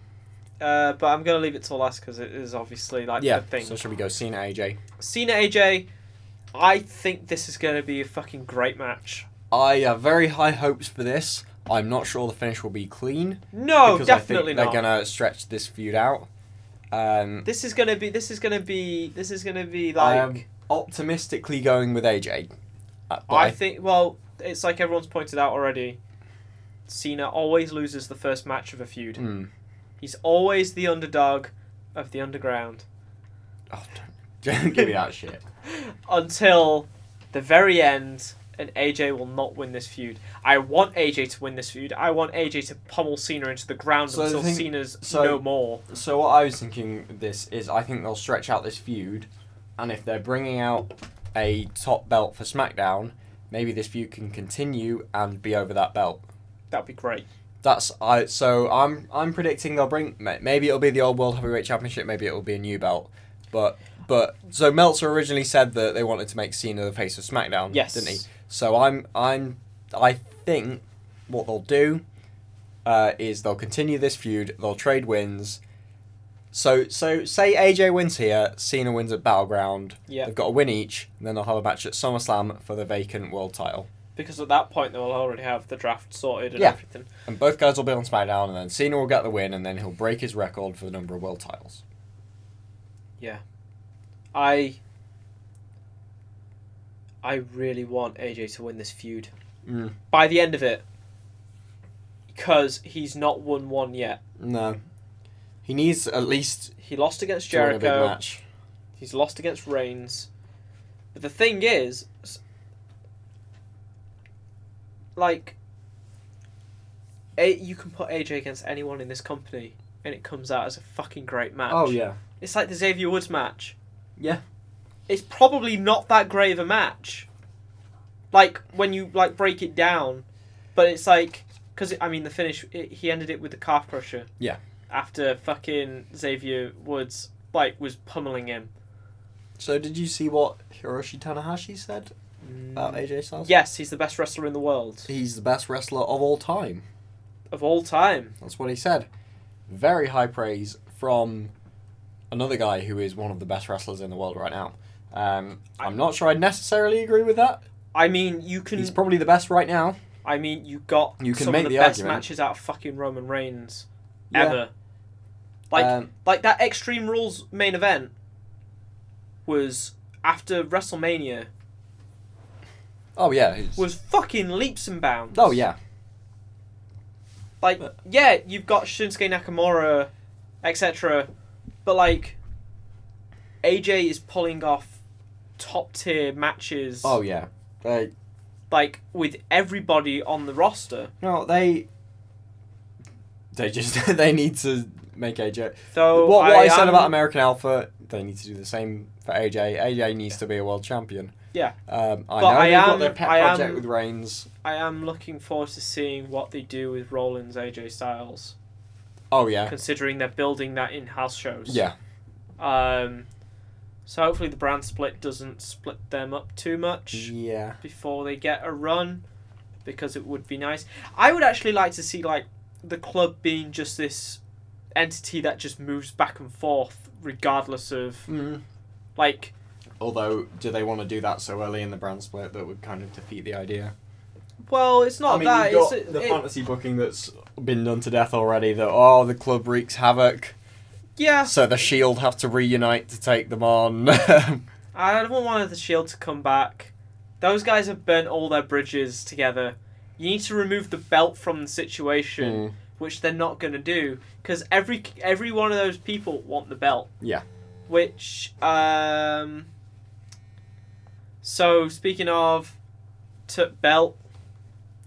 S2: Uh, but I'm gonna leave it till last because it is obviously like
S1: yeah.
S2: the thing.
S1: So should we go Cena AJ?
S2: Cena AJ, I think this is gonna be a fucking great match.
S1: I have very high hopes for this. I'm not sure the finish will be clean.
S2: No,
S1: because
S2: Oh, definitely
S1: I think
S2: not.
S1: They're gonna stretch this feud out. Um,
S2: This is gonna be. This is gonna be. This is gonna be
S1: I
S2: like.
S1: am optimistically going with AJ. Uh, but
S2: I
S1: I-
S2: think. Well, it's like everyone's pointed out already. Cena always loses the first match of a feud.
S1: Mm.
S2: He's always the underdog of the underground
S1: Oh, don't, don't give me that shit.
S2: until the very end, and AJ will not win this feud. I want AJ to win this feud. I want AJ to pummel Cena into the ground
S1: So the
S2: until
S1: thing-
S2: Cena's
S1: so-
S2: no more.
S1: So what I was thinking with this is I think they'll stretch out this feud, and if they're bringing out a top belt for SmackDown, maybe this feud can continue and be over that belt.
S2: That'd be great.
S1: That's I. So I'm I'm predicting they'll bring ma- maybe it'll be the old world heavyweight championship, maybe it'll be a new belt, but but so Meltzer originally said that they wanted to make Cena the face of SmackDown,
S2: Yes.
S1: didn't he? So I'm I'm I think what they'll do uh, is they'll continue this feud. They'll trade wins. So so say AJ wins here, Cena wins at Battleground.
S2: Yeah.
S1: They've got a win each, and then they'll have a match at SummerSlam for the vacant world title.
S2: Because at that point they'll already have the draft sorted and
S1: Yeah.
S2: everything.
S1: And both guys will be on SmackDown, and then Cena will get the win, and then he'll break his record for the number of world titles.
S2: I I really want AJ to win this feud.
S1: Mm.
S2: By the end of it. Because he's not won one yet.
S1: No, he needs at least
S2: He lost against
S1: to win a big
S2: Jericho.
S1: match.
S2: He's lost against Reigns. But the thing is s- like a- you can put AJ against anyone in this company and it comes out as a fucking great match.
S1: Oh yeah,
S2: It's like the Xavier Woods match.
S1: Yeah.
S2: It's probably not that great of a match. Like when you like break it down, but it's like because I mean the finish it, he ended it with the calf crusher.
S1: Yeah.
S2: After fucking Xavier Woods like was pummeling him.
S1: So did you see what Hiroshi Tanahashi said about AJ Styles?
S2: Yes, he's the best wrestler in the world
S1: He's the best wrestler of all time.
S2: of all time.
S1: That's what he said. Very high praise from another guy who is one of the best wrestlers in the world right now. Um, I'm not sure I necessarily agree with that.
S2: I mean, you can.
S1: He's probably the best right now.
S2: I mean, you got
S1: You can
S2: some
S1: make
S2: of the,
S1: the
S2: best
S1: argument.
S2: matches out of fucking Roman Reigns
S1: Yeah.
S2: ever. Like,
S1: Um,
S2: like that Extreme Rules main event was after WrestleMania
S1: oh yeah. he's-
S2: was fucking leaps and bounds.
S1: oh yeah.
S2: Like, yeah, you've got Shinsuke Nakamura, etc. But like, AJ is pulling off top tier matches.
S1: Oh yeah. They
S2: Like with everybody on the roster.
S1: no they. They just they need to make AJ.
S2: So
S1: what what I,
S2: am-
S1: said about American Alpha, they need to do the same for AJ. AJ needs to be a world champion.
S2: Yeah.
S1: Um,
S2: But
S1: I know
S2: I
S1: they've
S2: am-
S1: got their pet
S2: I
S1: project
S2: am-
S1: with Reigns.
S2: I am looking forward to seeing what they do with Rollins, AJ Styles,
S1: Oh yeah.
S2: considering they're building that in-house shows.
S1: Yeah.
S2: Um, so hopefully the brand split doesn't split them up too much
S1: Yeah.
S2: before they get a run, because it would be nice. I would actually like to see like the club being just this entity that just moves back and forth regardless of
S1: Mm.
S2: like
S1: Although, do they want to do that so early in the brand split that would kind of defeat the idea?
S2: well it's not Oh, that
S1: you've got
S2: it's
S1: the
S2: it-
S1: fantasy booking that's been done to death already. That oh, the club wreaks havoc,
S2: yeah
S1: so the Shield have to reunite to take them on.
S2: I don't want the Shield to come back. Those guys have burnt all their bridges together. You need to remove the belt from the
S1: Mm.
S2: situation, which they're not going to do because every every one of those people want the belt.
S1: Yeah.
S2: Which um. So speaking of, t- belt,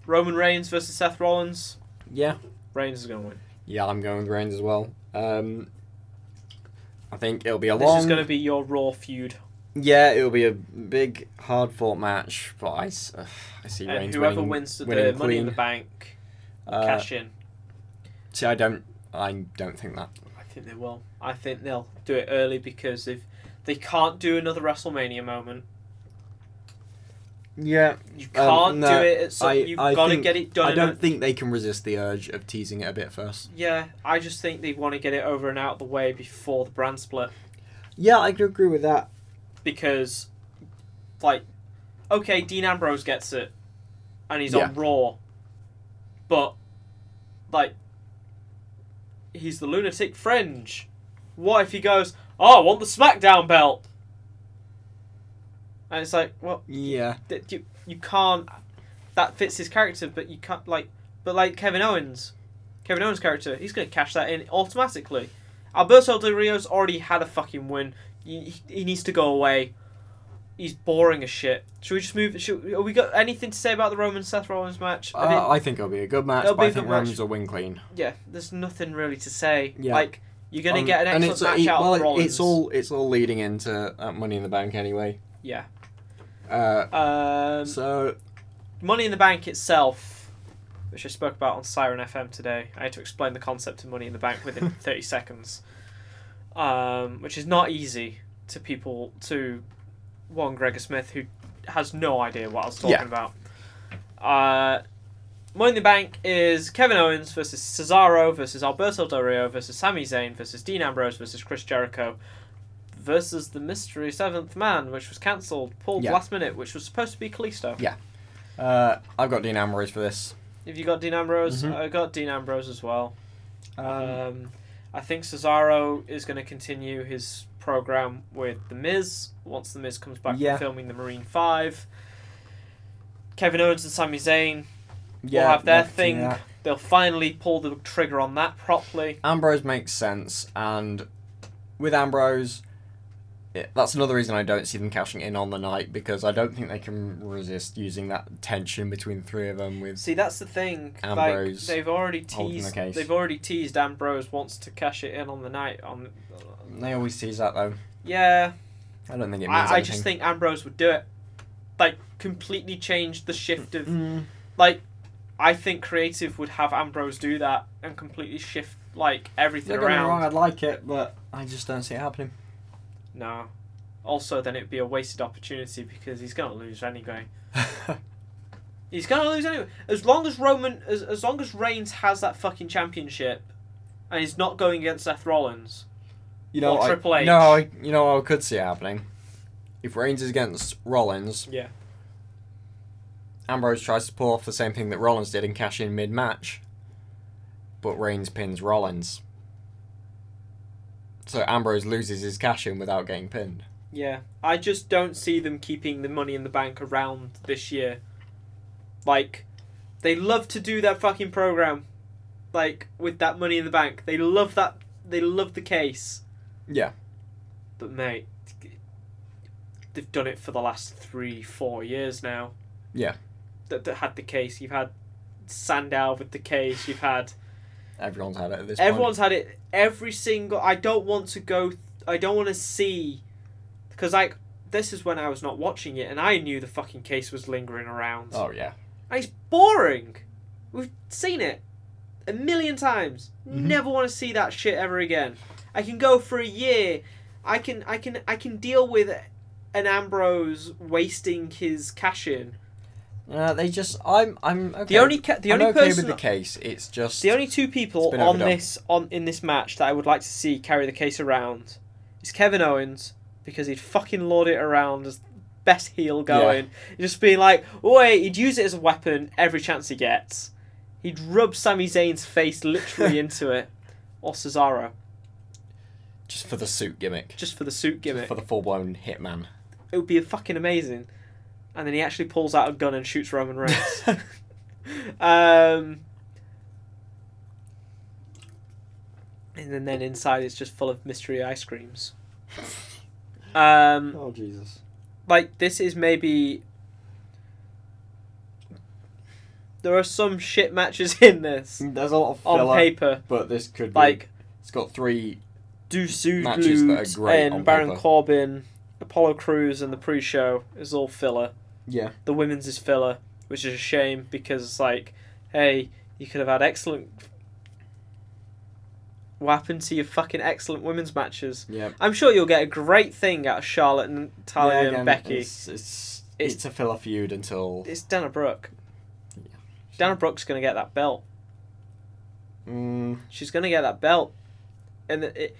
S2: Roman Reigns versus Seth Rollins.
S1: yeah,
S2: Reigns is going to win.
S1: yeah, I'm going with Reigns as well. Um, I think it'll be a
S2: This
S1: long.
S2: is going to be your Raw feud,
S1: Yeah, it'll be a big, hard fought match. But I, s- ugh, I see
S2: and
S1: Reigns
S2: whoever
S1: winning,
S2: wins the
S1: winning
S2: Money in the
S1: clean.
S2: Bank
S1: Uh,
S2: cash in.
S1: see, I don't, I don't think that.
S2: I think they will. I think they'll do it early because if they can't do another WrestleMania moment,
S1: Yeah,
S2: you can't
S1: Um, no,
S2: do it. At some,
S1: I-
S2: you've
S1: I
S2: got to
S1: think-
S2: get it done.
S1: I
S2: in
S1: don't think they can resist the urge of teasing it a bit first.
S2: a- yeah, I just think they want to get it over and out of the way before the brand split
S1: Yeah, I could agree with that.
S2: because, like, okay, Dean Ambrose gets it, and he's on Raw, but like, he's the lunatic fringe. What if he goes? Oh, I want the SmackDown belt. And it's like, well,
S1: Yeah.
S2: that you, you can't that fits his character but you can't like but like kevin owens kevin owens character he's going to cash that in automatically alberto del rio's already had a fucking win he, he needs to go away he's boring as shit should we just move should, have we got anything to say about the roman seth rollins match I mean,
S1: Uh, I think it'll be a good match,
S2: It'll
S1: but
S2: be a
S1: I think
S2: good match.
S1: Rams will win clean.
S2: yeah there's nothing really to say
S1: Yeah.
S2: like you're going to
S1: Um,
S2: get an
S1: and
S2: excellent
S1: it's,
S2: match
S1: it-
S2: out
S1: well,
S2: of
S1: it-
S2: rollins
S1: it's all it's all leading into uh, Money in the Bank anyway.
S2: Yeah.
S1: Uh,
S2: um,
S1: so
S2: Money in the Bank itself, which I spoke about on Siren FM today, I had to explain the concept of Money in the Bank within 30 seconds, um, which is not easy to people, to one Gregor Smith, who has no idea what I was talking
S1: Yeah.
S2: about. Uh, Money in the Bank is Kevin Owens versus Cesaro versus Alberto Del Rio versus Sami Zayn versus Dean Ambrose versus Chris Jericho versus the mystery seventh man, which was cancelled, pulled
S1: Yeah.
S2: last minute, which was supposed to be Kalisto.
S1: uh, I've got Dean Ambrose for this.
S2: Have you got Dean Ambrose?
S1: Mhm.
S2: I got Dean Ambrose as well.
S1: Um,
S2: Um, I think Cesaro is going to continue his program with The Miz once The Miz comes back
S1: Yeah.
S2: from filming The Marine 5. Kevin Owens and Sami Zayn,
S1: yeah,
S2: have their
S1: I can see
S2: thing.
S1: that.
S2: they'll finally pull the trigger on that properly.
S1: Ambrose makes sense, and with Ambrose, it, that's another reason I don't see them cashing in on the night because I don't think they can resist using that tension between the three of them. With
S2: See, that's the thing.
S1: Ambrose
S2: like they've already
S1: holding the
S2: teased.
S1: case.
S2: They've already teased Ambrose wants to cash it in on the night. On
S1: they always tease that though.
S2: yeah,
S1: I don't think it means
S2: I, I
S1: anything.
S2: just think Ambrose would do it. Like completely changed the shift of
S1: Mm,
S2: like. I think creative would have Ambrose do that and completely shift like everything
S1: don't get me
S2: around.
S1: wrong, I'd like it, but I just don't see it happening.
S2: No. Also, then it'd be a wasted opportunity because he's gonna lose anyway. He's gonna lose anyway. As long as Roman, as, as long as Reigns has that fucking championship, and he's not going against Seth Rollins.
S1: you know,
S2: Or
S1: I,
S2: Triple H.
S1: No, I, you know, I could see it happening. If Reigns is against Rollins,
S2: Yeah.
S1: Ambrose tries to pull off the same thing that Rollins did and cash in mid-match, but Reigns pins Rollins. So Ambrose loses his cash in without getting pinned.
S2: Yeah. I just don't see them keeping the Money in the Bank around this year. Like, they love to do that fucking program, like with that Money in the Bank. They love that. They love the case.
S1: Yeah.
S2: But mate, they've done it for the last three, four years now.
S1: Yeah.
S2: That, that had the case. You've had Sandow with the case. You've had
S1: Everyone's had it at this
S2: everyone's had it. Every single. I don't want to go. th- I don't want to see, because like this is when I was not watching it, and I knew the fucking case was lingering around.
S1: point. Oh yeah.
S2: And it's boring. We've seen it a million times.
S1: Mhm.
S2: Never want to see that shit ever again. I can go for a year. I can I can I can deal with an Ambrose wasting his cash in.
S1: Uh, they just. I'm. I'm. Okay.
S2: The only ca- the
S1: I'm
S2: only
S1: okay
S2: person
S1: with the case. It's just.
S2: the only two people
S1: It's been
S2: on
S1: overdone.
S2: this on in this match that I would like to see carry the case around is Kevin Owens because he'd fucking lord it around as best heel going, just being like, wait, he'd use it as a weapon every chance he gets. He'd rub Sami Zayn's face literally into it, or Cesaro,
S1: just for the suit gimmick.
S2: just for the suit gimmick.
S1: For the full blown hitman.
S2: It would be fucking amazing. And then he actually pulls out a gun and shoots Roman Reigns. Um, and then, then inside it's just full of mystery ice creams. Um,
S1: oh Jesus.
S2: like this is maybe there are some shit matches in this
S1: There's a lot of
S2: on
S1: filler,
S2: paper.
S1: but this could be.
S2: Like
S1: It's got three. Matches that are
S2: Dusuglu
S1: great
S2: and
S1: on
S2: Baron
S1: paper.
S2: Corbin, Apollo Crews, and the pre-show is all filler.
S1: Yeah.
S2: The women's is filler, which is a shame because it's like, hey, you could have had excellent. What happened to your fucking excellent women's matches?
S1: Yeah.
S2: I'm sure you'll get a great thing out of Charlotte and Talia
S1: Yeah,
S2: and
S1: again,
S2: Becky. It's,
S1: It's, it's,
S2: It's-
S1: it's a filler feud until.
S2: Dana Brooke. Dana Brooke's gonna get that belt.
S1: Mm,
S2: She's gonna get that belt, and the, it,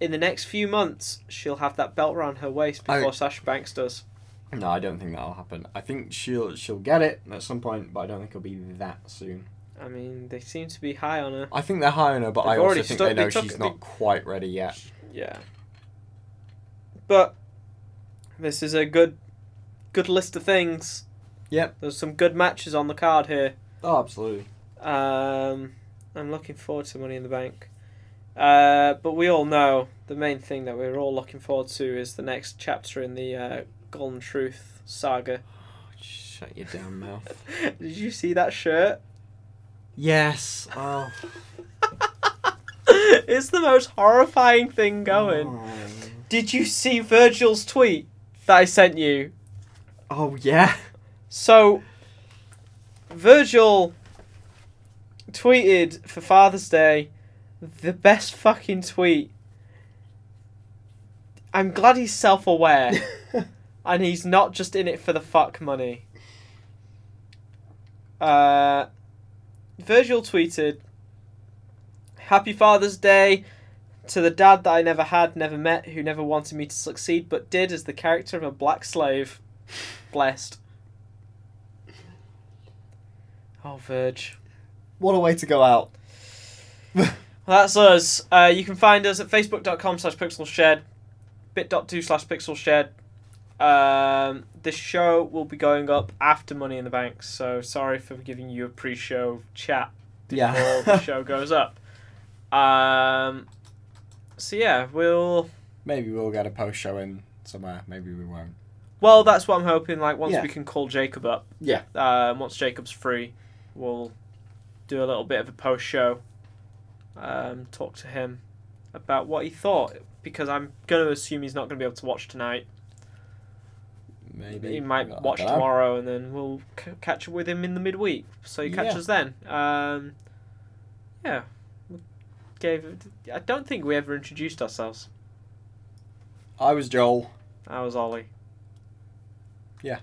S2: in the next few months, she'll have that belt around her waist
S1: I-
S2: before Sasha Banks does.
S1: no, I don't think that'll happen. I think she'll she'll get it at some point, but I don't think it'll be that soon.
S2: I mean, they seem to be high on her.
S1: I think they're hiring her, but
S2: They've
S1: I
S2: already
S1: also think
S2: stuck-
S1: they
S2: they
S1: know
S2: took-
S1: she's
S2: they-
S1: not quite ready yet.
S2: Yeah. But this is a good good list of things.
S1: Yep.
S2: There's some good matches on the card here.
S1: Oh, absolutely.
S2: Um, I'm looking forward to Money in the Bank. Uh, but we all know the main thing that we're all looking forward to is the next chapter in the uh, Golden Truth saga.
S1: Shut your damn mouth.
S2: Did you see that shirt?
S1: yes. Oh.
S2: it's the most horrifying thing going.
S1: Oh.
S2: Did you see Virgil's tweet that I sent you?
S1: Oh yeah.
S2: So, Virgil tweeted for Father's Day the best fucking tweet. I'm glad he's self aware and he's not just in it for the fuck money. Uh, Virgil tweeted Happy Father's Day to the dad that I never had, never met, who never wanted me to succeed but did as the character of a black slave. Blessed. Oh, Verge.
S1: what a way to go out.
S2: Well, that's us. Uh, you can find us at facebook.com slash pixelshed, bit.to slash pixelshed. Um, this show will be going up after Money in the Bank, so sorry for giving you a pre show chat before the
S1: Yeah.
S2: show goes up. Um, so, yeah, we'll.
S1: Maybe we'll get a post show in somewhere. Maybe we won't.
S2: Well, that's what I'm hoping. Like once
S1: Yeah.
S2: we can call Jacob up,
S1: Yeah.
S2: um, once Jacob's free, we'll do a little bit of a post show, um, talk to him about what he thought because I'm going to assume he's not going to be able to watch tonight.
S1: Maybe
S2: he might
S1: I
S2: watch
S1: dunno.
S2: tomorrow and then we'll c- catch up with him in the midweek. So you catch
S1: Yeah.
S2: us then. Um, yeah. We Gave. I don't think we ever introduced ourselves.
S1: I was Joel.
S2: I was Ollie.
S1: Yeah.